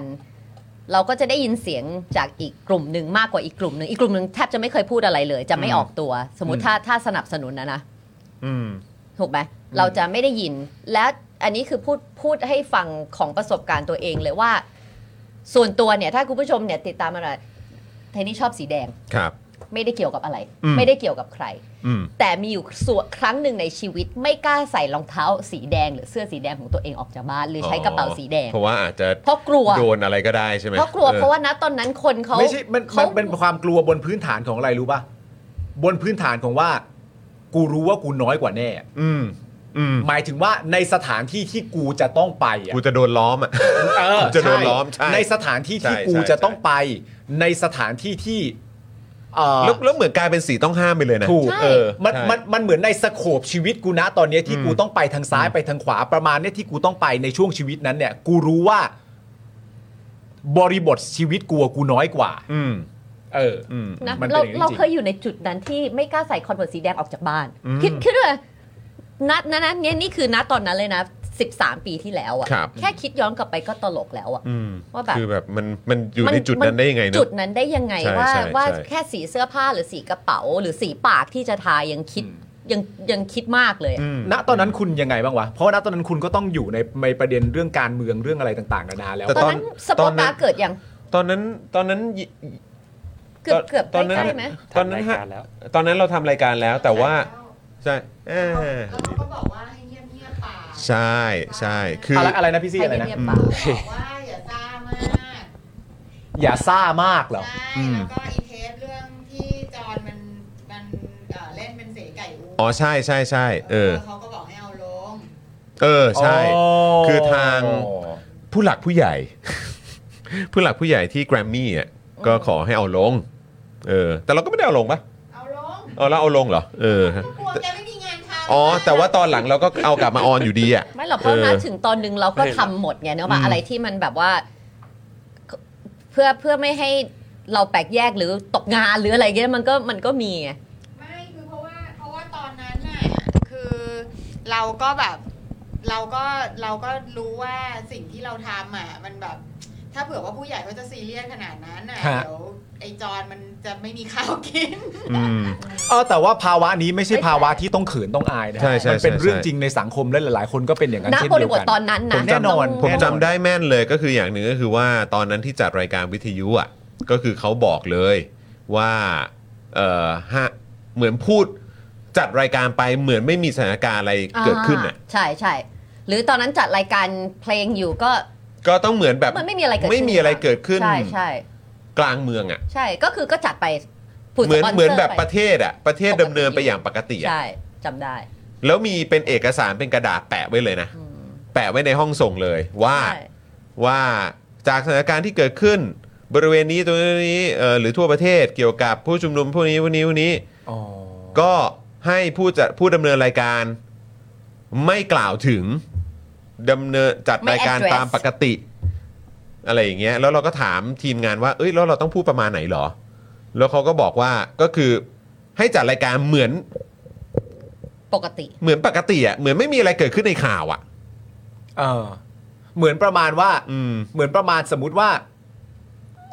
D: เราก็จะได้ยินเสียงจากอีกกลุ่มหนึ่งมากกว่าอีกกลุ่มหนึ่งอีกกลุ่มหนึ่งแทบจะไม่เคยพูดอะไรเลย จะไม่ออกตัว สมมติถ้าถ้าสนับสนุนนะนะ
A: อืม
D: ถูกไหมเราจะไม่ได้ยิน และอันนี้คือพูดพูดให้ฟังของประสบการณ์ตัวเองเลยว่า ส่วนตัวเนี่ย ถ้าคุณผู้ชมเนี่ยติดตามมาหน่อยเทนนี่ชอบสีแดง
A: ครับ
D: ไม่ได้เกี่ยวกับอะไร
A: อืม
D: ไม่ได้เกี่ยวกับใคร
A: อืม
D: แต่มีอยู่ส่วนครั้งหนึ่งในชีวิต ไม่กล้าใส่รองเท้าสีแดง หรือเสื้อสีแดงของตัวเองออกจากบ้านหรือใช้กระเป๋าสีแดง
A: เพราะว่าอาจจะ
D: เพราะกลัว
A: โดนอะไรก็ได้ใช่ไหม
D: เพราะกลัว
A: ออ
D: เพราะว่านะตอนนั้นคนเขา
B: ไม่ใช่มัน
D: เขา
B: มันเป็นความกลัวบนพื้นฐานของอะไรรู้ป่ะบนพื้นฐานของว่า กูรู้ว่ากูน้อยกว่าแน่
A: อืม อืม
B: หมายถึงว่าในสถานที่ที่กูจะต้องไปอะ
A: กูจะโดนล้อมอ่ะ
B: เออ
A: จะโดน
B: ใช่
A: ล้อมใช่
B: ในสถานที่ที่
A: ใช่
B: กู
A: ใช่
B: จะ
A: ใช่
B: ต้องไป ในสถานที่ที่เออ
A: แล้วแล้วเหมือนกลายเป็นสีต้องห้ามไปเลยนะ
B: ถูก
A: เออ
B: มัน
A: ใช่
B: มันมันเหมือนในสโคปชีวิตกูนะตอนเนี้ยที่
A: อืม
B: กูต้องไปทางซ้ายไปทางขวาประมาณเนี้ยที่กูต้องไปในช่วงชีวิตนั้นเนี่ย กูรู้ว่า บริบทชีวิตกูอะกูน้อยกว่า
A: อืม
B: เออ
A: อืม
D: นะ
B: มันเป็น
D: เรา
B: อย่างนี้
D: เรา
B: จริง
D: เคยอยู่ในจุดนั้นที่ไม่กล้าใส่คอนเวิร์ตสีแดงออกจากบ้าน
A: อืม
D: คิดคิดด้วยนัดนะนะเนี่ยนี่คือนัดตอนนั้นเลยนะ 13 ปีที่แล้วอะ
A: ครับ
D: แค่คิดย้อนกลับไปก็ตลกแล้วอะ
A: อืม
D: ว่าแบบ
A: คือแบบมันมันอยู่ในจุดนั้นได้ยังไงเน
D: จุ
A: อะ
D: ดนั้นได้ยังไง
A: ใช่
D: ว่า
A: ใช่
D: ว่า
A: ใช่
D: แค่สีเสื้อผ้าหรือสีกระเป๋า หรือสีปากที่จะทายังคิด
B: อืม
D: ยังยังคิดมากเลยอะ
A: อืม
B: ณตอนนั้นคุณยังไงบ้างวะเพราะว่าณตอนนั้นคุณก็ต้องอยู่ในในประเด็นเรื่องการเมืองเรื่องอะไรต่างๆนานาแล้ว
A: แต่
D: ตอนนั้น
A: ตอน
D: สปอร์ต
A: ตอนนั้
D: ตาน เกิดยัง
A: ตอนนั้นตอนนั้น
D: เกือบเกือบ
A: ตอนนั้น
D: ใกล้ๆไหม
A: ตอนนั้
C: ทำราย
A: นฮะ
C: การแล้ว
A: ตอนนั้นเราทำรายการแล้วแต่ว่าใช่เอ้ย
G: แล้วเขาก็บอกว่าให้เงียบเงียบๆปาก
A: ใช่ใช่คืออ
B: อะไรอะไรนะพี่ซี่
D: ให้
B: อะไรนะ
D: เงียบ
B: อื
D: ๆ
B: ม
D: เปล่า
G: บอกว่าอย่าซ่ามาก
B: อย่าซ่ามากเหรอ
G: ใช่
B: อืม
G: แล้วก็อีเทปเรื่องที่จอห์นมันมันเอ่อเล่นเป็นเสไก่อู
A: อ๋อใช่ใช่ใช่เออ
G: เขาก็บอกให้เอาลง
A: เออใช่
B: อ๋อ
A: คือทาง ผู้หลักผู้ใหญ่ ผู้หลักผู้ใหญ่ที่แกรมมี่อ่ะก็ขอให้เอาลง เออ แต่เราก็ไม่ได้เอาลงปะ
G: เอาลง
A: เอาแล้วเอาลงเหรอเออฮะ
G: ก็กลัวแกไม่มีงานทำ
A: อ๋อ แต่ว่าตอนหลังเราก็เอากลับมาออนอยู่ดีอ่ะ
D: ไม่หรอกเพราะ
A: เออ
D: นะถึงตอนหนึงเราก็
C: ไม่หร
D: ทำ
C: อก
D: หมดไงเนอะป่ะอะไรที่มันแบบว่า เพื่อเพื่อไม่ให้เราแปลกแยกหรือตกงานหรืออะไรเงี้ยมันก็มันก็มีไง
G: ไม่คือเพราะว่าเพราะว่าตอนนั้นน่ะคือเราก็แบบเราก็เราก็รู้ว่าสิ่งที่เราทำอ่ะมันแบบ ถ้าเผื่อว่าผู้ใหญ่เขาจะซีเรียสขนาดนั้นน่ะ
B: ฮะ
G: เดี๋ยวไอ้จอนมันจะไม่มีข้าวกิน
A: อืม
B: เออแต่ว่าภาวะนี้ไม่ใช่ภาวะที่ต้องเขินต้องอายนะฮะ
A: ใช่ใช่
B: มันเป็น
A: ใช่
B: เรื่องจริงในสังคมและหลาย ๆ คนก็เป็นอย่างนั้น
D: ณ
B: เช่น
D: บ
B: เดี
D: ริ
B: ยว
D: บท
B: กัน
D: ตอนนั้นนะ
B: แน่นอน
D: ต้ง
B: ผม
A: จำได้แม่นเลยก็คืออย่างหนึ่งก็คือว่าตอนนั้นที่จัดรายการวิทยุอ่ะก็คือเขาบอกเลยว่าเออฮะเหมือนพูดจัดรายการไปเหมือนไม่มีสถานการณ์อะไรเกิดขึ้นอ่ะ
D: าใช่ใช่หรือตอนนั้นจัดรายการเพลงอยู่ก็
A: ก็ต้องเหมือนแบบ
D: มันไม่มีอะไรเกิดขึ้น
A: ไม่มีอะไรเกิดขึ้น
D: ใช่ใช่
A: กลางเมืองอ่ะ
D: ใช่ก็คือก็จัดไปผูก
A: เหมือน
D: สปซ
A: เหมือนแบบ
D: ไป
A: ประเทศอ่ะประเทศ
D: ปกติ
A: ดำเนินไปอย่างปกติอ่ะ
D: ใช่จำได้
A: แล้วมีเป็นเอกสารเป็นกระดาษแปะไว้เลยนะ
D: อืม
A: แปะไว้ในห้องส่งเลยว่า
D: ใช่
A: ว่าจากสถานการณ์ที่เกิดขึ้น บริเวณนี้ตรงนี้เอ่อหรือทั่วประเทศเกี่ยวกับผู้ชุมนุมพวกนี้พวกนี้พวกนี้
B: อ๋อ
A: ก็ให้ผู้จัดผู้ดำเนินรายการไม่กล่าวถึงดำเนินจัดรายการตามปกติ อะไรอย่างเงี้ยแล้วเราก็ถามทีมงานว่า เอ้ยแล้วเราต้องพูดประมาณไหนหรอ แล้วเขาก็บอกว่าก็คือให้จัดรายการเหมือน
D: ปกติ
A: เหมือนปกติอ่ะเหมือนไม่มีอะไรเกิดขึ้นในข่าวอ่ะ
B: เออเหมือนประมาณว่า
A: อืม
B: เหมือนประมาณสมมติว่า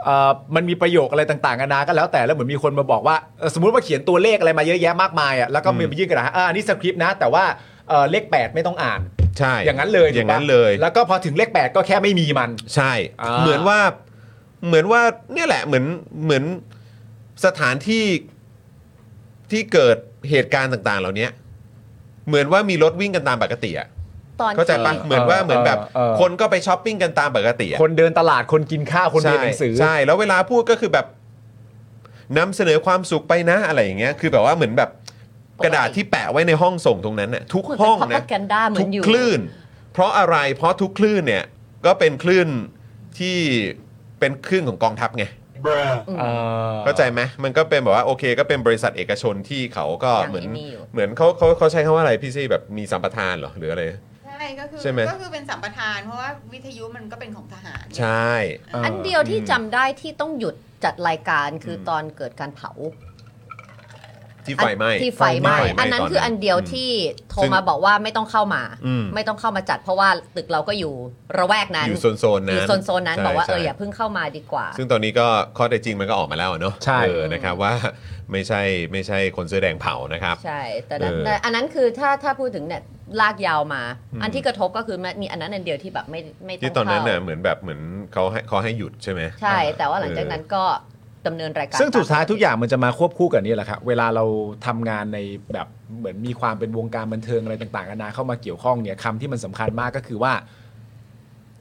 B: เอ่อมันมีประโยคอะไรต่างๆกันานาก็แล้วแต่แล้วเหมือนมีคนมาบอกว่าเอ่อสมมติว่าเขียนตัวเลขอะไรมาเยอะแยะมากมายอ่ะแล้วก็มีไปยื่นกระดาษอ่าอันนี่สคริปต์นะ แต่ว่าเอ่อเลข 8 ไม่ต้องอ่าน
A: ใช่
B: อย่างนั้นเลย
A: อย่างนั้น
B: ถูกปะ
A: เลย
B: แล้วก็พอถึงเลข 8 ก็แค่ไม่มีมัน
A: ใช่
B: อ่า
A: เหมือนว่าเหมือนว่าเนี่ยแหละเหมือนเหมือนสถานที่ที่เกิดเหตุการณ์ต่าง ๆ เหล่านี้เหมือนว่ามีรถวิ่งกันตามปกติอ่ะ
D: ตอน
A: เข้าใจปะ
D: ที่
A: เหมือนว่าเหมือนแบบ
B: เออ
A: คนก็ไปช้อปปิ้งกันตามปกติอ่ะ
B: คนเดินตลาดคนกินข้าวคน
A: ใช่
B: เรียนหนังสือ
A: ใช่แล้วเวลาพูดก็คือแบบนำเสนอความสุขไปนะอะไรอย่างเงี้ย คือแบบว่าเหมือนแบบกระดาษที่แปะไว้ในห้องส่งตรงนั้นน่ะทุก
D: คุณ
A: ห้อง
D: เป็น
A: นะ
D: propaganda เหมื
A: ทุ
D: อก นอยู่
A: คลื่น เพราะอะไรเพราะทุกคลื่นเนี่ยก็เป็นคลื่นที่เป็นคลื่นของกองทัพไง
B: เออ
A: เข้าใจไหมมันก็เป็นแบบว่าโอเค ก็เป็นบริษัทเอกชนที่เขาก็
D: อย่าง
A: เหมือน
D: ที่มีอยู่
A: เหมือนเขาเขาเขาใช้คำว่าอะไรพี่ซี่แบบมีสัมปทานเหรอหรืออะไร
G: ใช่ก็คือ
A: ใช่ไหม
G: ก็คือเป็นสัมปทาน เพราะว่าวิทยุมันก็เป็นของทหาร
A: ใช่
D: อันเดียวที่จำได้ที่ต้องหยุดจัดรายการคืออตอนเกิดการเผา
A: ที่ไฟไหม้
D: ที่ไฟไหม้
A: ไฟไหม้
D: อันนั้นคืออันเดียวที่โทรมาบอกว่าไม่ต้องเข้ามา
A: อืม
D: ไม่ต้องเข้ามาจัด เพราะว่าตึกเราก็อยู่ระแวกนั้น
A: อยู่โซนโซนๆ
D: อยู่
A: นั้น
D: โซนๆนั้น
A: ใช่
D: บอกว่าเอ
A: ใช่
D: ออย่าเพิ่งเข้ามาดีกว่า
A: ซึ่งตอนนี้ก็ข้อเท็จจริงมันก็ออกมาแล้วอะเนอะ
B: ใช่
A: เออนะครับว่าไม่ใช่ไม่ใช่คนเสื้อแดงเผานะครับ
D: ใช่แต่นั้น
A: เออ
D: แต่อันนั้นคือถ้าถ้าพูดถึงเนี่ยลากยาวมา
A: อืม
D: อันที่กระทบก็คือมันมีอันนั้นอันเดียวที่แบบไม่ไม่ต้
A: ที่
D: อง
A: ตอนนั้น
D: เข้า
A: น่ะเหมือนแบบเหมือนเขาให้เขาให้หยุดใช่ไหม
D: ใช่ แต่ว่าหลังจากนั้นก็ดำเนินรายการ
B: ซึ่งสุดท้ายทุก
D: ตม
B: อย่างมันจะมาควบคู่กับนี่แหละครับเวลาเราทำงานในแบบเหมือนมีความเป็นวงการบันเทิงอะไรต่างๆกันานาเข้ามาเกี่ยวข้องเนี่ยคำที่มันสำคัญมากก็คือว่า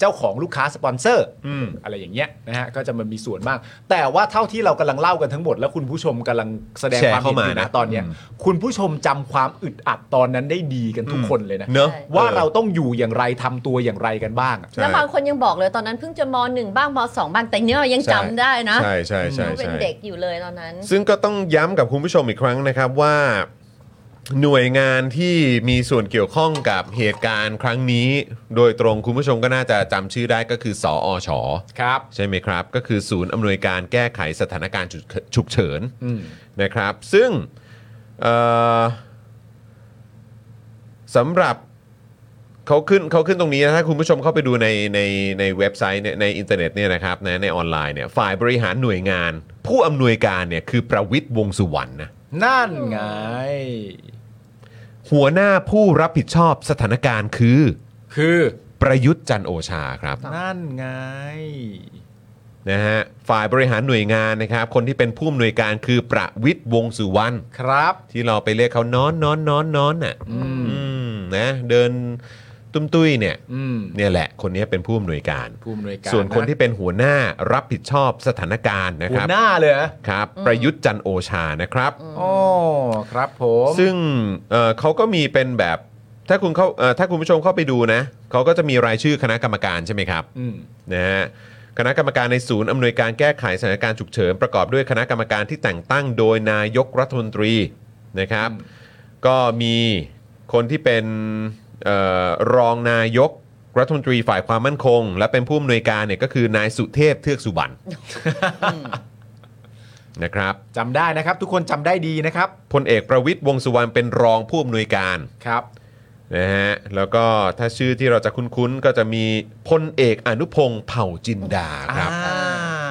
B: เจ้าของลูกค้าสปอนเซอร์
A: อืม
B: อะไรอย่างเงี้ยนะฮะก็จะมันมีส่วนมาก แต่ว่าเท่าที่เรากำลังเล่ากันทั้งหมด แล้วคุณผู้ชมกำลังแสดงความเห็นอยู่นะตอนเนี้ยคุณผู้ชมจำความอึดอัดตอนนั้นได้ดีกันทุกคนเลยนะ
A: เนอะ
D: ใช่
B: ว่าเราต้องอยู่อย่างไรทำตัวอย่างไรกันบ้างอะ
A: ใช่
D: แล้วบางคนยังบอกเลยตอนนั้นเพิ่งจะมหนึ่งบ้างมสองบ้างแต่เนี่ยยัง
A: ใช่
D: จำได้นะ
A: ใช่ใช่ใช่
D: เพราะเป็น
A: ใช่
D: เด็กอยู่เลยตอนนั้น
A: ซึ่งก็ต้องย้ำกับคุณผู้ชมอีกครั้งนะครับว่า หน่วยงานที่มีส่วนเกี่ยวข้องกับเหตุการณ์ครั้งนี้ โดยตรงคุณผู้ชมก็น่าจะจำชื่อได้ก็คือ สออช
B: ครับ
A: ใช่ไหมครับ ก็คือศูนย์อำนวยการแก้ไขสถานการณ์ฉุกฉุกเฉิน
B: อืม
A: นะครับ ซึ่งเอ่อสำหรับเขาขึ้นเขาขึ้นตรงนี้นะถ้าคุณผู้ชมเข้าไปดูในในในเว็บไซต์เนี่ยในอินเทอร์เน็ตเนี่ยนะครับนะในออนไลน์เนี่ยฝ่ายบริหารหน่วยงาน ผู้อำนวยการเนี่ยคือประวิทย์วงษ์สุวรรณนะ
B: นั่นไง
A: หัวหน้าผู้รับผิดชอบสถานการณ์คือ
B: คือ
A: ประยุทธ์จันทร์โอชาครับ
B: นั่นไง
A: นะฮะ ฝ่ายบริหารหน่วยงานนะครับ คนที่เป็นผู้อำนวยการคือประวิทย์วงษ์สุวรรณ
B: ครับ
A: ที่เราไปเรียกเขานอนนอนนอนนอนน่ะ
B: อืม
A: อืมนะเดินตุ้มตุ้ยเนี่ย
B: อืม
A: เนี่ยแหละ คนนี้เป็นผู้อำนวยการ
B: ผู้อำนวยการ
A: ส่วนคนที่
B: ะ
A: เป็นหัวหน้ารับผิดชอบสถานการณ์นะ
B: หั
A: คว รับ
B: หน้าเลยเหรอ
A: ครับ ประยุทธ์จันทร์โอชานะครับ
B: อ๋อครับผม
A: ซึ่งเอ่อเขาก็มีเป็นแบบถ้าคุณเข้าเอ่อถ้าคุณผู้ชมเข้าไปดูนะเขาก็จะมีรายชื่อคณะกรรมการใช่ไหมครับ
B: อืม
A: นะฮะคณะกรรมการในศูนย์อำนวยการแก้ไขสถานการณ์ฉุกเฉินประกอบด้วยคณะกรรมการที่แต่งตั้งโดยนายกรัฐมนตรีนะครับ ก็มีคนที่เป็นเออรองนายกรัฐมนตรีฝ่ายความมั่นคง และเป็นผู้อำนวยการเนี่ยก็คือนายสุเทพเทือกสุบรรณนะครับ
B: จำได้นะครับ ทุกคนจำได้ดีนะครับ
A: พลเอกประวิทย์วงษ์สุวรรณเป็นรองผู้อำนวยการ
B: ครับ
A: นะฮะแล้วก็ถ้าชื่อที่เราจะคุ้นๆ ก็จะมีพลเอกอนุพงศ์เผ่าจินดาครับ
B: อ่า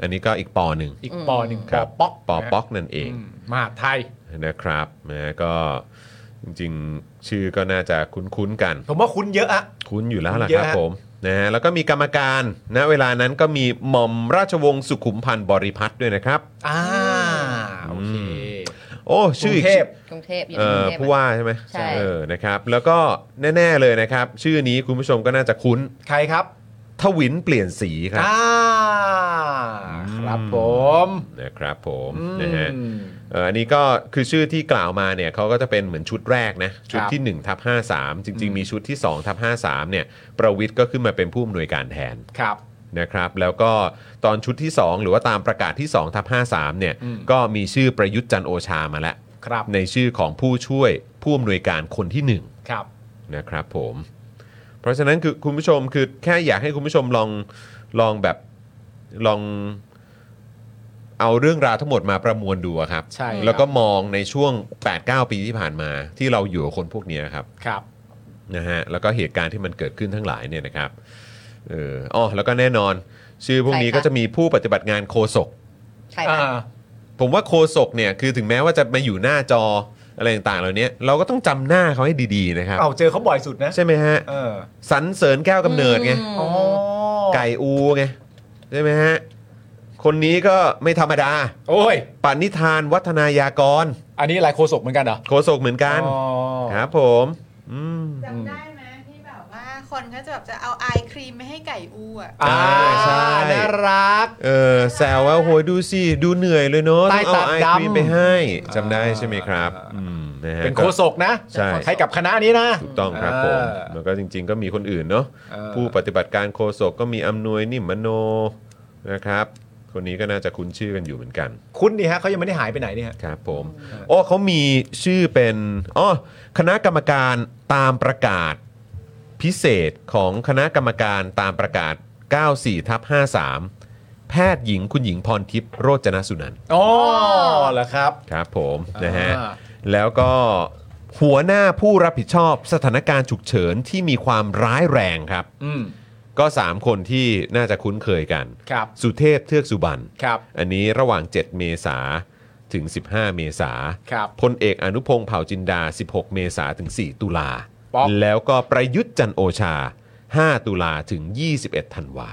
A: อันนี้ก็อีกปอหนึ่ง
B: อีกปอหนึ่ง
A: ครับ
B: ปอป๊อก
A: ปอป๊อกนั่นเอง
B: มมหาดไทย
A: นะครับนะก็จริงๆ ชื่อก็น่าจะคุ้นๆกัน
B: ผมว่าคุ้นเยอะอะ
A: คุ้นอยู่แล้วล่ะ
B: เย
A: ครั
B: อะ
A: บ
B: ฮะ
A: ผมนะฮะแล้วก็มีกรรมการณเวลานั้นก็มีหม่อมราชวงศ์สุขุมพันธ์บริพัตรด้วยนะครับ
B: อ่าโอเค
A: โอ้ชื่อก
B: รุงเทพ
D: กรุงเทพอยู่
A: เอ่
D: ในก
A: อ
D: รุงเทพ
A: ผู้ว่าใช่ไหม
D: ใช่
A: เออนะครับ แล้วก็แน่ๆเลยนะครับ ชื่อนี้คุณผู้ชมก็น่าจะคุ้น
B: ใครครับ
A: ทวินเปลี่ยนสีครับ
B: อ่าครับผม
A: นะครับผม
B: อืม
A: นะฮะเอ่ออันนี้ก็คือชื่อที่กล่าวมาเนี่ยเขาก็จะเป็นเหมือนชุดแรกนะ ชุดที่1ทับ53 จริง ๆ มีชุดที่2ทับ53เนี่ยประวิทย์ก็ขึ้นมาเป็นผู้อำนวยการแทน
B: ครับ
A: นะครับ แล้วก็ตอนชุดที่ 2 หรือว่าตามประกาศที่2ทับ53เนี่ย
B: อืม
A: ก็มีชื่อประยุทธ์จันทร์โอชามาแล้ว
B: ครับ
A: ในชื่อของผู้ช่วยผู้อำนวยการคนที่ 1
B: ครับ
A: นะครับผม เพราะฉะนั้นคือคุณผู้ชมคือแค่อยากให้คุณผู้ชมลองลองแบบลองเอาเรื่องราวทั้งหมดมาประมวลดูอะครับ
B: ใช่ครับ
A: แล้วก็มองในช่วง 8-9 ปีที่ผ่านมา ที่เราอยู่กับคนพวกเนี้ยครับ
B: ครับ
A: นะฮะแล้วก็เหตุการณ์ที่มันเกิดขึ้นทั้งหลายเนี่ยนะครับเอออ๋อแล้วก็แน่นอน ชื่อพวกนี้
D: ใครคะ
A: ก็จะมีผู้ปฏิบัติงานโคศก
D: ใช่
B: อ่า
D: ค่ะ
A: ผมว่าโคศกเนี่ยคือถึงแม้ว่าจะมาอยู่หน้าจออะไรต่างๆเหล่านี้เราก็ต้องจำหน้าเขาให้ดี ๆ นะครับ
B: เอาเจอเขาบ่อยสุดนะ
A: ใช่ไหมฮะ
B: เออ
A: สันเสริญแก้วกำเนิดไง
D: อืม
B: อ๋อ
A: ไก่อูไงใช่ไหมฮะ คนนี้ก็ไม่ธรรมดา
B: โอ้ย
A: ปณิธานวัฒนายากร
B: อันนี้ลายโคศกเหมือนกันเหรอ
A: โคศกเหมือนกัน
B: อ๋อ
A: ครับผมอืม
G: จำได้ไหมที่แบบว่าคนเขาจะแบบจะเอาไอครีมไม่ให้ไก่อูอ่ะ
B: อ่า
A: ใช่
B: น่ารัก
A: เออแซวว่าโหยดูสิ ดูเหนื่อยเลยเนาะต้องเอา
B: ใต้ตา
A: ไอ
B: ดำ
A: ครีมไปให้จำได้ใช่ไหมครับ
B: อ่า
A: อืมนะฮะ
B: เป็นโคศกนะ
A: ใช่
B: ห้กับคณะนี้นะ
A: ถูกต้องครับผม
B: เออ
A: แล้วก็จริง ๆ ก็มีคนอื่นเนาะ
B: เออ
A: ผู้ปฏิบัติการโคศกก็มีอำนวยนิมมโนนะครับ คนนี้ก็น่าจะคุ้นชื่อกันอยู่เหมือนกัน
B: คุณนี่ฮะเขายังไม่ได้หายไปไหนเนี่ยฮะ
A: ครับผม
B: อืม
A: โอ้เขามีชื่อเป็นอ๋อคณะกรรมการตามประกาศพิเศษของคณะกรรมการตามประกาศ 94ทับ53 แพทย์หญิงคุณหญิงพรทิพย์โรจนสุนันท์
B: อ๋อเหรอครับ
A: ครับผม
B: อ่าน
A: นะฮะ
B: อ่า
A: แล้วก็หัวหน้าผู้รับผิดชอบสถานการณ์ฉุกเฉินที่มีความร้ายแรงครับ
B: อืม
A: ก็ 3 คนที่น่าจะคุ้นเคยกัน
B: ครับ
A: สุเทพเทือกสุบรรณ
B: ครับ
A: อันนี้ระหว่าง 7 เมษาถึง 15 เมษา
B: ครับ
A: พลเอกอนุพงศ์เผ่าจินดา 16 เมษาถึง 4 ตุลา
B: ป๊อก
A: แล้วก็ประยุทธ์จันทร์โอชา 5 ตุลาถึง 21 ธันวา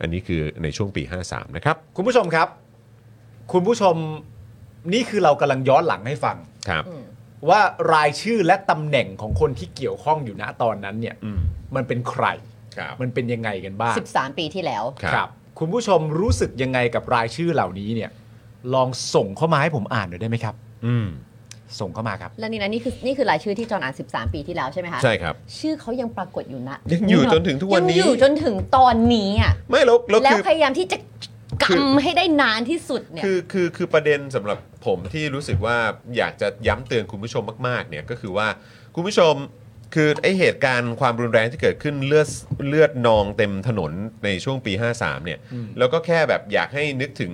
A: อันนี้คือในช่วงปี 53 นะครับ
B: คุณผู้ชมครับ คุณผู้ชมนี่คือเรากำลังย้อนหลังให้ฟัง
A: ครับ
B: ว่ารายชื่อและตำแหน่งของคนที่เกี่ยวข้องอยู่ณตอนนั้นเนี่ย
A: อืม
B: มันเป็นใคร
A: ครับ
B: มันเป็นยังไงกันบ้าง
D: 13 ปีที่แล้ว
A: ครับ
B: คุณผู้ชมรู้สึกยังไงกับรายชื่อเหล่านี้เนี่ย ลองส่งเข้ามาให้ผมอ่านหน่อยได้ไหมครับ
A: อืม
B: ส่งเข้ามาครับ
D: แล้วนี่นะนี่คือนี่คือรายชื่อที่จอห์นอ่าน13 ปีที่แล้วใช่ไหมคะ
A: ใช่ครับ
D: ชื่อเขายังปรากฏอยู่นะ
A: ยังอยู่จนถึงทุกวันนี้
D: ยังอยู่จนถึงตอนนี้อ่ะ
A: ไม่แล้วแล้ว
D: แล้ว
A: คือ
D: พยายามที่จะ
A: คือ
D: กำให้ได้นานที่สุดเนี่ย
A: คือคือคือประเด็นสำหรับผมที่รู้สึกว่าอยากจะย้ำเตือนคุณผู้ชมมากๆเนี่ยก็คือว่าคุณผู้ชมคือไอเหตุการณ์ความรุนแรงที่เกิดขึ้นเลือดเลือดนองเต็มถนนในช่วงปี 53เนี่ย
B: อืม
A: แล้วก็แค่แบบอยากให้นึกถึง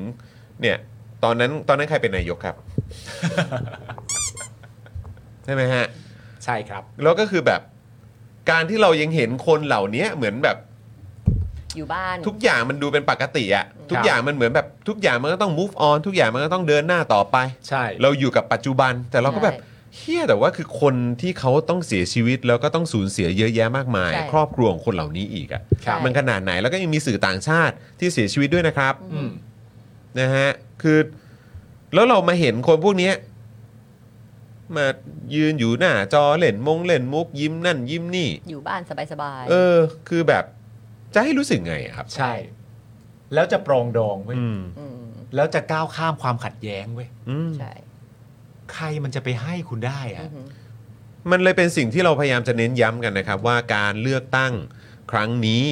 A: เนี่ยตอนนั้นตอนนั้นใครเป็นนายก ครับ ใช่ไหมฮะ
B: ใช่ครับ
A: แล้วก็คือแบบการที่เรายังเห็นคนเหล่านี้เหมือนแบบ
D: อยู่บ้าน
A: ทุกอย่างมันดูเป็นปกติอะทุก
B: ครับ
A: อย่างมันเหมือนแบบทุกอย่างมันก็ต้อง move on ทุกอย่างมันก็ต้องเดินหน้าต่อไป
B: ใช่
A: เราอยู่กับปัจจุบันแต่เราก็แบบ
D: ใช่
A: เฮียแต่ว่าคือคนที่เขาต้องเสียชีวิตแล้วก็ต้องสูญเสียเยอะแยะมากมาย
D: ใช่
A: ครอบครัวของคนเหล่านี้อีกอะ
D: ครับ
A: มันขนาดไหนแล้วก็ยังมีสื่อต่างชาติที่เสียชีวิตด้วยนะครับ
B: อืม
A: นะฮะ คือ แล้วเรามาเห็นคนพวกเนี้ยมายืนอยู่หน้าจอเล่นมงเล่นมุกยิ้มนั่นยิ้มนี่
D: อยู่บ้านสบาย
A: เออ คือแบบจะให้รู้สึกไงอะครับ
B: ใช่ แล้วจะปรองดองเว้ย
A: อืม
D: ๆอืม
B: แล้วจะก้าวข้ามความขัดแย้งเว้ย
A: อืม
D: ใช่
B: ใครมันจะไปให้คุณได้
D: อื
B: อะ
D: อหือ
A: มันเลยเป็นสิ่งที่เราพยายามจะเน้นย้ำกันนะครับ ว่าการเลือกตั้งครั้งนี้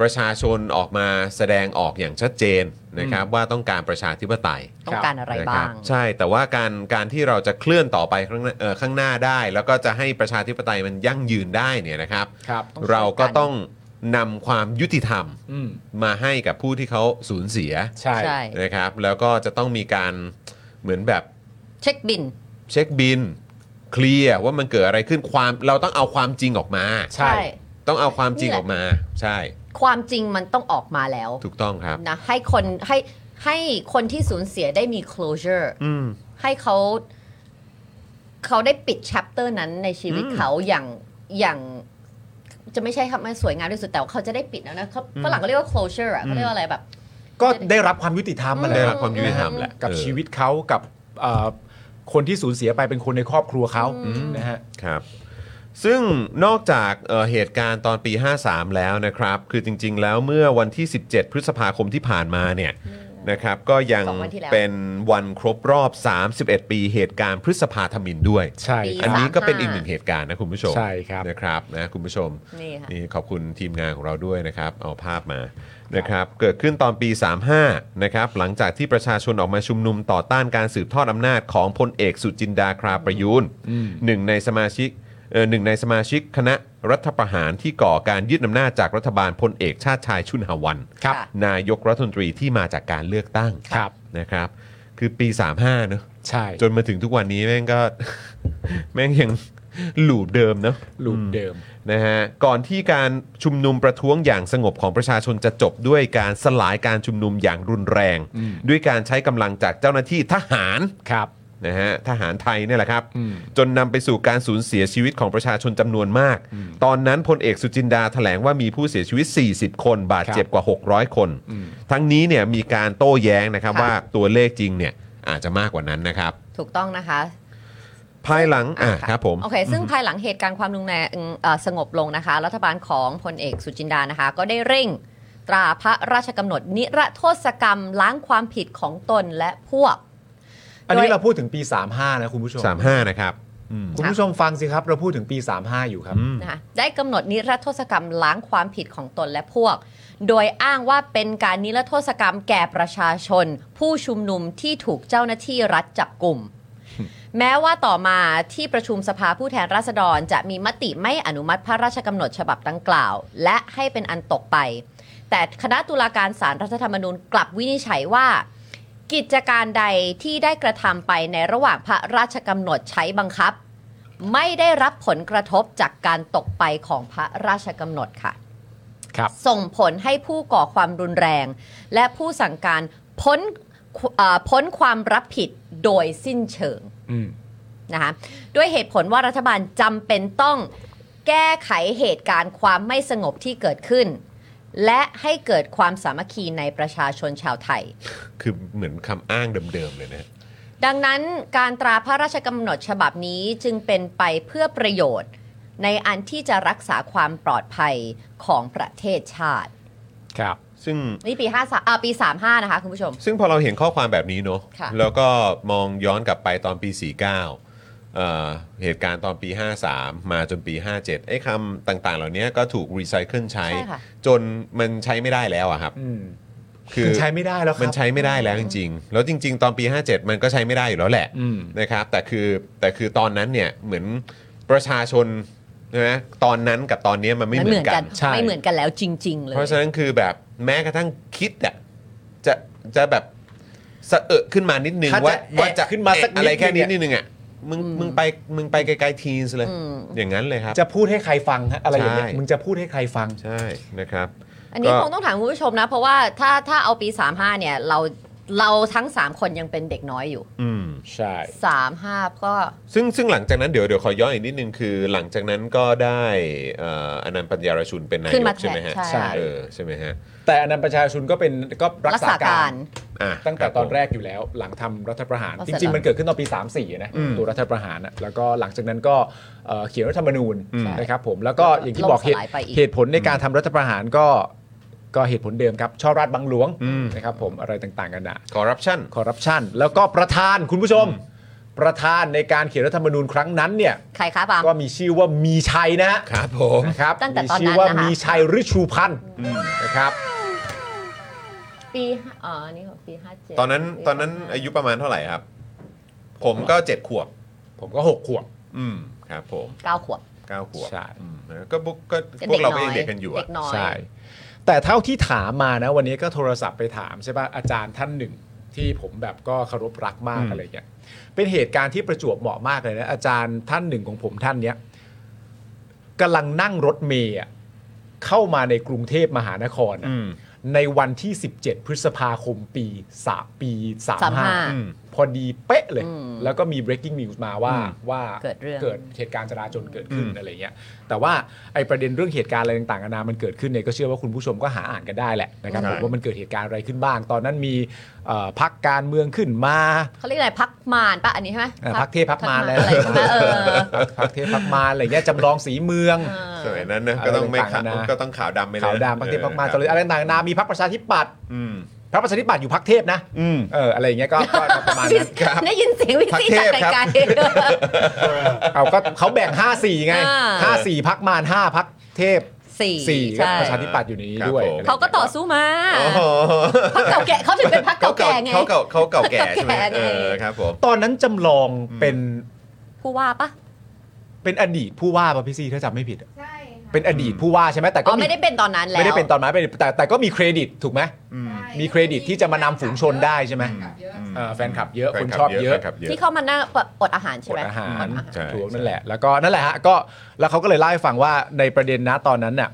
A: ประชาชนออกมาแสดงออกอย่างชัดเจนนะครับ ว่าต้องการประชาธิปไตย
D: ต้องการอะไร
A: นะค
D: บ้า
A: รั
D: ง
A: ใช่แต่ว่าการการที่เราจะเคลื่อนต่อไปข้างหน้าเอ่อข้างหน้าได้ แล้วก็จะให้ประชาธิปไตยมันยั่งยืนได้เนี่ยนะครับ
B: ครับ
D: ต้องช่วยกัน
A: เราก็ต้องนำความยุติธรรม
B: อืม
A: มาให้กับผู้ที่เขาสูญเสีย
B: ใช่
D: ใช่
A: นะครับ แล้วก็จะต้องมีการเหมือนแบบ
D: เช็คบิน
A: เช็คบินเคลียร์ว่ามันเกิดอะไรขึ้นความเราต้องเอาความจริงออกมา
B: ใช่
A: ต้องเอาความจริงออกมา ใช่
D: ความจริงมันต้องออกมาแล้ว
A: ถูกต้องครับ
D: นะให้คนให้ให้คนที่สูญเสียได้มี closure
A: อืม
D: ให้เขาเขาได้ปิด chapter นั้นในชีวิต
A: อืม
D: เขาอย่างอย่างจะไม่ใช่คำว่าสวยงามที่สุดแต่ว่าเขาจะได้ปิดแล้วนะเขา
A: อืม
D: ฝรั่งก็เรียกว่า closure อะเขาเรียกว่าอะไรแบบ
B: ก็ได้รับความยุติธรรมมา
A: ได้
B: แล้ว
A: รับความยุติธรรมแหละ
B: กับ
A: เออ
B: ชีวิตเขากับเอ่อคนที่สูญเสียไปเป็นคนในครอบครัวเขานะฮะ
A: ครับ ซึ่งนอกจากเอ่อเหตุการณ์ตอนปี 53 แล้วนะครับ คือจริง ๆ แล้วเมื่อวันที่ 17 พฤษภาคมที่ผ่านมาเนี่ยนะครับ ก็ยัง
D: สองวันที่แล้ว
A: เป็นวันครบรอบ 31 ปีเหตุการณ์พฤษภาธมินด้วย
B: ใช่
D: ปี
B: ค
A: อัน
B: รับ
A: นี้ก็เป็น
D: 35
A: อีกหนึ่งเหตุการณ์นะคุณผู้ชม
B: ใช่ครับ
A: นะครับนะคุณผู้ชม
D: นี่ค่ะ
A: นี่ขอบคุณทีมงานของเราด้วยนะครับ เอาภาพมานะครับ เกิดขึ้นตอนปี 35 นะครับ หลังจากที่ประชาชนออกมาชุมนุมต่อต้านการสืบทอดอำนาจของพลเอกสุจินดาคราประยูนหนึ่งในสมาชิกเอ่อหนึ่งในสมาชิกคณะรัฐประหารที่ก่อการยึดอำนาจจากรัฐบาลพลเอกชาติชายชุนหวัน
B: ครับ
D: ค่ะ
A: นายกรัฐมนตรีที่มาจากการเลือกตั้ง
B: ครับ
A: นะครับ คือปี 35 เนอะ
B: ใช่
A: จนมาถึงทุกวันนี้แม่งก็ แม่งยัง หลูบเดิมเนอะ
B: ลูปเดิม
A: นะฮะก่อนที่การชุมนุมประท้วงอย่างสงบของประชาชนจะจบด้วยการสลายการชุมนุมอย่างรุนแรง
B: อืม
A: ด้วยการใช้กำลังจากเจ้าหน้าที่ทหาร
B: ครับ
A: นะฮะทหารไทยเนี่ยแหละครับ
B: อืม
A: จนนำไปสู่การสูญเสียชีวิตของประชาชนจำนวนมาก ตอนนั้นพลเอกสุจินดาถแถลงว่ามีผู้เสียชีวิต 40 คนบาดเจ็บกว่า 600 คน ทั้งนี้เนี่ยมีการโต้แย้งนะครับ
D: ครับ
A: ว่าตัวเลขจริงเนี่ยอาจจะมากกว่านั้นนะครับ
D: ถูกต้องนะคะ
A: ภายหลังอ่ะ
D: ะ
A: ครับผม
D: โอเค ซึ่งภายหลังเหตุการณ์ความรุนแรงเอ่อสงบลงนะคะ รัฐบาลของพลเอกสุจินดานะคะ ก็ได้เร่งตราพระราชกำหนดนิรโทษกรรมล้างความผิดของตนและพวก
B: อัน
D: โด
B: นี้
D: ย
B: เราพูดถึงปี 35 นะคุณผู้ชม
A: 35 นะครับอืม
B: คุณผู้ชมฟังสิครับ เราพูดถึงปี 35 อยู่ครับ
A: อืม
D: นะคะได้กำหนดนิรโทษกรรมล้างความผิดของตนและพวก โดยอ้างว่าเป็นการนิรโทษกรรมแก่ประชาชน ผู้ชุมนุมที่ถูกเจ้าหน้าที่รัฐจับก ลุ่ม แม้ว่าต่อมาที่ประชุมสภาผู้แทนราษฎร จะมีมติไม่อนุมัติพระราชกำหนดฉบับดังกล่าว และให้เป็นอันตกไป แต่คณะตุลาการศาลรัฐธรรมนูญกลับวินิจฉัยว่า กิจการใดที่ได้กระทำไปในระหว่างพระราชกำหนดใช้บังคับ ไม่ได้รับผลกระทบจากการตกไปของพระราชกำหนดค่ะ
B: ครับ
D: ส่งผลให้ผู้ก่อความรุนแรง และผู้สั่งการพ้นเอ่อพ้นความรับผิดโดยสิ้นเชิง
B: อืม
D: นะคะด้วยเหตุผลว่ารัฐบาลจำเป็นต้องแก้ไขเหตุการณ์ความไม่สงบที่เกิดขึ้น และให้เกิดความสามัคคีในประชาชนชาวไทย
A: คือเหมือนคำอ้างเดิมๆเลยนะ
D: ดังนั้นการตราพระราชกำหนดฉบับนี้จึงเป็นไปเพื่อประโยชน์ ในอันที่จะรักษาความปลอดภัยของประเทศชาติ
B: ครับ
A: ซึ่ง
D: นี่ปี 53อ่าปี 35 นะคะคุณผู้ชม
A: ซึ่งพอเราเห็นข้อความแบบนี้เนอะ
D: ค่ะ
A: แล้วก็มองย้อนกลับไปตอนปี 49เอ่อเหตุการณ์ตอนปี 53 มาจนปี 57 ไอ้คำต่างๆ เหล่านี้ก็ถูกรีไซเคิลใช้
D: ใช่ค่ะ
A: จนมันใช้ไม่ได้แล้วอะครับ
B: อืม
A: คือ
B: มันใช้ไม่ได้แล้วครั
A: มันใช้ไม่ได้แล้วจริง ๆ แล้วจริง ๆ ตอนปี 57 มันก็ใช้ไม่ได้อยู่แล้วแหละ
B: อืม
A: นะครับแต่คือแต่คือตอนนั้นเนี่ยเหมือนประชาชนใช่ไหมตอนนั้นกับตอนเนี้ยมันไม่เหมือนกัน
B: ใช่
D: ไม่เหมือนกันแล้วจริง ๆ เลย
A: เพราะฉะนั้นคือแบบแม้กระทั่งคิดอะจะจะแบบสะเอะขึ้นมานิดนึง
B: ถ้าจะ
A: ว่า
B: แอะ
A: ว่าจะ
B: ขึ้นมาสัก
A: แอะอะไร
B: นิดนึง
A: แค่นี้นิ
B: เนี่ย
A: ดนึงอะมึง
D: อืม
A: มึงไปมึงไปไกลๆทีนส์เลย
D: อืม
A: อย่างนั้นเลยครับ
B: จะพูดให้ใครฟังฮะอะไรอย่างเงี้ย
A: ใช่
B: มึงจะพูดให้ใครฟัง
A: ใช่นะครับ
D: อันนี้
A: ก็
D: คงต้องถามคุณผู้ชมนะ เพราะว่าถ้าถ้าเอาปี 35 เนี่ย เรา เราทั้ง 3 คนยังเป็นเด็กน้อยอยู่
A: อืม
B: ใช่
D: 3 5 ก็
A: ซึ่งซึ่งหลังจากนั้นเดี๋ยวเดี๋ยวขอย้อนอีกนิดนึงคือ หลังจากนั้นก็ได้เอ่ออนันต์ปัญญารชุนเป็นนาย
D: ขึ้นมาก แท
A: ใช่ไห
D: น
A: มฮะ
B: ใช่
A: เออใช่ไหมฮะ
B: แต่อันนั้นประชาชนก็เป็นก็รั
D: รั
B: ก
D: ก
B: ษา
D: ษา
B: การ
D: การ
A: อ่ะ
B: ตั้งแต่
A: คบ
B: ตอน
A: ผม
B: แรกอยู่แล้วหลังทำรัฐประหาร
D: ว่า
B: จ
D: เสร็จ
B: ริง
D: แล้ว
B: ๆมันเกิดขึ้นตอนปี 34 นะ
A: อืม
B: ตัวรัฐประหารน่ะแล้วก็หลังจากนั้นก็เอ่อเขียนรัฐธรรมนูญ
A: อืม
B: นะครับผมแล้วก็อย่างที่บอกเห
D: ล่มส
B: ตุ
D: ลายไปอีก
B: เหตุผลในการทำรัฐประหารก็ก็เหตุผลเดิมครับ ช่อราชบังหลวง
A: อืม
B: นะครับผมอะไรต่างๆกันนะ
A: คอร์รัปชัน
B: คอร์รัปชันแล้วก็ประธานคุณผู้ชม ประธานในการเขียนรัฐธรรมนูญครั้งนั้นเนี่ย
D: ใครคะปาล์ม
B: ก็มีชื่อว่ามีชัยนะฮะ
A: ครับผม
B: นะครับ
D: ตั้งแต่
B: มี
D: ตอนนั้น
B: ชื่อว่า
D: นะคะ
B: มีชัยฤชูพันธ์นะครับ
D: ปีเอ๋อนี่ของปีห้าเจ็ด
A: ตอนนั้นตอนนั้นอายุประมาณเท่าไหร่ครับ ผมก็เจ็ดขวบ
B: ผมก็หกขวบ
A: อืมครับผม
D: เก้าขวบ
A: เก้าขวบ
B: ใช่
A: อืมก็พวกก็พวกเราก็ยังเด็กกันอยู่
D: เด็
A: อะ
D: กน้อย
B: ใช่ แต่เท่าที่ถามมานะ วันนี้ก็โทรศัพท์ไปถามใช่ป่ะอาจารย์ท่านหนึ่ง ที่ผมแบบก็เคารพรักมากอะไรเงี้ยเป็นเหตุการณ์ที่ประจวบเหมาะมากเลยนะอาจารย์ท่านหนึ่งของผมท่านเนี้ยกำลังนั่งรถเมย์อะเข้ามาในกรุงเทพมหานครอะ
A: อืม
B: ในวันที่ 17 พฤษภาคมปีสามปี
D: 35
A: อืม
B: 35 พอดีเป๊ะเลย
D: อืม
B: แล้วก็มี breaking news มาว่า
A: อืม
B: ว่า
D: เกิดเรื่อง
B: เหตุการณ์จราจนเกิดขึ้น
A: อืม
B: อะไรเงี้ย แต่ว่าไอประเด็นเรื่องเหตุการณ์อะไรต่างๆนานามันเกิดขึ้นเนี่ยก็เชื่อว่าคุณผู้ชมก็หาอ่านกันได้แหละนะครับผมว่ามันเกิดเหตุการณ์อะไรขึ้นบ้าง ตอนนั้นมีเอ่อพักการเมืองขึ้นมา
D: เขาเรียกอะไรพักมารป่ะอันนี้ใช่ไหม
B: เอ่อพักเทพพักมารอะไร
D: อะไรใช่ไหมเออ
B: พักเทพพักมารอะไรเงี้ยจำลองสีเมือง
D: เออ
A: สมัยนั้นนะก็ต้องไม่ขา
B: อะไรต่างๆนะ
A: ก็ต้องขาวดำไปเลย
B: ขาวดำพักเทพพักมาร
A: ออ
B: ตอนนั้นอะไรต่างๆนานามีพักประชาธิปัตย์
A: อืม
B: พรรคประชาธิปัตย์อยู่พักเทพนะ
A: อืม
B: เอออะไรอย่างเงี้ยก็ก็ก็ประมาณนั้นครับ
D: ได้ยินเสียงวิซี่จากไกล
B: เอาก็เขาแบ่ง 5 4 ไง
D: อ่า
B: 5 4 พักมาร5พักเทพ
D: ๆสี่
B: 4 ก็
D: ใช่
B: ประชาธิปัตย์อยู่ในนี้
A: ครับ
B: ด้ว
A: ผม
B: ยะไรย่งงี้ย
D: เขาก็ต่อสู้มา
A: อ๋อ
D: พักเก่าแก่เขาถึงเป็นพัก
A: เขา
D: เก่า
A: เก่า
D: แก่ไง
A: เขาเก่าเขาเก่าแก่
D: เขาเก่า
A: ใช่ไหม
D: แก่
A: เ
D: ไง
A: ออครับผม
B: ตอนนั้นจำลองเป็น
D: ผู้ว่าปะ
B: เป็นอดีตผู้ว่าป่ะพี่ซีถ้าจำไม่ผิดอะ
G: ใช่ค่ะ
B: เป็นอดีตผู้ว่าใช่ไหมแต่
D: อ๋
B: ก็
D: อไม่ได้เป็นตอนนั้นแล้ว
B: ไม่ได้เป็นตอนมาเป็นแต่แต่ก็มีเครดิตถูกไหม
A: อืม
G: ใช่
B: มีเครดิตที่จะมานำฝูงชนได้ใช่ไหม
G: แฟนคลับเยอะ
B: เอ่อแฟนคลับ
A: แฟลั
B: เยอะคนชอบเยอะ
A: แฟนคลับเยอะ
D: ที่เขามานั่งอดอาหารใช่
B: อ
D: ไหม
B: ดอาหาร
D: ดอาหาร
A: ใช่
B: ถูก
A: ใช่
B: นั่นแหละ แล้วก็นั่นแหละฮะก็แล้วเขาก็เลยเล่าให้ฟังว่าในประเด็นนะตอนนั้นน่ะ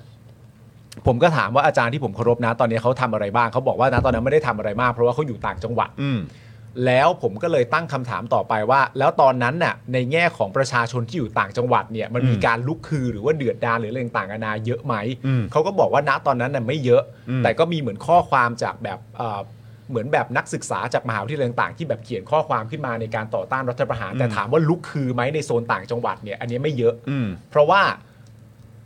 B: ผมก็ถามว่าอาจารย์ที่ผมเคารพนะตอนนี้เขาทำอะไรบ้างเขาบอกว่านะตอนนั้นไม่ได้ทำอะไรมากเพราะว่าเขาอยู่ต่างจังหวัด
A: อืม
B: แล้วผมก็เลยตั้งคำถามต่อไปว่า แล้วตอนนั้นน่ะในแง่ของประชาชนที่อยู่ต่างจังหวัดเนี่ยมันมี
A: อืม
B: การลุกคือหรือว่าเดือดดานหรืออะไรต่างๆนานาเยอะไหม
A: อืม
B: เขาก็บอกว่าณตอนนั้นน่ะไม่เยอะ
A: อืม
B: แต่ก็มีเหมือนข้อความจากแบบเอ่อเหมือนแบบนักศึกษาจากมหาวิทยาลัยต่างๆ ที่แบบเขียนข้อความขึ้นมาในการต่อต้านรัฐประหารแต่ถามว่าลุกคือไหมในโซนต่างจังหวัดเนี่ยอันนี้ไม่เยอะ
A: อืม
B: เพราะว่า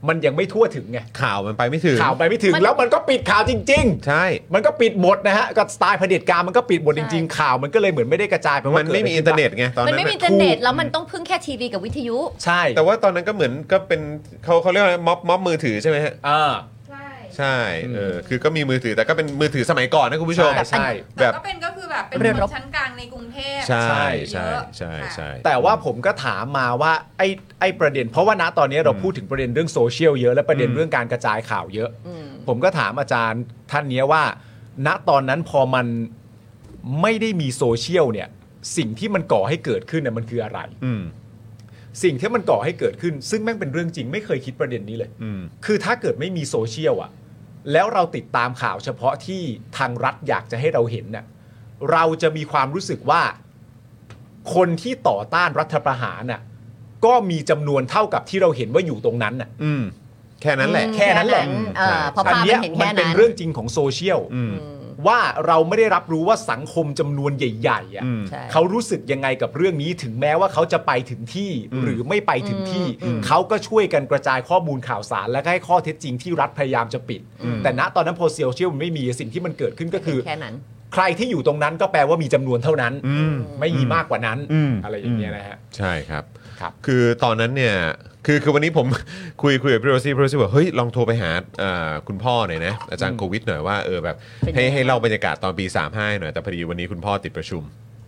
B: มันยังไม่ทั่วถึงไง
A: ข่าวมันไปไม่ถึง
B: ข่าวไปไม่ถึง
D: มัน
B: แล้วมันก็ปิดข่าวจริง ๆ
A: ใช่
B: มันก็ปิดหมดนะฮะ ก็สไตล์เผด็จการมันก็ปิดหมดจริงๆ ข่าวมันก็เลยเหมือนไม่ได้กระจายปว่า
A: มันไม่มี
B: กิดะ
A: อินเทอร์เน็ตไงตอน
D: มัน
A: นั้น
D: ไม่มี
A: น่ะ
D: อินเทอร์เน็ตแล้วมันต้องพึ่งแค่ทีวีกับวิทยุ
B: ใช่
A: แต่ว่าตอนนั้นก็เหมือนก็เป็นเขาเขาเรียกว่าอะไรม็อบม็อบมือถือใช่ไหมฮะ
B: อ่า
G: ใช่
A: ใช่เออคือก็มีมือถือแต่ก็เป็นมือถือสมัยก่อนนะคุณผู้ชม
B: ใช่ใช่
A: แบ
G: แต่
A: บ
G: ก็เป็นก็คือแบบเป็น
D: เรียน
G: ค
D: รบ
G: นชั้นกลางในกรุงเทพ
A: ใช่
G: ใช่
A: ใช่
G: ใช่
A: ใช่
G: ใช่
A: ใช่
B: แต่ว่าผมก็ถามมาว่าไอ้ไอ้ประเด็น เพราะว่าณตอนนี้เราพูดถึงประเด็นเรื่องโซเชียลเยอะและประเด็นเรื่องการกระจายข่าวเยอะ
D: อืม
B: ผมก็ถามอาจารย์ท่านเนี้ยว่า ณตอนนั้นพอมันไม่ได้มีโซเชียลเนี่ย สิ่งที่มันก่อให้เกิดขึ้นน่ยมันคืออะไร
A: อืม
B: สิ่งที่มันก่อให้เกิดขึ้น ซึ่งแม่งเป็นเรื่องจริงไม่เคยคิดประเด็นนี้เลย
A: อืม
B: คือถ้าเกิดไม่มีโซเชียลอะแล้วเราติดตามข่าวเฉพาะที่ทางรัฐอยากจะให้เราเห็นน่ะเราจะมีความรู้สึกว่า คนที่ต่อต้านรัฐประหารน่ะก็มีจำนวนเท่ากับที่เราเห็นว่าอยู่ตรงนั้นน่ะ
A: อืมแค่นั้นแหละ
B: ค่นั้นแหละ
D: เออเพราะภาพมั
B: เนี้
D: น
B: ย
D: เห็น
B: มั
D: แค่
B: เป็
D: นั้น น
B: เรื่องจริงของโซเชียล
A: อืม
D: อืม
B: ว่าเราไม่ได้รับรู้ว่าสังคมจำนวนใหญ่ๆอะ
A: อืม
D: ใช่
B: เขารู้สึกยังไงกับเรื่องนี้ถึงแม้ว่าเขาจะไปถึงที่
A: อืม
B: หรือไม่ไปถึงที่
D: อืม
B: เขาก็ช่วยกันกระจายข้อมูลข่าวสาร และก็ให้ข้อเท็จจริงที่รัฐพยายามจะปิด แต่ณตอนนั้นโพเชียลเชียลมันไม่มีสิ่งที่มันเกิดขึ้นก็คือ
D: แค่นั้น
B: ใครที่อยู่ตรงนั้นก็แปลว่ามีจำนวนเท่านั้น
A: อืม
B: ไม่มีมากกว่านั้น
A: อืม
B: อะไรอย่างเงี้ยนะฮะ
A: ใช่ครับ
B: ครับ
A: คือตอนนั้นเนี่ย คือคือวันนี้ผม คุยคุยกับพี่โรซี่พี่โรซี่บอกเฮ้ยลองโทรไปหาเอ่อคุณพ่อหน่อยนะอาจารย์โควิดหน่อยว่าเออแบบ
D: เป็น
A: ให้
D: ยังไง
A: ให้เล่าบรรยากาศตอนปี35หน่อยแต่พอดีวันนี้คุณพ่อติดประชุม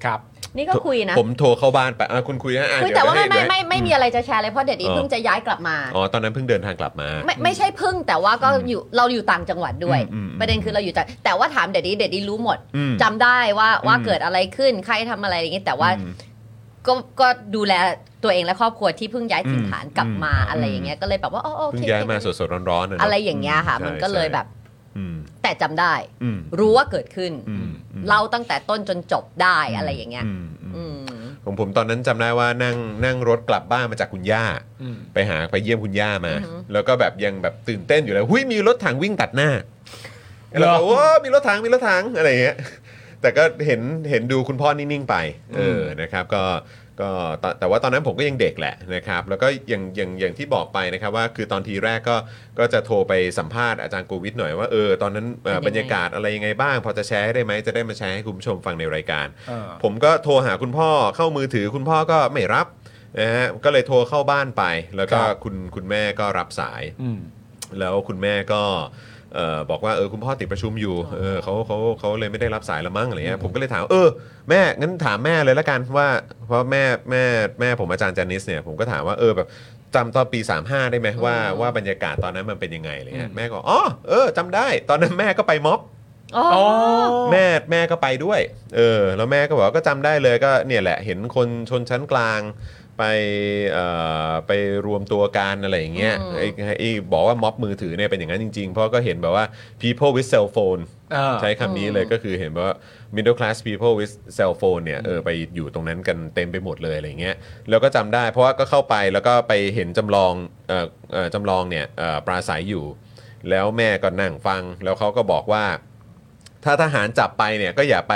B: ครับ
D: นี่ก็คุยนะ
A: ผมโทรเข้าบ้านไปอ่ะคุณคุยนะอ่ะ
D: คุย
A: เดี๋ย
D: แต่ว่า
A: ให้
D: ไม่
A: เดี๋ย
D: ไม่
A: ให้
D: ไม่ไม่มีอะไรจะแชร์เลยเพราะเด็ดอี
A: อ๋อ
D: เพิ่งจะย้ายกลับมา
A: อ๋อตอนนั้นเพิ่งเดินทางกลับมา
D: ไม่ไม่ใช่เพึ่งแต่ว่าก็อยู่เราอยู่ต่างจังหวัดด้วย
A: อืมอืม
D: ประเด็นคือเราอยู่ต่างแต่ว่าถามเด็ดดีเด็ดดีรู้หมด
A: อืม
D: จำได้ว่าว่า
A: อืม
D: เกิดอะไรขึ้นใครทำอะไรอย่างงี้แต่ว่า
A: อืม
D: ก็ก็ดูแลตัวเองและครอบครัวที่เพิ่งย้ายถิ่นฐานกลับมา
A: อืม
D: อะไรอย่างเงี้ยก็เลยแบบว่าอ๋อโอ
A: เพิ่ง
D: เค
A: ย้ายมา
D: โอเค
A: สดๆร้อนๆน
D: อะไรอย่างเงี้ยค่ะ
A: ใช่
D: มันก็เลย
A: ใช่
D: แบบ
A: อืม
D: แต่จำได้
A: อืม
D: รู้ว่าเกิดขึ้น
A: อืมอืม
D: เล่าตั้งแต่ต้นจนจบได้อะไรอย่างเงี้ย
A: มอืม
D: อืม
A: ของผมตอนนั้นจำได้ว่านั่งนั่งรถกลับบ้านมาจากคุณย่า ไปหาไปเยี่ยมคุณย่ามา
D: อือหือ
A: แล้วก็แบบยังแบบตื่นเต้นอยู่เลยหุยมีรถถังวิ่งตัดหน้าแล้วก็
B: เหรอ
A: ว้ามีรถถังมีรถถังอะไรอย่างเงี้ยแต่ก็เห็นเห็นดูคุณพ่อนิ่งๆไปเออนะครับก็ก็ตอนแต่ว่าตอนนั้นผมก็ยังเด็กแหละนะครับแล้วก็อย่างอย่างอย่างที่บอกไปนะครับว่าคือตอนทีแรกก็ก็จะโทรไปสัมภาษณ์อาจารย์โกวิทหน่อยว่าเออตอนนั้นเอ่อบรรยากาศอะไรยังไงบ้าง พอจะแชร์ให้ได้ไหมจะได้มาแชร์ให้คุณผู้ชมฟังในรายการ ผมก็โทรหาคุณพ่อเข้ามือถือคุณพ่อก็ไม่รับนะฮะก็เลยโทรเข้าบ้านไป แล้วก็
B: ครับ
A: คุณคุณแม่ก็รับสาย แล้วคุณแม่ก็เอ่อบอกว่าเออคุณพ่อติดประชุมอยู่เออเขาเขาเขาเลยไม่ได้รับสายละมั้งอะไรเงี้ยผมก็เลยถามเออแม่งั้นถามแม่เลยละกันว่าเพราะแม่แม่แม่ผมอาจารย์จานิสเนี่ยผมก็ถามว่าเออแบบจำตอนปี 35 ได้ไหมว่าว่าบรรยากาศตอนนั้นมันเป็นยังไงอะไรเงี้ยแม่ก็อ๋อเออจำได้ตอนนั้นแม่ก็ไปม็อบ
D: อ๋อ
B: อ๋อ
A: แม่แม่ก็ไปด้วย เออ แล้วแม่ก็บอกว่าก็จำได้เลยก็เนี่ยแหละ เห็นคนชนชั้นกลางไปเอ่อไปรวมตัวกันอะไรอย่างเงี้ยไอ้ไอ้บอกว่าม็อบมือถือเนี่ยเป็นอย่างนั้นจริงๆ เพราะก็เห็นแบบว่า people with cell phone
B: อ่า
A: ใช้คำนี้เลยก็คือเห็นว่า middle class people with cell phone เนี่ยเออไปอยู่ตรงนั้นกันเต็มไปหมดเลยอะไรอย่างเงี้ย แล้วก็จำได้เพราะว่าก็เข้าไปแล้วก็ไปเห็นจำลองเอ่อเอ่อจำลองเนี่ยเอ่อปราศัยอยู่ แล้วแม่ก็นั่งฟังแล้วเขาก็บอกว่า ถ้าทหารจับไปเนี่ยก็อย่าไป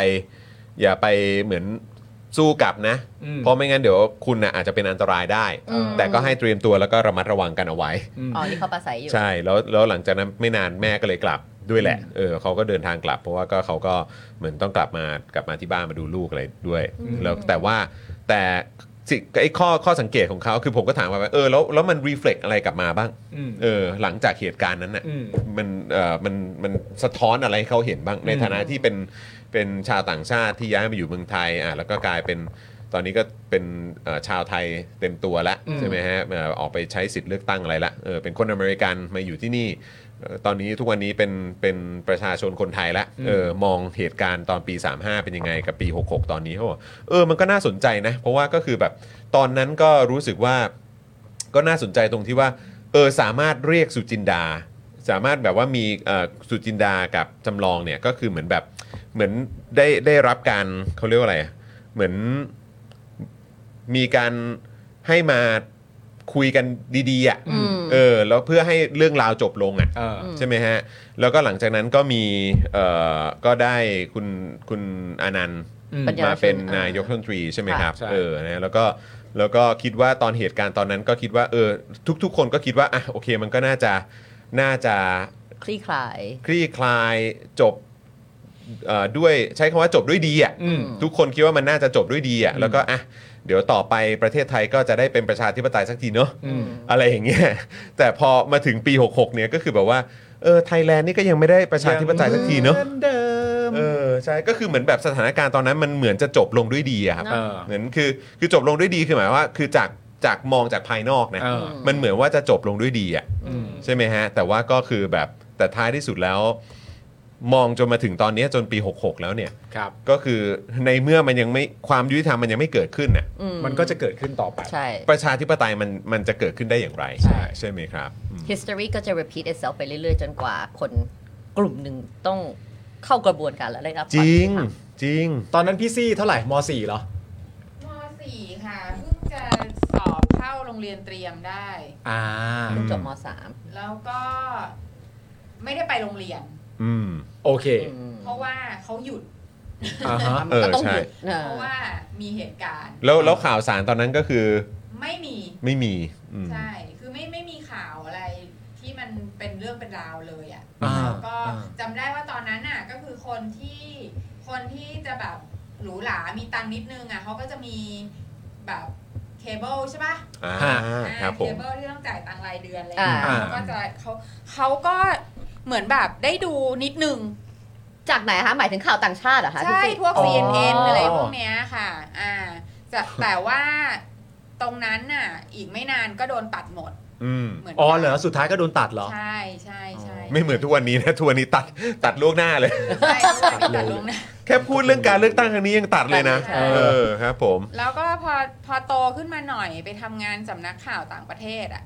A: อย่าไปเหมือนสู้กลับนะ
B: อืม
A: เพราะไม่งั้นเดี๋ยวคุณนะอาจจะเป็นอันตรายได้
D: ม
A: แต่ก็ให้เตรียมตัวแล้วก็ระมัดระวังกันเอาไว้
D: อ๋อนี่เขาประสัยอยู่
A: ใช่แล้วแล้วหลังจากนั้นไม่นานแม่ก็เลยกลับด้วยแหละเออเขาก็เดินทางกลับ เพราะว่าก็เขาก็เหมือนต้องกลับมากลับมาที่บ้านมาดูลูกอะไรด้วยแล้วแต่ว่าแต่สิไอ้ข้อข้อสังเกตของเขาคือผมก็ถามว่าเออแล้วแล้วมันรีเฟล็กอะไรกลับมาบ้าง
B: อืม
A: เออหลังจากเหตุการณ์นั้นน่ะ
B: อืม
A: มันเอ่อมันมันสะท้อนอะไรให้เขาเห็นบ้างในฐานะที่เป็นเป็นชาวต่างชาติที่ย้ายมาอยู่เมืองไทยอ่ะแล้วก็กลายเป็นตอนนี้ก็เป็นเอ่อชาวไทยเต็มตัวแล้วใช่ไหมฮะเอ่อออกไปใช้สิทธิ์เลือกตั้งอะไรละเออเป็นคนอเมริกันมาอยู่ที่นี่เอ่อตอนนี้ทุกวันนี้เป็นเป็นประชาชนคนไทยละเออมองเหตุการณ์ตอนปี 35 เป็นยังไงกับปี 66 ตอนนี้เขาบอกเออมันก็น่าสนใจนะเพราะว่าก็คือแบบตอนนั้นก็รู้สึกว่า ก็น่าสนใจตรงที่ว่าเออสามารถเรียกสุจินดา สามารถแบบว่ามีเอ่อสุจินดากับจำลองเนี่ยก็คือเหมือนแบบเหมือนได้ได้รับการเขาเรียกว่าอะไรอะเหมือนมีการให้มาคุยกันดีๆอะ่ะ
D: อืม
A: เออแล้วเพื่อให้เรื่องราวจบลงอ่ะ
B: เออ
A: ใช่ไหมฮะ แล้วก็หลังจากนั้นก็มีเอ่อก็ได้คุณคุณอานันต์
D: ปัญญา
A: มาเป็น
D: ชนอ่าน
A: นายกรัฐมนตรีใช่ไหมค
D: ค่ะ
A: รับ
B: ใช่
A: เออนะแล้วก็แล้วก็คิดว่าตอนเหตุการณ์ตอนนั้นก็คิดว่าเออทุก ๆ คนก็คิดว่าอ่ะโอเคมันก็น่าจะน่าจะ
D: คลี่คลาย
A: คลี่คลายจบเอ่อด้วยใช้คำว่าจบด้วยดีอ่ะ
B: อืม
A: ทุกคนคิดว่ามันน่าจะจบด้วยดีอ่ะแล้วก็อ่ะเดี๋ยวต่อไปประเทศไทยก็จะได้เป็นประชาธิปไตยสักทีเนาะ
B: อืม
A: อะไรอย่างเงี้ยแต่พอมาถึงปี 66 เนี่ยก็คือแบบว่าเออไทยแลนด์นี่ก็ยังไม่ได้ประชาธิปไตยสักทีเนาะ
B: หมือเดิม
A: เออใช่ก็คือเหมือนแบบสถานการณ์ตอนนั้นมันเหมือนจะจบลงด้วยดีอะครับ
B: เออ
A: เหมือนคือคือจบลงด้วยดีคือหมายว่า คือจากจากมองจากภายนอกนะ
B: เออ
A: มันเหมือนว่าจะจบลงด้วยดีอ่ะ
B: อืม
A: ใช่ไหมฮะแต่ว่าก็คือแบบแต่ท้ายที่สุดแล้ว มองจนมาถึงตอนเนี้ยจนปี 66 แล้วเนี่ย
B: ครับ
A: ก็คือในเมื่อมันยังไม่ความยุติธรรมมันยังไม่เกิดขึ้นน่ะ
D: อื
B: มันก็จะเกิดขึ้นต่อไป
D: ใช่
A: ประชาธิปไตยมันมันจะเกิดขึ้นได้อย่างไร
D: ใช่
A: ใช่ไหมครับ
D: history ก็จะ repeat itself ไปเรื่อยๆ จนกว่าคนกลุ่มหนึ่งต้องเข้ากระบวนการแล้วได้รับ
A: จ
D: ความ
A: ริ
D: ยุ
A: ง
D: ติธม
A: จริง
B: ตอนนั้นพี่ซี่เท่าไหร่ม .4 เหรอ
G: มสี่ค่ะเพิ่งจะสอบเข้าโรงเรียนเตรียมได้
B: อ่า
A: อืม
D: จบมสาม
G: แล้วก็ไม่ได้ไปโรงเรียน
A: อืม
B: โอเค
G: เพราะว่าเขาหยุด
B: อ่าฮะ
A: เออ
D: ก็ต้อง
A: ใช่
D: หยุดเออ
G: เพราะว่ามีเหตุการณ์
A: แล้วแล้วข่าวสารตอนนั้นก็คือ
G: ไม่มี
A: ไม่มีอืม
G: ใช่ คือไม่ไม่มีข่าวอะไรที่มันเป็นเรื่องเป็นราวเลยอ่ะ
B: อ่า
G: แล้วก็
B: อ่า
G: จำได้ว่าตอนนั้นน่ะก็คือคนที่คนที่จะแบบหรูหรามีตังค์นิดนึงอ่ะเขาก็จะมีแบบเคเบิลใช่ปะ
A: อ่า
B: ฮะ
A: ครับผม
G: เคเบิลที่ต้องจ่ายตังค์รายเดือนอะไร
D: อ่า
G: เงี้ยเขาก็จะเขาเขาก็เหมือนแบบได้ดูนิดนึง
D: จากไหนคะหมายถึงข่าวต่างชาติเหรอคะ
G: ใช่
D: พี่
G: พวก
B: อ๋อ
G: CNN อะไรพวกเนี้ยค่ะ อ่าจะแต่ว่าตรงนั้นน่ะ อีกไม่นานก็โดนตัดหมด
A: อืม
G: เหมือน
B: อ๋อเหรอ สุดท้ายก็โดนตัดเหรอ
G: ใช่ใช่ใช่
A: ไม่เหมือนทุกวันนี้นะทุกวันนี้ตัดตัดล่วงหน้าเลย
G: ใช่ใช่ไม่ตัดลงนะ
A: แค่พูดเรื่องการเลือกตั้งครั้งนี้ยังตัดเลยนะ
G: ใช่
A: เออครับผม
G: แล้วก็พอพอโตขึ้นมาหน่อยไปทำงานสำนักข่าวต่างประเทศอ่ะ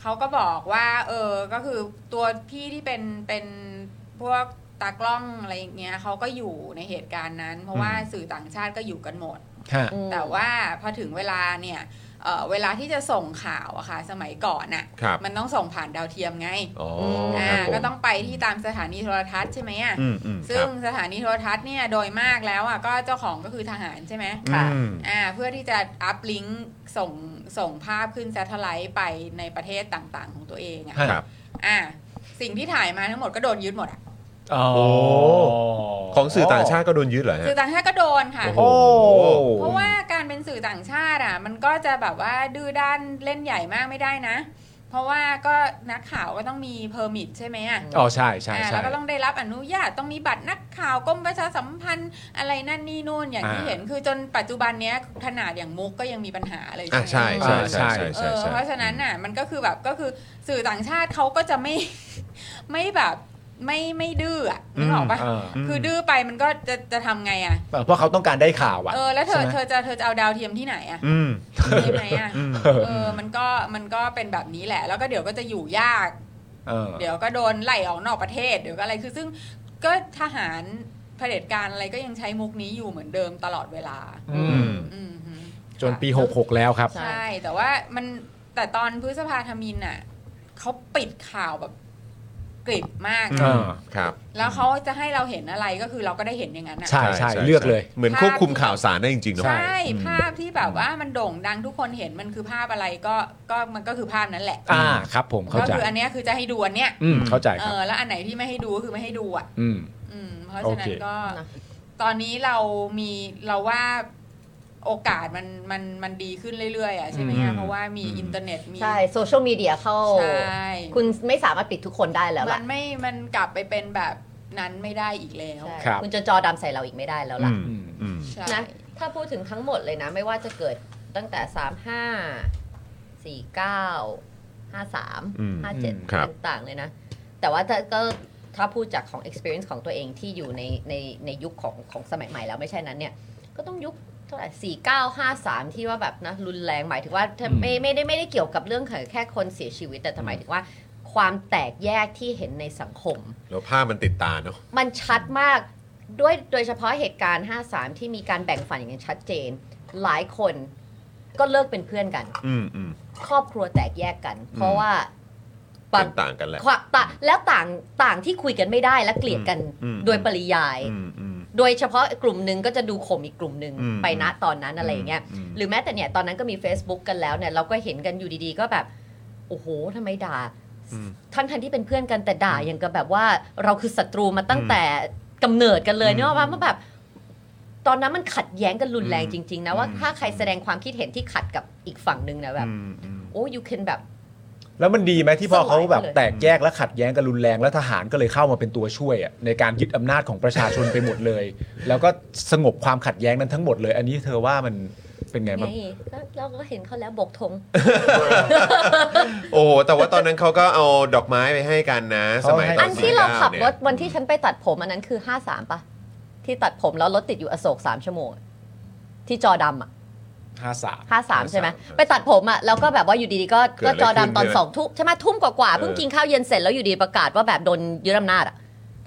G: เขาก็บอกว่า เออก็คือตัวพี่ที่เป็นเป็น พวกตากล้องอะไรอย่างเงี้ยเขาก็อยู่ในเหตุการณ์นั้น เพราะว่าสื่อต่างชาติก็อยู่กันหมด
B: ฮะ
G: แต่ว่าพอถึงเวลาเนี่ยเอ่อเวลาที่จะส่งข่าวอะค่ะสมัยก่อนอะ
A: ครับ
G: มันต้องส่งผ่านดาวเทียมไง
A: อ๋อ
G: อ่า
A: ครับผม
G: ก็ต้องไปที่ตามสถานีโทรทัศน์ใช่ไหมอะ
A: อืมอืมค
G: ซึ่
A: รั
G: ง
A: บ
G: สถานีโทรทัศน์เนี่ยโดยมากแล้วอะก็เจ้าของก็คือทหารใช่ไหม
A: อืม
G: อ่าเพื่อที่จะอัพลิงก์ส่งส่งภาพขึ้นแซทเทอร์ไลท์ไปในประเทศต่างๆ ของตัวเองอะ
A: ครับ
G: อ่าสิ่งที่ถ่ายมาทั้งหมดก็โดนยึดหมดอะ
B: โอ้
A: ของสื่อต่างชาติก็โดนยึดเหรอฮะ
G: สื่อต่างชาติก็โดนค่ะ
A: โอ้โห
B: โอ้
G: เพราะว่าการเป็นสื่อต่างชาติอ่ะมันก็จะแบบว่าดื้อด้านเล่นใหญ่มากไม่ได้นะ เพราะว่าก็นักข่าวก็ต้องมีเพอร์มิทใช่ไหมอ่ะ
B: อ๋อใช่ใช่
G: อ่า
B: ใช่
G: แล้วก็ต้องได้รับอนุญาตต้องมีบัตรนักข่าวกรมประชาสัมพันธ์อะไรนั่นนี่นู่นอย่างที่
B: อ่า
G: เห็นคือจนปัจจุบันเนี้ยขนาดอย่างมุกก็ยังมีปัญหาเลย
A: อ่ะ
G: ใช่ไหม
A: ใช่ใช่ใช่ใช่
G: เอ
A: ใช่
G: อ
A: ใช่
G: เพราะฉะนั้นน่ะมันก็คือแบบก็คือสื่อต่างชาติเขาก็จะไม่ ไม่แบบไม่ไม่ดื้ออะนึกออกปะ
B: เออ
G: คือดื้อไปมันก็จะจะทำไงอ่ะ
B: เพราะเขาต้องการได้ข่าวอ่ะ
G: เออแล้วเธอ
B: ใช่ไหม
G: เธอจะเธอจะเอาดาวเทียมที่ไหนอ่ะ
A: อืม
G: ใช่ไหมอ่ะ
A: อืม
G: เออมันก็มันก็เป็นแบบนี้แหละ แล้วก็เดี๋ยวก็จะอยู่ยาก
B: เออ
G: เดี๋ยวก็โดนไล่ออกนอกประเทศเดี๋ยวก็อะไรคือซึ่งก็ทหารเผด็จการอะไรก็ยังใช้มุกนี้อยู่เหมือนเดิมตลอดเวลา
B: อื
A: อื
B: ม
A: ม
G: อืมฮึ
B: จนปี 66 แล้วครับ
G: ใช่แต่ว่ามันแต่ตอนพฤษภาธมินน่ะเขาปิดข่าวแบบกริบมาก
B: เอ
G: นะ
B: อ
A: ครับ
G: แล้วเขาจะให้เราเห็นอะไรก็คือเราก็ได้เห็นอย่างนั้นอ่ะ
B: ใช่ใช่เลือกเลย
A: เหมือน
G: ภาพ
A: ควบคุมข่าวสารได้จริงๆเนอะ
G: ใช่
A: อืม
G: ภาพที่แบบว่ามันโด่งดังทุกคนเห็นมันคือภาพอะไรก็ก็มันก็คือภาพนั้นแหละ
B: อ่าครับผมเข้า
G: ก็
B: ใจ
G: คืออันเนี้ยคือจะให้ดูอันเนี้ย
B: อืมเข้าใจ
G: เอ
B: ครับ
G: อแล้วอันไหนที่ไม่ให้ดูก็คือไม่ให้ดูอ่ะ
B: อืม
G: อืมเพราะ
B: โอ
G: ฉะ
B: เค
G: นั้นก็
D: นะ
G: ตอนนี้เรามีเราว่าโอกาสมันมันมันดีขึ้นเรื่อยๆอ่ะใช่ไหม
A: อื
G: ฮะ
A: ม
G: เพราะว่ามี
A: อืม
G: อินเทอร์เน็ตมี
D: ใช่โซเชียลมีเดียเข้า
G: ใช่
D: คุณไม่สามารถปิดทุกคนได้แล้ว
G: มั
D: ล่ะ
G: นไม่ มันกลับไปเป็นแบบนั้นไม่ได้อีกแล้ว
D: ใช่
B: ครับ
D: คุณจะจอดำใส่เราอีกไม่ได้แล้วล่ะ
A: อืมอืม
G: ใช่
D: นะถ้าพูดถึงทั้งหมดเลยนะ ไม่ว่าจะเกิดตั้งแต่ 3 5 4 9
A: อืม
D: 5 3 5 7
A: ครับ
D: ต่างๆเลยนะ แต่ว่าถ้าก็ถ้าพูดจากของ experience ของตัวเองที่อยู่ในในในยุคของของสมัยใหม่แล้วไม่ใช่นั้นเนี่ย ก็ต้องยุคเท่าไหร่ 4 9 5 3 ที่ว่าแบบนะรุนแรงหมายถึงว่าถ้าไม่ไม่ได้ไม่ได้เกี่ยวกับเรื่องของแค่คนเสียชีวิต แต่หมายถึงว่าความแตกแยกที่เห็นในสังคม
A: แล้วภาพมันติดตาเนาะ
D: มันชัดมากด้วยโดยเฉพาะเหตุการณ์ 53 ที่มีการแบ่งฝันอย่างชัดเจน หลายคนก็เลิกเป็นเพื่อนกัน
A: อืมอืม
D: ครอบครัวแตกแยกกัน เพราะว่าบาง
A: เป็นต่างกันแหละ
D: ความต่างแล้วต่างต่างที่คุยกันไม่ได้และเกลียดกัน
A: อืม
D: โดยปริยาย
A: อืมอืม
D: โดยเฉพาะกลุ่มหนึ่งก็จะดูข่มอีกกลุ่มหนึ่ง
A: อืม
D: ไปนะตอนนั้นอะไรอย่างเงี้ย
A: อืม
D: หรือแม้แต่เนี่ยตอนนั้นก็มี Facebook กันแล้วเนี่ยเราก็เห็นกันอยู่ดีๆ ก็แบบ โอ้โหทำไมด่า
A: อืม
D: ทั้งทันที่เป็นเพื่อนกันแต่ด่าอย่างกับแบบว่าเราคือศัตรูมาตั้งแต่กำเนิดกันเลย
A: อืม
D: เนอะว่ามันแบบ ตอนนั้นมันขัดแย้งกันรุนแรง
A: อืม
D: จริง ๆ นะว่า
A: อืม
D: ถ้าใครแสดงความคิดเห็นที่ขัดกับอีกฝั่งหนึ่งนะแบบ
A: อืมอืม
D: โอ้ยูเคนแบบ
B: แล้วมันดีไหมที่พอเขาแบบ
D: สลายไปเลย
B: แตกแยกและขัดแย้งกันรุนแรงแล้วทหารก็เลยเข้ามาเป็นตัวช่วยอะในการยึดอำนาจของประชาชนไปหมดเลย แล้วก็สงบความขัดแย้งนั้นทั้งหมดเลย อันนี้เธอว่ามันเป็นไง
D: ไง
B: บ้าง
D: ก็เราก็เห็นเขาแล้วบกธง
A: โอ้โหแต่ว่าตอนนั้นเขาก็เอาดอกไม้ไปให้กันนะ สมัยต
D: อั
A: อน
D: น
A: 49
D: ที่เราขับรถ
A: นี่ย
D: วันที่ฉันไปตัดผมอันนั้นคือห้าสามปะที่ตัดผมแล้วรถติดอยู่อโศกสามชั่วโมงอะที่จอดำอ่ะ
B: ห้าสาม
D: ห้าสามใช่ไหมไปตัดผมอ่ะแล้วก็แบบว่าอยู่ดีๆก็ก็จอดำตอนสองทุ่มใช่ไหมทุ่มกว่าๆเพิ่งกินข้าวเย็นเสร็จแล้วอยู่ดีประกาศว่าแบบโดนยึดอำนาจอ่ะ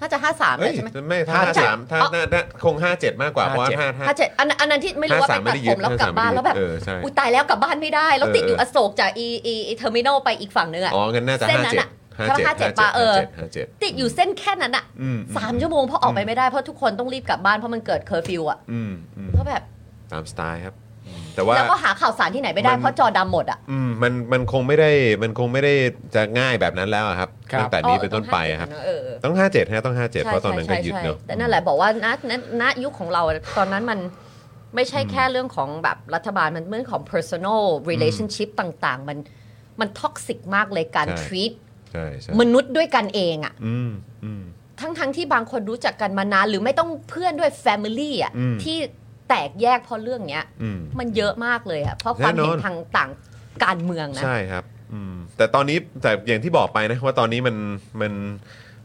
D: น่าจะห้าสาม
A: เฮ้ย
D: ใช่ไหม
A: ไม่ถ้า
D: ห้าเจ็ด
A: สามถ้าน่าน่าคง 57 มากกว่า เพราะว่า
B: ห้าเจ็ด
A: ห้าห้า
D: ถ้าเจ็ดอันอันนั้นที่ไม่รู้ว่า
A: ห้
D: ไป
A: ส
D: ตัดผมแล้วกลับบ้าน
A: ห้สมไม่ได้
D: แล้วแบบ
A: เออใช่
D: อุ้ยตายแล้วกลับบ้านไม่ได้ แล้วติดอยู่
A: เอ
D: อ
A: อ
D: โศกจากอีอีอีเทอร์มินอลไปอีกฝั่งนึงอ่ะ
A: อ๋องั้นน่าจะ
D: เส้น
A: ห้า
D: นั้น
A: เจ็ด
D: อะ
A: ห้า
D: ใช่
A: เจ็ด
D: ปะห้าเจ็ดปะเออ
A: ห้าเจ็ด
D: ติดอยู่เส้นแค่นั้นอ่ะ
A: อืม
D: สามชั่วโมงเพราะออกไปไม่ได้เพราะทุกคนต้องรีบกลับบ้านเพราะมันเกิดเคอร์ฟิวอ่ะ
A: อืมอืม
D: เพราะแบบ
A: ตามสไตล์ครับ แต่ว่า
D: แล้วก็หาข่าวสารที่ไหนไม่ได้
A: มัน
D: เพราะจอดำหมดอ่ะ
A: อืมมันมันคงไม่ได้มันคงไม่ได้จะง่ายแบบนั้นแล้วอะครับ
B: ครับ
A: ตั้งแต่นี้เป็นต้นไปอะครับ
D: เออเออเออ
A: ต้อง 57ฮะต้อง 57
D: ใช่
A: เพราะตอนนั้นก็
D: ใช่
A: ยึด
D: ใช่
A: เนอะ
D: แต่นั่นแหละบอกว่าณณณยุคของเราอะตอนนั้นมันไม่ใช่แค่เรื่องของแบบรัฐบาลมันเรื่องของ personal relationship ต่างๆ มันมันท็อกซิกมากเลยการ
A: ใช่
D: treat
A: ใช่ใช่
D: มนุษย์ด้วยกันเองอ่ะ
A: อืมอืม
D: ทั้งๆที่บางคนรู้จักกันมานานหรือไม่ต้องเพื่อนด้วย family อ่ะ
A: อืม
D: ที่แตกแยกเพราะเรื่องเนี้ย
A: อืม
D: มันเยอะมากเลยอ่ะเพราะความเห็น
A: แน่นอน
D: ทางต่างการเมืองนะ
A: ใช่ครับอืมแต่ตอนนี้แต่อย่างที่บอกไปนะว่าตอนนี้มันมัน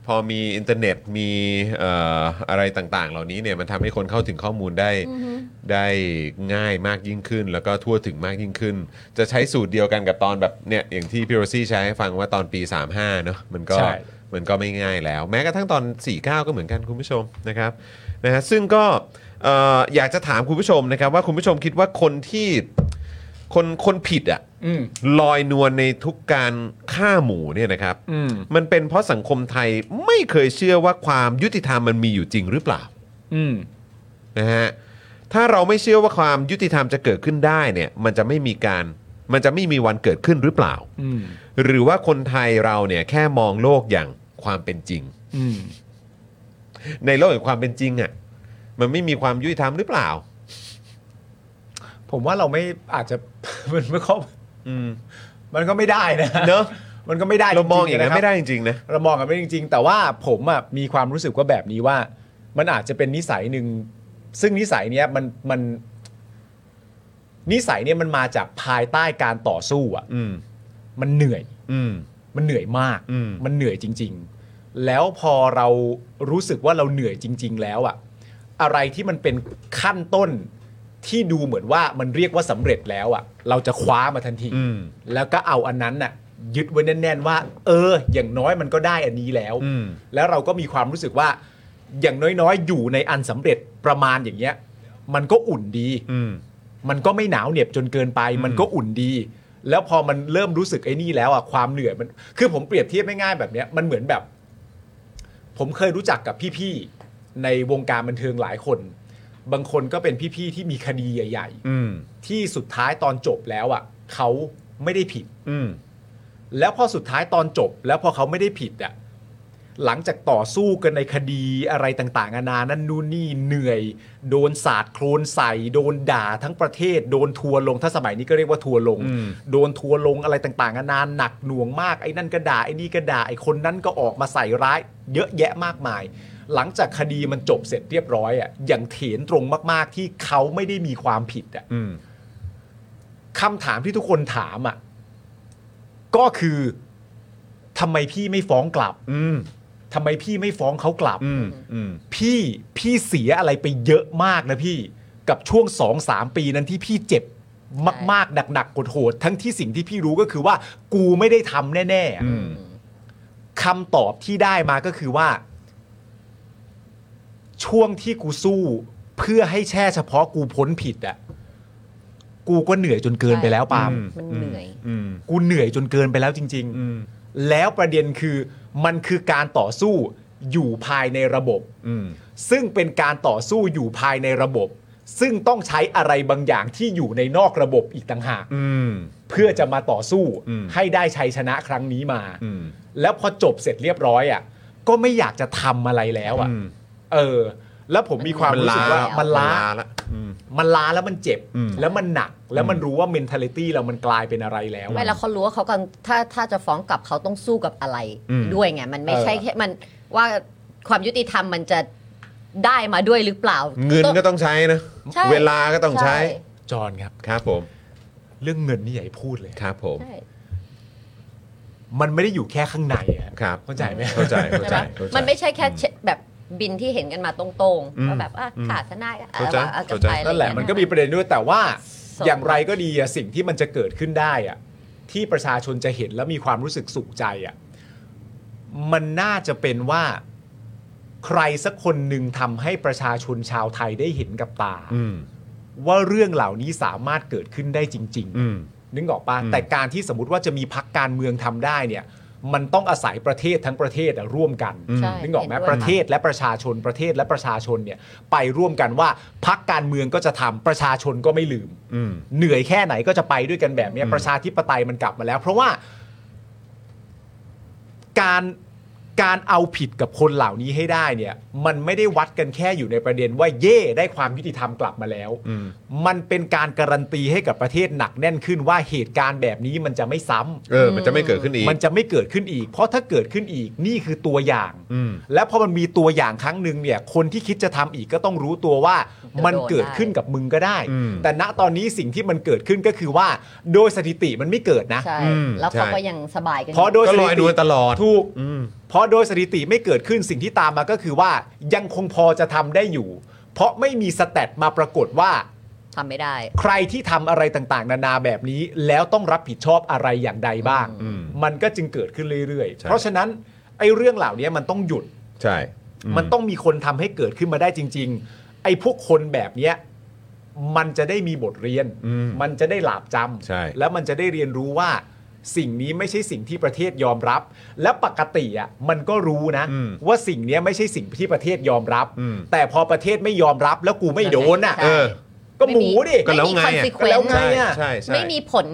A: พอมีอินเทอร์เน็ตมีเอ่ออะไรต่างๆ เหล่านี้เนี่ยมันทำให้คนเข้าถึงข้อมูลได้ได้ง่ายมากยิ่งขึ้น แล้วก็ทั่วถึงมากยิ่งขึ้น จะใช้สูตรเดียวกันกับตอนแบบเนี่ยอย่างที่พี่โรซี่ใช้ให้ฟังว่าตอนปี 35เนอะมันก็
B: ใช่
A: มันก็ไม่ง่ายแล้ว แม้กระทั่งตอน 49 ก็เหมือนกันคุณผู้ชมนะครับนะฮะซึ่งก็เอ่ออยากจะถามคุณผู้ชมนะครับว่าคุณผู้ชมคิดว่าคนที่คนคนผิดอะ
B: อืม
A: ลอยนวลในทุกการฆ่าหมูเนี่ยนะครับ
B: อืม
A: มันเป็นเพราะสังคมไทยไม่เคยเชื่อว่าความยุติธรรมมันมีอยู่จริงหรือเปล่า
B: อืม
A: นะฮะถ้าเราไม่เชื่อว่าความยุติธรรมจะเกิดขึ้นได้เนี่ยมันจะไม่มีการมันจะไม่มีวันเกิดขึ้นหรือเปล่า
B: อืม
A: หรือว่าคนไทยเราเนี่ยแค่มองโลกอย่างความเป็นจริง
B: อืม
A: ในโลกอย่างความเป็นจริงอะ่ะมันไม่มีความยุติธรรมหรือเปล่า
B: ผมว่าเราไม่อาจจะ มันไม่ครบ
A: อืม
B: มันก็ไม่ได้นะ
A: เนอะ
B: มันก็ไม่ได้
A: เรามอง
B: จ
A: อย่าง
B: ๆะ
A: นั้
B: คน บ
A: ไม่ได้จริงๆนะ
B: เรามองกันไม่จริง ๆ แต่ว่าผมอ่ะมีความรู้สึกว่าแบบนี้ว่า มันอาจจะเป็นนิสัยหนึ่งซึ่งนิสัยเนี้ยมันมัน นิสัยเนี้ยมันมาจากภายใต้การต่อสู้อ่ะ
A: อืม
B: มันเหนื่อย
A: อืม
B: มันเหนื่อยมาก
A: อืม
B: นเหนื่อยจริง ๆ แล้วพอเรารู้สึกว่าเราเหนื่อยจริง ๆ แล้วอะอะไรที่มันเป็นขั้นต้นที่ดูเหมือนว่ามันเรียกว่าสำเร็จแล้วอะเราจะคว้ามาทันที
A: อืม
B: แล้วก็เอาอันนั้นน่ะยึดไว้แน่น ๆ ว่า เออ อย่างน้อยมันก็ได้อันนี้แล้ว
A: อืม
B: แล้วเราก็มีความรู้สึกว่า อย่างน้อยๆ อยู่ในอันสำเร็จประมาณอย่างเงี้ย มันก็อุ่นดี
A: อืม
B: มันก็ไม่หนาวเหน็บจนเกินไป มันก็อุ่นดี แล้วพอมันเริ่มรู้สึกไอ้นี่แล้วอ่ะความเหนื่อยมัน คือผมเปรียบเทียบง่ายๆแบบเนี้ยมันเหมือนแบบ ผมเคยรู้จักกับพี่ๆในวงการบันเทิงหลายคน บางคนก็เป็นพี่ๆที่มีคดีใหญ่
A: อืม
B: ๆ ที่สุดท้ายตอนจบแล้วอ่ะเขาไม่ได้ผิด
A: อืม
B: แล้วพอสุดท้ายตอนจบ แล้วพอเขาไม่ได้ผิดอ่ะหลังจากต่อสู้กันในคดีอะไรต่างๆนานานั่นนู่นนี่เหนื่อย โดนสาดโครนใส่ โดนด่าทั้งประเทศ โดนทัวร์ลงถ้าสมัยนี้ก็เรียกว่าทัวร์ลง
A: อืม
B: โดนทัวร์ลงอะไรต่างๆนานาหนักหน่วงมากไอ้นั่นก็ด่าไอ้นี่ก็ด่าไอ้คนนั้นก็ออกมาใส่ร้าย เยอะแยะมากมาย หลังจากคดีมันจบเสร็จเรียบร้อยอ่ะอย่างเถนตรงมากๆที่เขาไม่ได้มีความผิดอ่ะ
A: อืม
B: คำถามที่ทุกคนถามอ่ะก็คือทำไมพี่ไม่ฟ้องกลับ
A: อืม
B: ทำไมพี่ไม่ฟ้องเขากลับ
A: อืม อืม
B: พี่พี่เสียอะไรไปเยอะมากนะพี่กับช่วงสองสามปีนั้นที่พี่เจ็บมากๆหนักๆโหดๆทั้งที่สิ่งที่พี่รู้ก็คือว่า กูไม่ได้ทำแน่ๆอะ
A: อืม
B: คำตอบที่ได้มาก็คือว่า ช่วงที่กูสู้ เพื่อให้แช่เฉพาะกูพ้นผิดอ่ะกูก็เหนื่อยจนเกินไปแล้วปาล์ม
D: มันเหนื่อย
A: อืม
B: กูเหนื่อยจนเกินไปแล้วจริง
A: อืม
B: ๆ แล้วประเด็นคือมันคือการต่อสู้อยู่ภายในระบบ
A: อืม
B: ซึ่งเป็นการต่อสู้อยู่ภายในระบบ ซึ่งต้องใช้อะไรบางอย่างที่อยู่ในนอกระบบอีกต่างหาก
A: อืม
B: เพื่อจะมาต่อสู้
A: อืม
B: ให้ได้ชัยชนะครั้งนี้มา
A: อืม
B: แล้วพอจบเสร็จเรียบร้อยอ่ะก็ไม่อยากจะทำอะไรแล้วอ่ะ
A: อืม
B: เออ แล้วผมมีความ
A: มัน
B: รู้สึ
A: ล้าก
B: ว่ามันล้า
A: ละอืม
B: มันล้าแล้วมันเจ็บ
A: อืม
B: แล้วมันหนัก แล้วมันรู้ว่า mentality เรามันกลายเป็นอะไรแล้วอะ
D: ไม่แล้วเขารู้ว่าเขากำลังถ้าถ้าจะฟ้องกลับเขาต้องสู้กับอะไร
A: อืม
D: ด้วยไง มันไม่
B: เออ
D: ใช่แค่มันว่าความยุติธรรมมันจะได้มาด้วยหรือเปล่า
A: เงินก็ต้องใช้นะ
D: ใช่
A: เวลาก็ต้องใช้
B: จอห์นครับ
A: ครับผม
B: เรื่องเงินนี่อย่าใหญ่พูดเลย
A: ครับผม
D: ใช่
B: มันไม่ได้อยู่แค่ข้างในอะ
A: ครับ
B: เข้าใจไหม
A: เข้าใจเข้าใจ
D: ใช่ไหม
A: เข้าใจ
D: มันไม่ใช่แค่เช็คแบบบินที่เห็นกันมาตรง
A: อืม
D: ๆว่าแบบอ่ะ
A: อืม
D: ขาดทนายอะ
A: เข้าใจ
D: ว่ากัน
A: เข้าใจ
D: ไปอไร
B: นั่นแหละ
D: เงี้ย
B: มันก็มีประเด็นด้วยแต่ว่า
D: ส่ง
B: อย่างไรก็ดีอะสิ่งที่มันจะเกิดขึ้นได้อะที่ประชาชนจะเห็นแล้วมีความรู้สึกสุขใจอะมันน่าจะเป็นว่าใครสักคนหนึ่งทำให้ประชาชนชาวไทยได้เห็นกับตา
A: อืม
B: ว่าเรื่องเหล่านี้สามารถเกิดขึ้นได้จริง ๆ
A: อืม
B: นึกออกปะ
A: อืม
B: แต่การที่สมมติว่าจะมีพักการเมืองทำได้เนี่ย มันต้องอาศัยประเทศทั้งประเทศอะร่วมกัน
D: ใช่
B: นึกออกไหม
D: เห็นด้วย
B: ประเทศและประชาชนประเทศและประชาชนเนี่ยไปร่วมกันว่าพักการเมืองก็จะทำประชาชนก็ไม่ลืม
A: อืม
B: เหนื่อยแค่ไหนก็จะไปด้วยกันแบบเนี้ย
A: อืม
B: ประชาธิปไตยมันกลับมาแล้ว เพราะว่าการการเอาผิดกับคนเหล่านี้ให้ได้เนี่ย มันไม่ได้วัดกันแค่อยู่ในประเด็นว่าเย่ได้ความยุติธรรมกลับมาแล้ว
A: อืม
B: มันเป็นการการันตีให้กับประเทศหนักแน่นขึ้นว่าเหตุการณ์แบบนี้มันจะไม่ซ้ำ
A: เออ มันจะไม่เกิดขึ้นอีก
B: มันจะไม่เกิดขึ้นอีก เพราะถ้าเกิดขึ้นอีกนี่คือตัวอย่าง
A: อืม
B: และพอมันมีตัวอย่างครั้งหนึ่งเนี่ย คนที่คิดจะทำอีกก็ต้องรู้ตัวว่ามันเกิดขึ้นกับมึงก็ได้
A: อืม
B: แต่ณตอนนี้สิ่งที่มันเกิดขึ้นก็คือว่า โดยสถิติมันไม่เกิดนะ
D: ใช่
A: อืม
D: แล้วเขา
A: ใช่
D: ก็ยังสบายกันอยู่
B: เพราะโดย
A: ก็
B: ส
A: ล
B: ถิ
A: อย
B: ติ
A: นวลตลอด
B: ถูก
A: อืม
B: เพราะโดยสถิติไม่เกิดขึ้นสิ่งที่ตามมาก็คือว่ายังคงพอจะทำได้อยู่ เพราะไม่มีสแตทมาปรากฏว่า
D: ทำไม่ได้
B: ใครที่ทำอะไรต่างๆ นานาแบบนี้ แล้วต้องรับผิดชอบอะไรอย่างใดบ้าง
A: อืม
B: มันก็จึงเกิดขึ้นเรื่อย
A: ใช่
B: ๆ เพราะฉะนั้น ไอ้เรื่องเหล่านี้มันต้องหยุด
A: ใช่
B: มันต้องมีคนทำให้เกิดขึ้นมาได้จริง ๆ ไอ้พวกคนแบบเนี้ยมันจะได้มีบทเรียน
A: อืม
B: มันจะได้หลาบจำ
A: ใช่
B: แล้วมันจะได้เรียนรู้ว่า สิ่งนี้ไม่ใช่สิ่งที่ประเทศยอมรับ และปกติอ่ะมันก็รู้นะ
A: อืม
B: ว่าสิ่งเนี้ยไม่ใช่สิ่งที่ประเทศยอมรับ
A: อืม
B: แต่พอประเทศไม่ยอมรับแล้วกูไม่โดนอ่ะ
D: ใช่
A: เออ
B: ก็หมูดิ
A: ก็แล้วไงอะ
D: ก็
B: ก็แล้วว
D: ไง
B: ไง
A: ใช่
B: อะ
A: ใช่ใช่
D: ไม่มีผล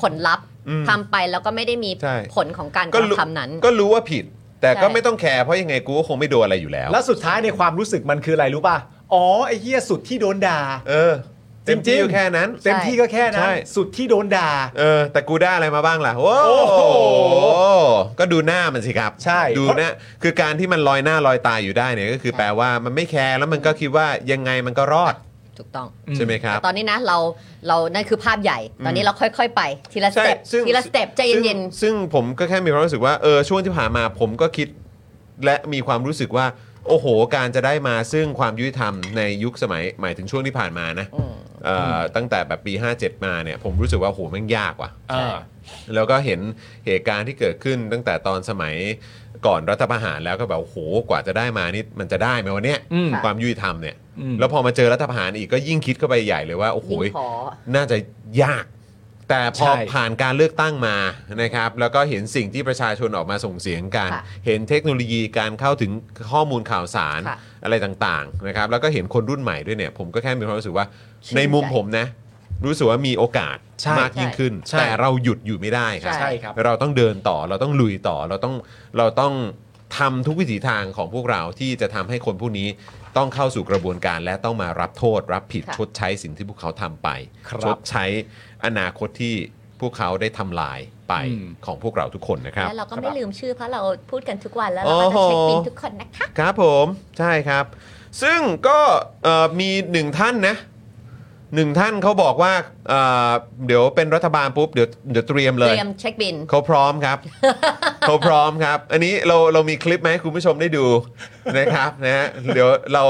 D: ผลลัพธ์
A: อืม
D: ทำไปแล้วก็ไม่ได้มี
A: ใช่
D: ผลของการก
A: ก็
D: ระ
A: รู้
D: ทำนั้น
A: ก็รู้ว่าผิด แต่ก็
D: ใช่
A: ไม่ต้องแคร์เพราะยังไงกูก็คงไม่โดนอะไรอยู่แล้ว
B: แล้วสุดท้ายในความรู้สึกมันคืออะไรรู้ป่ะ อ๋อไอ้เหี้ยสุดที่โดนด่า
A: เออเต็มที่
B: จริงๆ
A: ก็แค่นั้น
B: เต็มที่ก็แค่นั้น
A: ใช่
B: สุดที่โดนด่า
A: เออ แต่กูได้อะไรมาบ้างล่ะ โอ้
B: โอ้
A: โห
B: โห
A: ก็ดูหน้ามันสิครับ
B: ใช่
A: ดู
B: เพราะ
A: หนะคือการที่มันลอยหน้าลอยตาอยู่ได้เนี่ยก็คือแปลว่ามันไม่แคร์แล้วมันก็คิดว่ายังไงมันก็รอด
D: ถูกต้อง
A: ใช่ไหมครับ
D: ตอนนี้นะเราเรานั่นคือภาพใหญ่ ตอนนี้เราค่อย ๆ ไปทีละส
A: ใช่
D: เต็ป
A: ซึ่ง
D: ทีละสเต็ปใจเย็น
A: ซึ่งซึ่งผมก็แค่มีความรู้สึกว่าเออช่วงที่ผ่านมาผมก็คิด และมีความรู้สึกว่า โอ้โห การจะได้มาซึ่งความยุติธรรมในยุคสมัยหมายถึงช่วงที่ผ่านมานะ
D: อืม
A: เอ่อตั้งแต่แบบปี 57 มาเนี่ยผมรู้สึกว่าโอ้โหแมันยากว่ะ
B: อ่า
A: แล้วก็เห็นเหตุการณ์ที่เกิดขึ้นตั้งแต่ตอนสมัยก่อนรัฐประหารแล้วก็แบบโอ้โหกว่าจะได้มานี่มันจะได้ไหมวันเนี้ย
B: อืม
A: ความยุติธรรมเนี่ย
B: อืม
A: แล้วพอมาเจอรัฐประหารอีกก็ยิ่งคิดเข้าไปใหญ่เลยว่าโอ้
D: ๆ
A: โห
D: ยิ่งขอ
A: น่าจะยาก แต่พอ
B: ใช่
A: ผ่านการเลือกตั้งมานะครับ แล้วก็เห็นสิ่งที่ประชาชนออกมาส่งเสียงกัน
D: ค่ะ
A: เห็นเทคโนโลยีการเข้าถึงข้อมูลข่าวสาร
D: ค่ะ
A: อะไรต่างๆนะครับ แล้วก็เห็นคนรุ่นใหม่ด้วยเนี่ย ผมก็แค่มีความรู้สึกว่า
D: ชื่น
A: ในมุม
D: ใจ
A: ผมนะ รู้สึกว่ามีโอกาส
B: ใช่
A: มากยิ่งขึ้น
B: ใช่
A: แต่เราหยุดอยู่ไม่ได้ครั
D: ใช่
B: ครับ
A: เราต้องเดินต่อเราต้องลุยต่อเราต้องเราต้องทำทุกวิถีทางของพวกเราที่จะทำให้คนพวกนี้ต้องเข้าสู่กระบวนการและต้องมารับโทษ รับผิด
D: ค่ะ
A: ชดใช้สิ่งที่พวกเขาทำไป
B: ครับ
A: ชดใช้อนาคตที่พวกเขาได้ทำลายไป
B: อืม
A: ของพวกเราทุกคนนะครับ
D: และเราก็
B: ครับ
D: ไม่ลืมชื่อเพราะเราพูดกันทุกวันแล้วเราก็จะเช็คบินทุกคนนะคะ
A: ครับผมใช่ครับ ซึ่งก็เอ่อมีหนึ่งท่านนะหนึ่งท่านเขาบอกว่าเอ่อเดี๋ยวเป็นรัฐบาลปุ๊บเดี๋ยวเดี๋ยวเตรียมเล
D: เต
A: ย
D: รียมเช็คบิน
A: เขาพร้อมครับ เขาพร้อมครับ อันนี้เราเรามีคลิปไหมาให้คุณผู้ชมได้ดู นะครับนะฮะเดี๋ยวเรา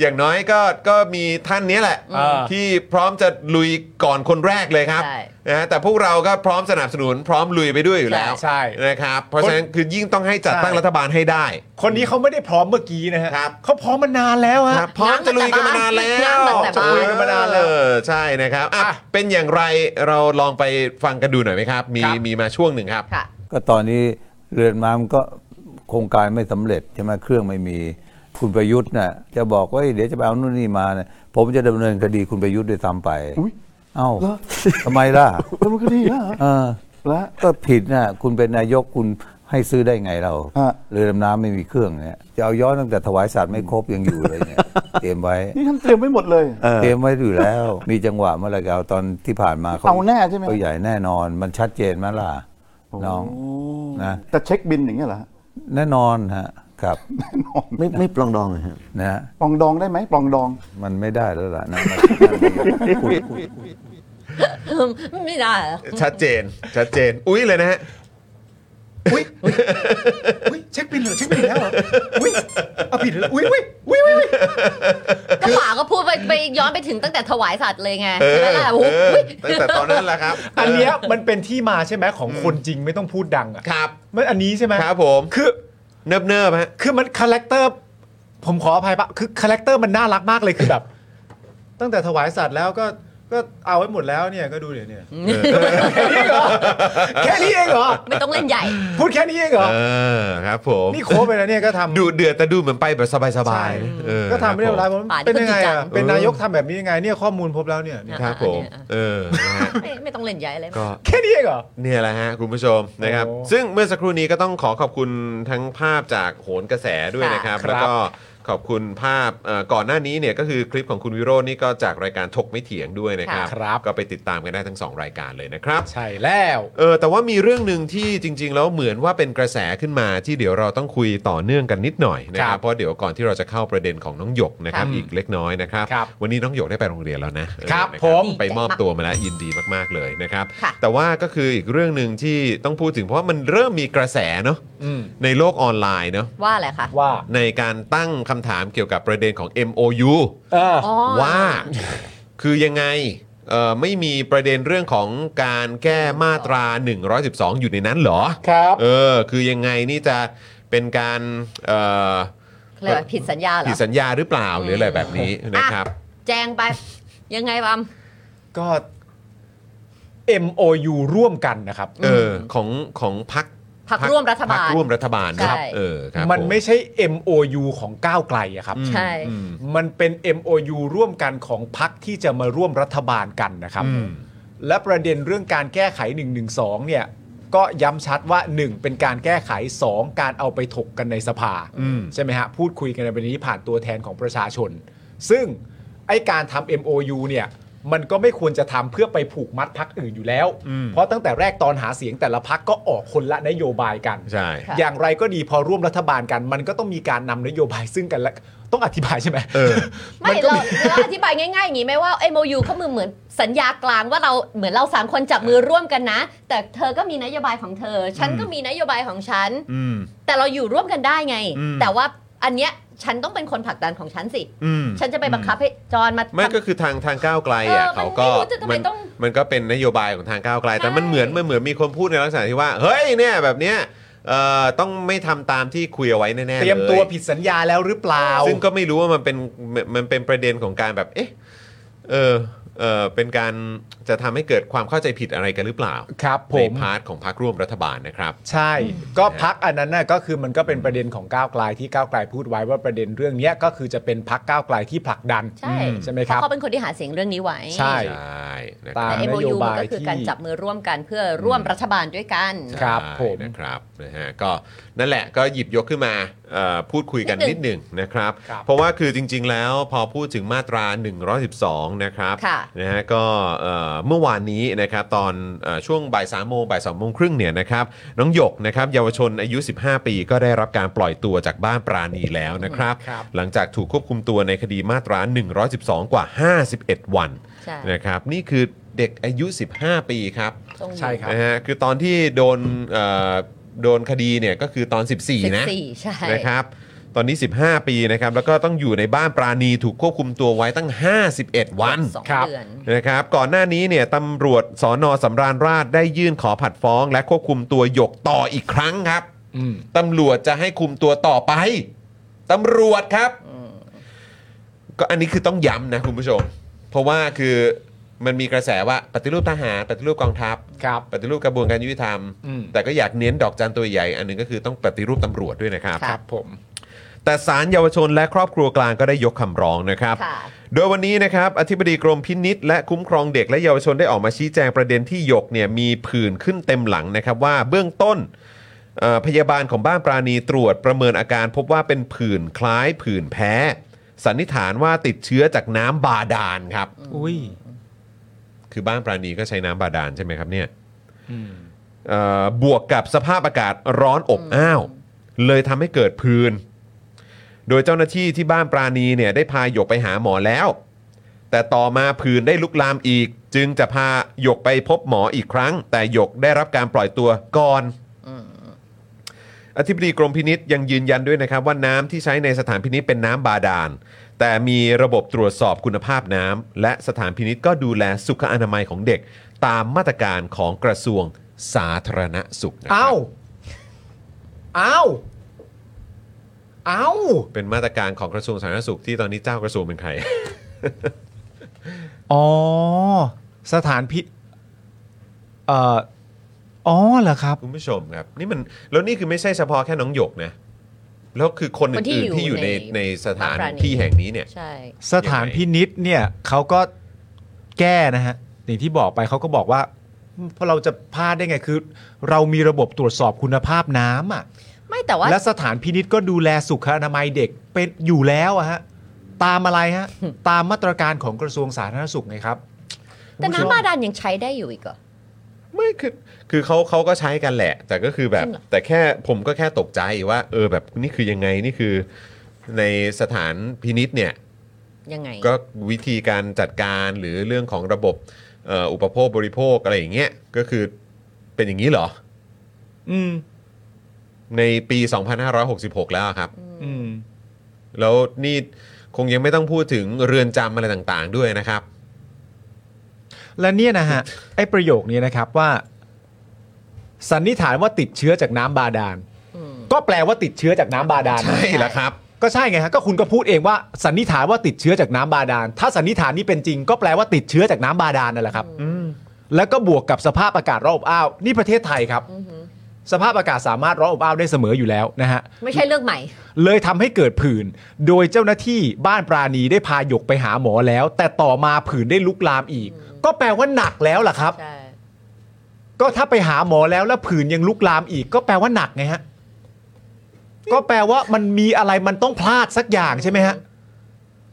A: อย่างน้อยก็ก็มีท่านเนี้ยแหละ
B: อ่า
A: ที่พร้อมจะลุยก่อนคนแรกเลยครับ
D: ใช่
A: นะฮะแต่พวกเราก็พร้อมสนับสนุนพร้อมลุยไปด้วยอยู่แล้ว
B: ใช่
A: นะครับ เพราะฉะนั้นคือยิ่งต้องให้จัดตั้ง
B: ใช่
A: รัฐบาลให้ได้
B: คนนี้เขาไม่ได้พร้อมเมื่อกี้นะฮะ
A: ครับ
B: เขาพร้อมมานานแล้วฮะ
A: ครับพร้อมจะลุยกันมานานแล้ว
D: น้ำตั้งแต่บ้า
A: จะ
D: น
A: ลุยกันมานานแล้วเออใช่นะครับอ่ะ
B: อ่ะ
A: เป็นอย่างไรเราลองไปฟังกันดูหน่อยไหมครับ มี
B: ครับ
A: มีมาช่วงหนึ่งครับ
D: ค่ะ
H: ก็ตอนนี้เรือนมามันก็โครงการไม่สำเร็จใช่ไหมเครื่องไม่มีคุณประยุทธ์น่ะจะบอกว่าเฮ้ยเดี๋ยวจะไปเอานู่นนี่มาเนี่ยผมจะดำเนินคดีคุณประยุทธ์ด้วยซ้ำไป
E: อุ๊ย
H: เอ้า
E: เหรอ
H: ทำไมล่ะ
E: แล้ว มันก็ดีนะฮะ
H: เออ
E: และ
H: ก็ผิดน่ะคุณเป็นนายกคุณให้ซื้อได้ไงเรา
E: ฮะ
H: เรือดำน้ำไม่มีเครื่องเนี่ยจะเอาย้อนตั้งแต่ถวายสัตว์ไม่ครบยังอยู่เลย เนี่ยเตรียมไว้
E: นี่ท่านเตรียมไว้หมดเลย
H: เตรียมไว้อยู่แล้ว มีจังหวะเมื่อไหรก็เอาตอนที่ผ่านมา
E: เอาแน่ใช่ไหม
H: เขาใหญ่แน่นอนมันชัดเจนไหมล่ะน้องนะ
E: แต่เช็คบินอย่างเงี้ยเหรอฮะ
H: แน่นอนฮะครับ
I: ไม่ไม่ปลองดองเลยฮะ
H: นะฮะ
E: ปลองดองได้ไหมปลองดอง
H: มันไม่ได้แล้ว ล่ะนะมัน
D: ไม่ได้เหรอ
A: ชัดเจนชัดเจน อุ้ยเลยนะฮะ
B: อุ้ยอุ๊ยอุ้ยเช็คบินเหรอเช็คบินอีกแล้วเหรออุ้ยเอาผิดเลยอุ้ยอุ้ยอุ้ยอุ้ยอุ๊ย
D: ก็ป่าก็พูดไปไปย้อนไปถึงตั้งแต่ถวายสัตว์เลยไง
A: เอ
D: ใช่
A: อ
D: ไหมล่ะโอ้โห
A: เออตั้งแต่ตอนนั้นแหละครับ
B: อันเนี้ยมันเป็นที่มาใช่ไหมของคนจริงไม่ต้องพูดดังอ่ะ
A: ครับ
B: มันอันนี้ใช่ไหม
A: ครับผม
B: คือ
A: เนิบเนิบๆฮะ
B: คือมันคาแรคเตอร์ ผมขออภัยปะคือคาแรคเตอร์มันน่ารักมากเลยคือแบบ ตั้งแต่ถวายสัตว์แล้วก็ก็เอาไว้หมดแล้วเนี่ยก็ดูเดี๋ยวเนี่ยแค่นี้เหรอแค่นี้เองเหรอ
D: ไม่ต้องเล่นใหญ่
B: พูดแค่นี้เองเหรอ
A: เออครับผม
B: นี่โค้ชไปแล้วเนี่ยก็ทำ
A: ดูเดือดแต่ดูเหมือนไปแบบสบาย
B: ใช่
A: ๆเออ
B: ก็ทำไม่ได้
A: ค
B: ร้า
A: รั
B: ย
A: บ
B: ผ
A: ผม
D: ป่านี่
B: เป็นยังไง
D: ก็จริงจั
B: อ่ะ
D: ง
B: เป็นนายกทำแบบนี้ยังไงเนี่ยข้อมูลพบแล้วเนี่ยเนี่ย
A: ครับผมเออนะฮะ
D: ไม่ไม่ต้องเล่นใหญ่เลย
A: ก็
B: แค่นี้เองเหรอ
A: เนี่ยแหละฮะคุณผู้ชมนะครับ
B: โอ้
A: ซึ่งเมื่อสักครู่นี้ก็ต้องขอขอบคุณทั้งภาพจากโหนกระแสด้วยนะครับ
B: ครับ
A: แล้วก็ขอบคุณภาพเอ่อก่อนหน้านี้เนี่ยก็คือคลิปของคุณวิโรจน์นี่ก็จากรายการถกไม่เถียงด้วยนะครับ
B: ครับ
A: ก็ไปติดตามกันได้ทั้งสองรายการเลยนะครับ
B: ใช่แล้ว
A: เออแต่ว่ามีเรื่องหนึ่งที่จริง ๆ แล้วเหมือนว่าเป็นกระแสขึ้นมาที่เดี๋ยวเราต้องคุยต่อเนื่องกันนิดหน่อยนะครับเพราะเดี๋ยวก่อนที่เราจะเข้าประเด็นของน้องหยกนะครับ
B: ครับ
A: อีกเล็กน้อยนะครับ
B: ครับ
A: วันนี้น้องหยกได้ไปโรงเรียนแล้วนะครับ เออนะ
B: ผม
A: ไปมอบตัวมาแล้วยินดีมากๆเลยนะครับ
D: ค่ะ
A: แต่ว่าก็คืออีกเรื่องหนึ่งที่ต้องพูดถึงเพราะว่ามันเริ่มมีกระแสเนาะ
B: อืม
A: ในโลกออนไลน์เนาะ
D: ว่าอะไรคะ
B: ว่า
A: ในการตั้งคำถามเกี่ยวกับประเด็นของ MOU
B: เออ
D: อ๋อ
A: ว่าคือยังไงเอ่อไม่มีประเด็นเรื่องของการแก้มาตรา 112 อยู่ในนั้นเหรอ
B: ครับ
A: เออคือยังไงนี่จะ เป็นการเอ่อ
D: เรียกว่าผิดสัญญาเหรอ
A: ผิดสัญญาหรือเปล่าหรืออะไรแบบนี้นะครับ
D: แจงไป ยังไงบำ
B: ก็ MOU ร่วมกันนะครับ
A: เออของของพัก
D: พรรคร่วมรัฐบาล
A: ร่วมรัฐบาลนะครับ
D: ใช่
A: เออครับ
B: มัน
A: ผ
B: ไม่ใช่ MOU ของก้าวไกลอะครับ
D: ใช่
B: มันเป็น MOU ร่วมกันของพักที่จะมาร่วมรัฐบาลกันนะครับ และประเด็นเรื่องการแก้ไข 1 1 2 เนี่ย ก็ย้ำชัดว่า 1 เป็นการแก้ไข 2 การเอาไปถกกันในสภา
A: อืม
B: ใช่ไหมฮะ พูดคุยกันในประเด็นนี้ผ่านตัวแทนของประชาชน ซึ่งไอการทำ MOU เนี่ย มันก็ไม่ควรจะทำเพื่อไปผูกมัดพักอื่นอยู่แล้ว เพราะตั้งแต่แรกตอนหาเสียงแต่ละพักก็ออกคนละนโยบายกัน
A: ใช่
B: อย่างไรก็ดีพอร่วมรัฐบาลกัน มันก็ต้องมีการนำนโยบายซึ่งกันและต้องอธิบายใช่ไหม
D: ไม่เราเราอธิบายง่ายๆอย่างนี้ไหมว่า MOU เขาเหมือนเหมือนสัญญากลางว่าเราเหมือนเราสามคนจับมือร่วมกันนะ แต่เธอก็มีนโยบายของเธอ ฉันก็มีนโยบายของฉัน
A: อืม
D: แต่เราอยู่ร่วมกันได้ไง
A: อืม
D: แต่ว่าอันเนี้ยฉันต้องเป็นคนผลักดันของฉันสิ
A: อืม
D: ฉันจะไปบังคับให้จอนมา
A: ไม่
D: ทำ
A: ก็คือทางทางก้าวไกลอ่ะ
D: เออ
A: เขาก็
D: มันไม่รู้จะทำไม
A: มัน
D: ต้อง
A: มันก็เป็นนโยบายของทางก้าวไกล แต่มันเหมือนมันเหมือนมีคนพูดในลักษณะที่ว่า เฮ้ยเนี่ยแบบเนี้ยเอ่อต้องไม่ทำตามที่คุยเอาไว้แน่ๆ
B: เตรียม
A: ล
B: ตัวผิดสัญญาแล้วหรือเปล่า
A: ซึ่งก็ไม่รู้ว่ามันเป็นมันมันเป็นประเด็นของการแบบเอ๊ะเออเออเป็นการจะทำให้เกิดความเข้าใจผิดอะไรกันหรือเปล่า
B: ครับผม
A: ในพาร์ทของพรรคร่วมรัฐบาลนะครับ
B: ใช่ ก็พักอันนั้นน่ะก็คือมันก็เป็นประเด็นของก้าวไกลที่ก้าวไกลพูดไว้ว่าประเด็นเรื่องเนี้ยก็คือจะเป็นพักก้าวไกลที่ผลักดัน
D: ใช่
B: ใช่ไหม
D: เพ
B: ครั
D: ราะ
B: บ
D: เขาเป็นคนที่หาเสียงเรื่องนี้ไว้
B: ใช่ ตาม
D: แต่
B: นโย
D: MOU มั
B: บาน ย
D: ก็คือ
B: ที่
D: การจับมือร่วมกันเพื่อร่วมรัฐบาลด้วยกัน
A: ครับผมนะครับนะฮะก็นั่นแหละก็หยิบยกขึ้นมาเอ่อพูดคุยกัน
D: นิ
A: นิด
D: ด
A: ห
D: หนึ่
A: นึ่ง
D: ง
A: นะครับ
D: ครับ
A: เพราะว่าคือจริง ๆ แล้วพอพูดถึงมาตรา 112 นะครับ
D: ค่ะ
A: นะฮะก็เอ่อเมื่อวานนี้นะครับตอนเอ่อช่วงบ่ายสามโมงบ่ายสองโมงครึ่งเนี่ยนะครับน้องหยกนะครับเยาวชนอายุ 15 ปีก็ได้รับการปล่อยตัวจากบ้านปราณีแล้วนะครับ
B: ครับ
A: หลังจากถูกควบคุมตัวในคดีมาตรา 112 กว่า 51 วัน
D: ใช่
A: นะครับนี่คือเด็กอายุ 15 ปีครับ
D: ตรงนี้
A: นะฮะคือตอนที่โดนเอ่อโดนคดีเนี่ยก็คือตอน 14 นะ
D: 14ใช่
A: นะครับตอนนี้ 15 ปีนะครับแล้วก็ต้องอยู่ในบ้านปราณีถูกควบคุมตัวไว้ตั้ง 51 วัน
D: สองเดือน
A: นะครับก่อนหน้านี้เนี่ยตำรวจสอนอสำราญราชได้ยื่นขอผัดฟ้อง และควบคุมตัวหยกต่ออีกครั้งครับตำรวจจะให้คุมตัวต่อไปตำรวจครับ ก็อันนี้คือต้องย้ำนะคุณผู้ชม เพราะว่าคือมันมีกระแสว่าปฏิรูปทหารปฏิรูปกองทัพ ปฏิรูปกระบวนการยุติธรรม
B: อืม
A: แต่ก็อยากเน้นดอกจันตัวใหญ่ อันหนึงก็คือต้องปฏิรูปตำรวจด้วยนะครับ
B: ครับผม
A: แต่ศาลเยาวชนและครอบครัวกลางก็ได้ยกคำร้องนะครับ
D: ค่ะ
A: โดยวันนี้นะครับอธิบดีกรมพินิษและคุ้มครองเด็กและเยาวชนได้ออกมาชี้แจงประเด็นที่หยกเนี่ยมีผื่นขึ้นเต็มหลังนะครับว่าเบื้องต้นเอ่อพยาบาลของบ้านปราณีตรวจประเมินอาการพบว่าเป็นผื่นคล้ายผื่นแพ้ สันนิษฐานว่าติดเชื้อจากน้ำบาดาลครับ
C: อุ้ย
A: คือบ้านปราณีก็ใช้น้ำบาดาลใช่ไหมครับเนี่ย เอ่อบวกกับสภาพอากาศร้อนอบอ้าว เลยทำให้เกิดพื้น โดยเจ้าหน้าที่ที่บ้านปราณีเนี่ยได้พาหยกไปหาหมอแล้ว แต่ต่อมาพื้นได้ลุกลามอีก จึงจะพาหยกไปพบหมออีกครั้ง แต่หยกได้รับการปล่อยตัวก่อน อธิบดีกรมพินิษยังยืนยันด้วยนะครับว่าน้ำที่ใช้ในสถานพินิษเป็นน้ำบาดาล แต่มีระบบตรวจสอบคุณภาพน้ำและสถานพินิษก็ดูแลสุขอนามัยของเด็ก ตามมาตรการของกระทรวงสาธารณสุขนะค
B: เอ้า
A: รับ
B: เอ้าเอ้า
A: เป็นมาตรการของกระทรวงสาธารณสุขที่ตอนนี้เจ้ากระทรวงเป็นใคร
B: อ๋อ สถานพิเอ่ออ๋อเหรอครับ
A: คุณผู้ชมครับนี่มันแล้วนี่คือไม่ใช่เฉพาะแค่น้องหยกนะ แล้วคือคน
D: คนที่
A: อื่น
D: อ
A: ๆ
D: ยู่
A: ที่อยู่ใน
D: ใน
A: ในสถาน
D: บ้านปราณี
A: ที่แห่งนี้เนี่ย
D: ใช่
B: สถานพินิษเนี่ยเขาก็แก้นะฮะอย่างที่บอกไปเขาก็บอกว่าพวกเราจะพลาดได้ไงคือ เรามีระบบตรวจสอบคุณภาพน้ำอ่ะ
D: ไม่แต่ว่า
B: และสถานพินิษก็ดูแลสุขอนามัยเด็กเป็นอยู่แล้วอะฮะ ตามอะไรฮะ ตามมาตรการของกระทรวงสาธารณสุขไงครับ
D: แต่น้ำบาดาลยังใช้ได้อยู่อีกเหรอ
A: ไม่คือคือเขาเขาก็ใช้กันแหละ แต่ก็คือแบบ
D: จริงเหรอ
A: แต่แค่ผมก็แค่ตกใจว่า เออแบบนี่คือยังไงนี่คือในสถานพินิษเนี่ย
D: ยังไง
A: ก็วิธีการจัดการหรือเรื่องของระบบเอ่ออุปโภคบริโภคอะไรอย่างเงี้ยก็คือเป็นอย่างนี้เหรอ
B: อืม
A: ในปี 2566 แล้วอะครับ
B: อืม
A: แล้วนี่คงยังไม่ต้องพูดถึงเรือนจำอะไรต่างๆด้วยนะครับ
B: และเนี่ยนะฮะ ไอ้ประโยคนี้นะครับว่า สันนิษฐานว่าติดเชื้อจากน้ำบาดาล
D: อืม
B: ก็แปลว่าติดเชื้อจากน้ำบาดาล
A: ใช่แล้วครับ
B: ก็ใช่ไงฮะก็คุณก็พูดเองว่าสันนิษฐานว่าติดเชื้อจากน้ำบาดาล ถ้าสันนิษฐานนี้เป็นจริง ก็แปลว่าติดเชื้อจากน้ำบาดาลนั่นแหละครับแล้วก็บวกกับสภาพอากาศรอบอ้าวนี่ประเทศไทยครับ สภาพอากาศสามารถร้อนอบอ้าวได้เสมออยู่แล้วนะฮะ
D: ไม่ใช่เรื่องใหม่
B: เลยทำให้เกิดผื่น โดยเจ้าหน้าที่บ้านปราณีได้พาหยกไปหาหมอแล้ว แต่ต่อมาผื่นได้ลุกลามอีก ก็แปลว่าหนักแล้วล่ะครับ ก็ถ้าไปหาหมอแล้วแล้วผื่นยังลุกลามอีก ก็แปลว่าหนักไงฮะ ก็แปลว่ามันมีอะไรมันต้องพลาดสักอย่างใช่ไหมฮะ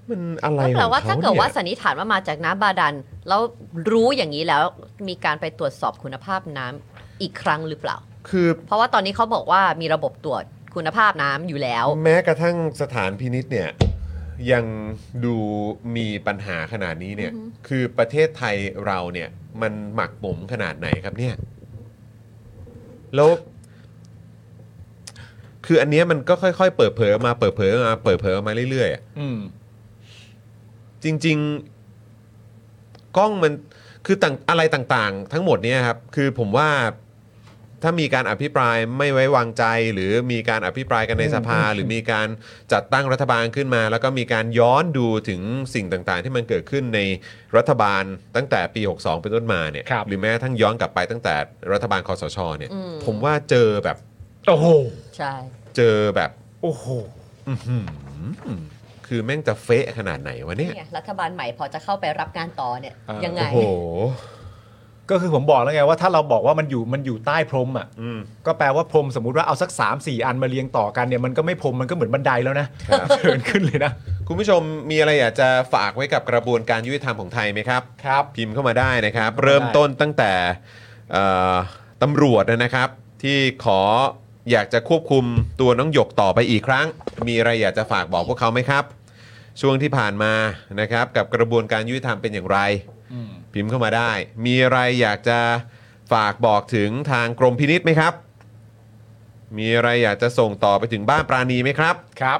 A: มันอะไร
D: ก็แปลว่าถ้าเกิดว่า
A: สั
D: สันนิษฐานว่ามาจากน้ำบาดาลแล้วรู้อย่างนี้แล้วมีการไปตรวจสอบคุณภาพน้ำอีกครั้งหรือเปล่า
A: คือ
D: เพราะว่าตอนนี้เขาบอกว่ามีระบบตรวจคุณภาพน้ำอยู่แล้ว
A: แม้กระทั่งสถานพินิษเนี่ย ยังดูมีปัญหาขนาดนี้เนี่ย คือประเทศไทยเราเนี่ย มันหมักหมมขนาดไหนครับเนี่ย แล้ว คืออันเนี้ยมันก็ค่อยๆ เปิดเผยออกมาเปิดเผยออกมาเปิดเผยออกมาเรื่อยๆอะ
B: อืม
A: จริงๆกล้องมันคือต่างอะไรต่างๆ ทั้งหมดเนี่ยครับ คือผมว่าถ้ามีการอภิปรายไม่ไว้วางใจ หรือมีการอภิปรายกันในสภา หรือมีการจัดตั้งรัฐบาลขึ้นมา แล้วก็มีการย้อนดูถึงสิ่งต่างๆ ที่มันเกิดขึ้นในรัฐบาลตั้งแต่ปี 62 เป็นต้นมาเนี่ย
B: ครับ
A: หรือแม้กระทั้งย้อนกลับไปตั้งแต่รัฐบาลคอสชเนี่ย
D: อืม
A: ผมว่าเจอแบบ
B: โอ้โห
D: ใช่
A: เจอแบบ
B: โอ้โห
A: อื้อหือคือแม่งจะเฟะขนาดไหนวะเนี่ย
D: เนี่ยรัฐบาลใหม่พอจะเข้าไปรับงานต่อเนี่ย
B: อ่ายั
D: ยังไง
A: โอ้โห
B: ก็คือผมบอกแล้วไงว่าถ้าเราบอกว่ามันอยู่มันอยู่ใต้พรมอ่ะ
A: อืม
B: ก็แปลว่าพรมสมมติว่าเอาสัก3ามสี่อันมาเรียงต่อกันเนี่ยมันก็ไม่พรมมันก็เหมือนบันไดแล้วนะครับ เดินขึ้นเลยนะ
A: คุณผู้ชมมีอะไรอยากจะฝากไว้กับกระบวนการยุติธรรมของไทยไหมครับ
B: ครับ
A: พิมพ์เข้ามาได้นะครับ เริ่มต้นตั้งแต่เอ่อตำรวจนะครับ ที่ขออยากจะควบคุมตัวน้องหยกต่อไปอีกครั้ง มีอะไรอยากจะฝากบอกพวกเขาไหมครับ ช่วงที่ผ่านมานะครับ กับกระบวนการยุติธรรมเป็นอย่างไร พิมพ์เข้ามาได้ มีอะไรอยากจะฝากบอกถึงทางกรมพินิษไหมครับ มีอะไรอยากจะส่งต่อไปถึงบ้านปราณีไหมครับ
B: ครับ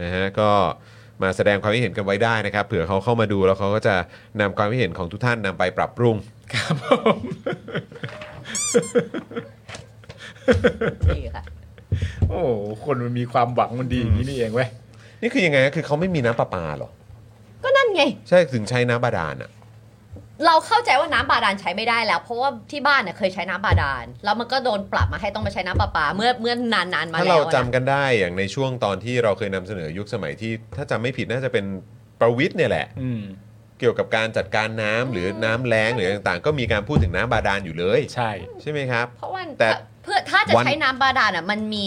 A: นะฮะก็มาแสดงความคิดเห็นกันไว้ได้นะครับ เผื่อเขาเข้ามาดูแล้วเขาก็จะนำความคิดเห็นของทุกท่านนำไปปรับปรุง
B: ครับผม
D: ดีค่ะ
B: โอ้โหคนมันมีความหวังมันดีอย่างนี้นี่เองเว้ย
A: นี่คือยังไงก็คือเขาไม่มีน้ำประปาเหรอ
D: ก็นั่นไง
A: ใช่ถึงใช้น้ำบาดาลอ่ะ
D: เราเข้าใจว่าน้ำบาดาลใช้ไม่ได้แล้ว เพราะว่าที่บ้านเนี่ยเคยใช้น้ำบาดาลแล้วมันก็โดนปรับมาให้ต้องมาใช้น้ำประปาเมื่อเมื่อนานๆมา
A: ถ้า
D: แล้
A: เรา
D: ว
A: จำ
D: นะ
A: กันได้อย่างในช่วงตอนที่เราเคยนำเสนอยุคสมัยที่ ถ้าจำไม่ผิดน่าจะเป็นประวิทย์เนี่ยแหละ
B: อืม
A: เกี่ยวกับการจัดการน้ำหรือน้ำแล้งหรือต่างๆ ก็มีการพูดถึงน้ำบาดาลอยู่เลย
B: ใช่
A: ใช่ไหมครับ
D: เพราะว่า
A: แต่
D: เพื่อถ้าจะ
A: วัน
D: ใช้น้ำบาดาลอ่ะมันมี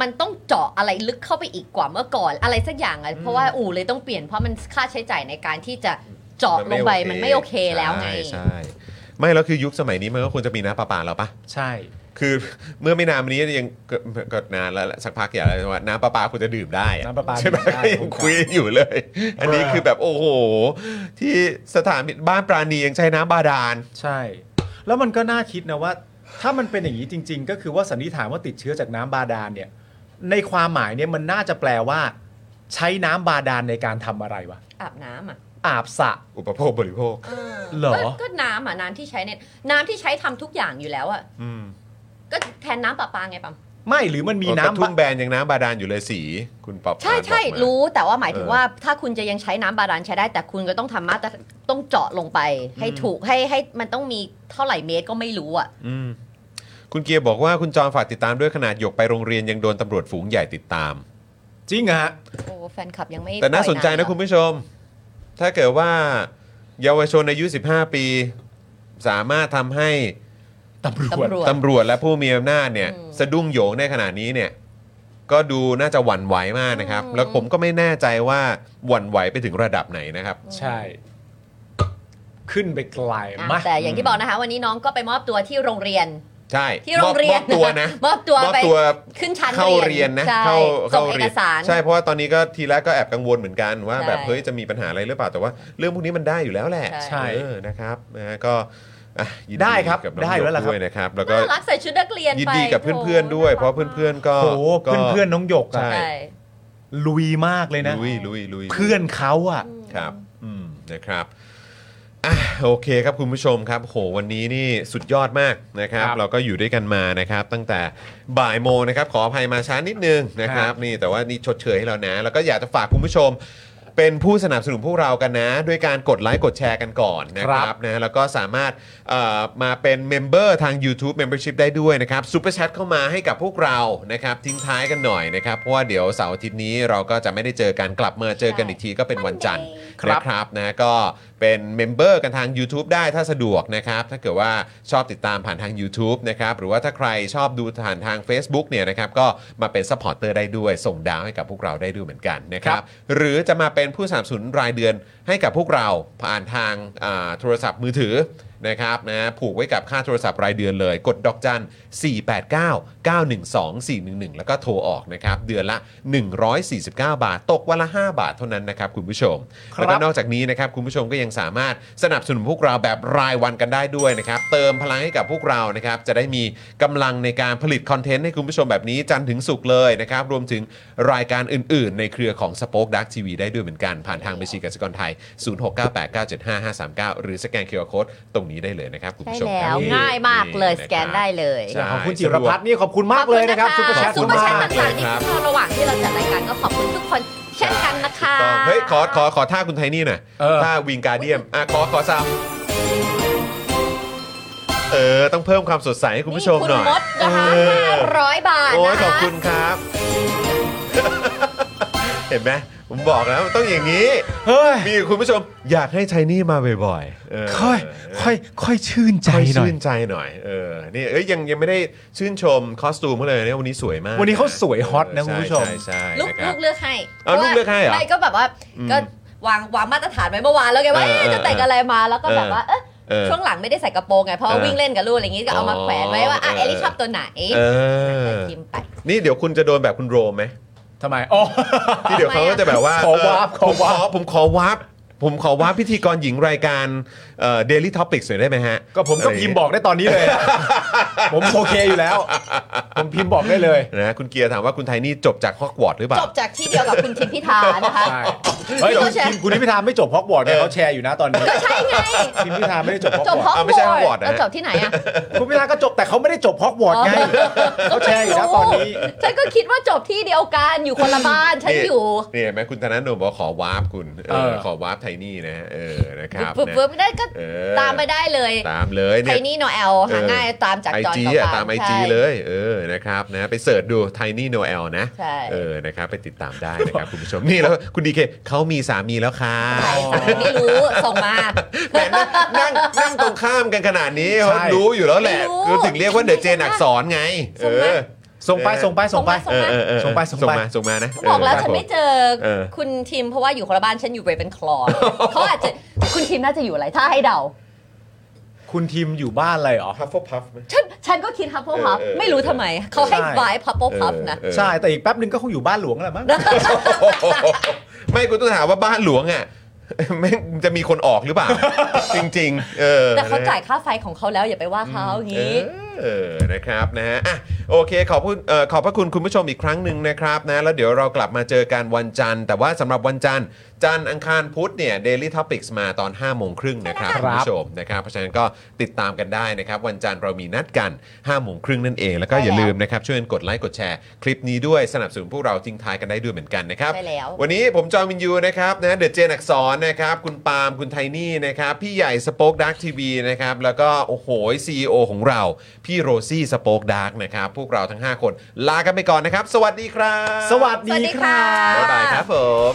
D: มันต้องเจาะอะไรลึกเข้าไปอีกกว่าเมื่อก่อน อะไรสักอย่างอ่ะเพราะว่าอู่เลยต้องเปลี่ยนเพราะมันค่าใช้จ่ายในการที่จะเจาะลงไปมันไม่โอเคแล้วไง
A: ใช่ใช่ไม่แล้วคือยุคสมัยนี้มันก็ควรจะมีน้ำประปาแล้วปะ
B: ใช่
A: คือ เมื่อไม่นานมานี้ยังก็ก็นานแล้วแหละสักพักอย่างแล้วว่าน้ำประปาคุณจะดื่มได้อ
B: น้ำประปา
A: ใช่ไหม
B: ดื่มได้
A: ยังคุยอยู่เลย อันนี้คือแบบโอ้โห ที่สถานบ้านปราณียังใช้น้ำบาดาล
B: ใช่ แล้วมันก็น่าคิดนะว่า ถ้ามันเป็นอย่างนี้จริง ๆ ก็คือว่าสันนิษฐานว่าติดเชื้อจากน้ำบาดาลเนี่ย ในความหมายเนี่ยมันน่าจะแปลว่า ใช้น้ำบาดาลในการทำอะไรวะ
D: อาบน้ำอ่ะ
B: อาบสระ
A: อุปโภคบริโภค
B: เหรอ
D: ก็ก็น้ำอ่ะน้ำที่ใช้เนี่ยน้ำที่ใช้ทำทุกอย่างอยู่แล้วอ่ะ
A: อืม
D: ก็แทนน้ำประปาไงปั๊ม
B: ไม่หรือมันมีน้ำ
A: กระทุ่
B: บาง
A: แบรนด์ยังน้ำบาดาลอยู่เลยสี คุณปอบ
D: ใช่
A: ปาน
D: ใช่
A: บอกมา
D: รู้แต่ว่าหมายถึง
A: เออ
D: ว่าถ้าคุณจะยังใช้น้ำบาดาลใช้ได้ แต่คุณก็ต้องทำมาตรต้องเจาะลงไป ให้ถูกให้ให้มันต้องมีเท่าไหร่เมตรก็ไม่รู้อ่ะ
A: อืมคุณเกียร์บอกว่าคุณจอนฝากติดตามด้วยขนาดหยกไปโรงเรียนยังโดนตำรวจฝูงใหญ่ติดตาม
B: จริงอะฮะ
D: โอ้แฟนคลับยังไม่
A: แต่น่าสนใจนะ
D: ปล่อยำ
A: คุณผู้ชม ถ้าเกิดว่าเยาวชนอายุ 15 ปี สามารถทำให้
B: ตำรวจ
D: ตำรวจ
A: ตำรวจและผู้มีอำนาจเนี่ย
D: อืม
A: สะดุ้งโหยงในขณะนี้เนี่ย ก็ดูน่าจะหวั่นไหวมากนะครับ
D: อืม
A: แล้วผมก็ไม่แน่ใจว่าหวั่นไหวไปถึงระดับไหนนะครับ
B: ใช่ ขึ้นไปไกล
D: อ่ะ
B: มาก
D: แต่อย่างที่บอกนะคะ วันนี้น้องก็ไปมอบตัวที่โรงเรียน
A: ใช่
D: ที่โรงเรีย
A: มอบม
D: น
A: อบตัวนะ
D: มอบ ตัว
A: มอบ
D: ไป
A: ตัว
D: ขึ้นชั้น
A: เข้าเรียนนะ
D: ใช่
A: เข้า
D: ส่
A: เข้าง
D: เอ
A: เรี
D: ก
A: น
D: สาร
A: ใช่เพราะว่าตอนนี้ก็ทีแรกก็แอบกังวลเหมือนกันว่า
D: ใช่
A: แบบเฮ้ยจะมีปัญหาอะไรหรือเปล่าแต่ว่าเรื่องพวกนี้มันได้อยู่แล้วแหละ
B: ใช่
A: เออนะครับนะฮะก็อ่ะยิน
B: ได้ครับ
A: กับน้อง
B: ได้แล้วล่ะครับ
A: ด้วยนะครับ แล้วก็
D: น่ารักใส่ชุดนักเรียน
A: ยิน
D: ไป
A: ดีกับเพื่อนๆด้วย เพราะเพื่อนๆก็
B: โอ้โห
A: ก็
B: เพื่อนๆน้องหยก
A: ใช่
B: อะลุยมากเลยนะ
A: ลุยลุยลุย
B: เพื่อนเขาอะ
A: ครับ อืม นะครับ อ่ะโอเคครับคุณผู้ชมครับโหวันนี้นี่สุดยอดมากนะครับ เราก็อยู่ด้วยกันมานะครับ ตั้งแต่บ่ายโมงนะครับ ขออภัยมาช้านิดนึงนะครับ นี่แต่ว่านี่ชดเชยให้เรานะ แล้วก็อยากจะฝากคุณผู้ชม เป็นผู้สนับสนุนพวกเรากันนะ ด้วยการกดไลค์กดแชร์กันก่อนนะค
B: ครั
A: รับบ นะแล้วก็สามารถเอ่อมาเป็นเมมเบอร์ทาง YouTube Membership ได้ด้วยนะครับซูเปอร์แชทเข้ามาให้กับพวกเรานะครับทิ้งท้ายกันหน่อยนะครับเพราะว่าเดี๋ยวเสาร์อาทิตย์นี้เราก็จะไม่ได้เจอกันกลับมาเจอกันอีกทีก็เป็นวันจันทร์
B: ครับ
A: นะครับนะก็เป็นเมมเบอร์กันทาง YouTube ได้ถ้าสะดวกนะครับ ถ้าเกิดว่าชอบติดตามผ่านทาง YouTube นะครับ หรือว่าถ้าใครชอบดูผ่านทาง Facebook เนี่ยนะครับก็มาเป็นซัพพอร์เตอร์ได้ด้วย ส่งดาวให้กับพวกเราได้ด้วยเหมือนกันนะครั
B: ครับ บ
A: หรือจะมาเป็นผู้สนับสนุนรายเดือนให้กับพวกเราผ่านทางอ่าโทรศัพท์มือถือนะครับนะผูกไว้กับค่าโทรศัพท์รายเดือนเลย กดดอกจัน 489 912 411 แล้วก็โทรออกนะครับ เดือนละ 149 บาท ตกวันละ 5 บาทเท่านั้นนะครับคุณผู้ชม
B: ค
A: แล้
B: รับ
A: วก็นอกจากนี้นะครับคุณผู้ชมก็ยังสามารถสนับสนุนพวกเราแบบรายวันกันได้ด้วยนะครับเติมพลังให้กับพวกเรานะครับจะได้มีกำลังในการผลิตคอนเทนต์ให้คุณผู้ชมแบบนี้จันทร์ถึงสุกร์เลยนะครับรวมถึงรายการอื่นๆ ในเครือของ Spoke Dark TV ได้ด้วยเหมือนกัน ผ่านทางบัญชีกสิกรไทย 0698975539 หรือสแกนเคอร์โคดตรงนี้ได้เลยนะครับคุณ
D: ใช่
A: ผู้ชม
D: แล้
A: ครั
D: ว
A: บ
D: ง่ายมากเลยสแกนได้เลย
A: ใช่
B: ขอบคุณจิรพัฒน์นี่ขอบคุณมากเลยนะครับซุปเปอร์แชท
D: ซูเปอร์แชทต่างๆ
A: ครั
D: ที่
A: บ
D: เข้าระหว่างที่เราจัดรายการก็ขอบคุณทุกคนเช่นกันนะคะ
A: ต้องเฮ้ยขอขอขอท่าคุณไทนี่หน่อยท่าวิงการเดียมอ่ะขอขอซ้ำเออต้องเพิ่มความสดใสให้คุณผู้ชมหน่อย
D: คุณมดนะคะ
A: เออ
D: 500 บาท
A: โอ้ย
D: นะ
A: ขอบ
D: คะ
A: คุณครับ เห็นไหมผมบอกแล้วมันต้องอย่างนี้
B: เฮ้ย
A: มีคุณผู้ชมอยากให้ไชนี่มาบ่อยๆเออ
B: ค่อยค่อยค่อยชื่นใจ
A: ค่อย
B: หน่อย
A: ชื่นใจหน่อยเออนี่เอ้ยยังยังไม่ได้ชื่นชมคอสตูมเขาเลยเนี่ยวันนี้สวยมาก
B: วันนี้เขาสวยฮอตนะคุณผู้ชม
A: ใช่ใช่
D: ลูก
A: ใช่นะครับ
D: ลูกเลือกให้
A: เอาลูกเลือกให้เหรอ
D: ไม่ก็แบบว่า
A: อืม
D: ก็วางวางมาตรฐานไว้เมื่อวานแล้วไงว่า
A: เออ
D: เอ๊ะจะแต่งอะไรมาแล้วก็แบบว่าเอ๊ะ
A: เออ
D: ช่วงหลังไม่ได้ใส่กระโปรงไงเพราะ
A: เออ
D: วิ่งเล่นกับลูกอะไรอย่างงี้ก็เอามาแขวนไว้ว่าอ่ะ
A: เออ
D: เอลิชอบตัวไหน
A: เออ
D: พิมพ์ไป
A: นี่เดี๋ยวคุณจะโดนแบบคุณโรมไหม
B: ทำไมอ๋อ
A: ที่เดี๋ยวเขาก็จะแบบว่า
B: ขอวาร์ป
A: เออผม
B: ขอวาร์
A: ข
B: ป
A: อผมขอวาร์ปผมขอวาร์ปพิธีกรหญิงรายการเดลิทอปิกหน่อยได้ไหมฮะ
B: ก็ผมก็พิมพ์บอกได้ตอนนี้เลยอะผมโอเคอยู่แล้ว ผมพิมพ์บอกได้เลย
A: นะคุณเกียร์ถามว่าคุณไทนี่จบจากฮอกวอตส์หรือเป
D: จ
A: ล่า
D: บจากที่เดียวกับคุณทิมพิธานะคะ
B: ใช่ เฮ้ย
D: พี่เขาแชร์
B: คุณคุณทิมพิธาไม่จบฮอกวอตส์เนี่ยเขาแชร์อยู่นะตอนนี้
D: ก็ใช่ไง
B: ทิมพิธาไม่ได้จบฮอก
D: จบ
B: ว
D: ฮ
B: อ
D: อก
B: ตส์
A: อ่ะไม่ใช่ฮอกวอตส์นะ
D: แล้วจบที่ไหนอ่ะ
B: คุณพิธาก็จบแต่เขาไม่ได้จบฮอกวอตส์ไง
D: อ๋อ
B: เขาแชร์อยู่นะตอนนี้
D: ฉันก็คิดว่าจบที่เดียวกันอยู่คนละบ้านฉัน
A: นี่
D: อยู่
A: นี่เห็นไหมคุณธนาโนมบอกว่าขอวาร์ปคุณเออ
B: เออ
A: ขอวาร์ปไทนี่นะเออนะครับ
D: ปึ๊บ
A: นะ
D: ปึ๊บได้ก็
A: เออ
D: ตามไปได้เลย
A: ตามเลย
D: ไท
A: เนี่ย
D: นี่โนแอลหา
A: เออ
D: ง่ายตามจาก
A: ไอ
D: จอน
A: จี
D: กับ
A: อะ
D: ป
A: ตามไอ
D: ใช่
A: จีเลยเออนะครับนะไปเสิร์ชดูไทนี่โนเอลนะ
D: ใช่
A: เออนะครับไปติดตามได้นะครับคุณผู้ชมนี่แล้วคุณดีเคเขามีสามีแล้วค่ะ
D: ใช่สายไม่ รู้ส่งมา
A: แหมนั่งนั่งนั่งตรงข้ามกันขนาดนี้
B: ใช่
A: เขารู้อยู่แล้วแหละ
D: ไม่รู้
A: คือถึงเรียกว่าเดอะเจนอักษรไงเอ
D: ส่งมา
A: อ
B: ส่งไปส่งไปส่งไป
D: ส่ง
A: เอ
D: มา
A: อเออเออ
B: ส่งไปส่งไป
A: มาส่งมานะ
D: ก็บอกแล้ว
A: เครับ
D: ฉันไม่
A: ผ
D: เจอ
A: เออ
D: คุณทีมเพราะว่าอยู่คนละบ้านฉันอยู่เรเ n นคลอเขาอาจจะคุณทีมน่าจะอยู่อะไรถ้าให้เดา
B: คุณทีมอยู่บ้านอะไรเหรอ
A: พัฟฟ์พัฟไหม
D: ฉันฉันก็คิดฮับ p พ e พับ
A: เออเออ
D: ไม่รู้ทำไม เขาให้
B: ใช่
D: บายพับ p พ e พับนะ
A: เออ
B: ใช่แต่อีกแป๊บนึงก็คงอยู่บ้านหลวงแหละมั้ง
A: ไม่กูต้องถามว่าบ้านหลวงอ่ะ แม่งจะมีคนออกหรือ เปล่า จริง ๆ เออ
D: แต่เขาจ่าย
A: นะ
D: ค่าไฟของเขาแล้วอย่าไปว่าเขาอย่างนี้
A: เออนะครับนะฮะอ่ะโอเคขอบคุณเอ่อขอบพระคุณคุณผู้ชมอีกครั้งหนึ่งนะครับนะแล้วเดี๋ยวเรากลับมาเจอกันวันจันทร์ แต่ว่าสำหรับวันจันทร์ จันทร์อังคารพุธเนี่ย Daily Topics มาตอน5้าโมงครึ่งนะครับ
B: ค
A: คุ
B: รั
A: ณ
B: บ
A: ผู้ชมนะครับเพราะฉะนั้นก็ติดตามกันได้นะครับวันจันทร์เรามีนัดกัน5้าโมงครึ่งนั่นเองแล้วก็อย่า
D: ใช่แล้ว
A: ลืมนะครับช่วยกันกดไลค์กดแชร์คลิปนี้ด้วยสนับสนุนพวกเราทิ้งท้ายกันได้ด้วยเหมือนกันนะครับ
D: ใช่แล้ว
A: วันนี้ผมจอห์นวินยูนะครับนะเดอะเจนอักษรนะครับ คุณปาล์มคุณไทนี่นะครับ พี่ใหญ่สป็อคดักทีวีนะครับ แล้วก็โอ้โหซีอของเรา พี่โรซี่สป็อคดักนะครับ พวกเราทั้ง 5 คนลากันไปก่อนนะครับ สวัสดีครับ
B: สวัสดีครั
D: สวัส
A: บ๊าย
D: ดีค่ะ
B: บ
A: บายครับผม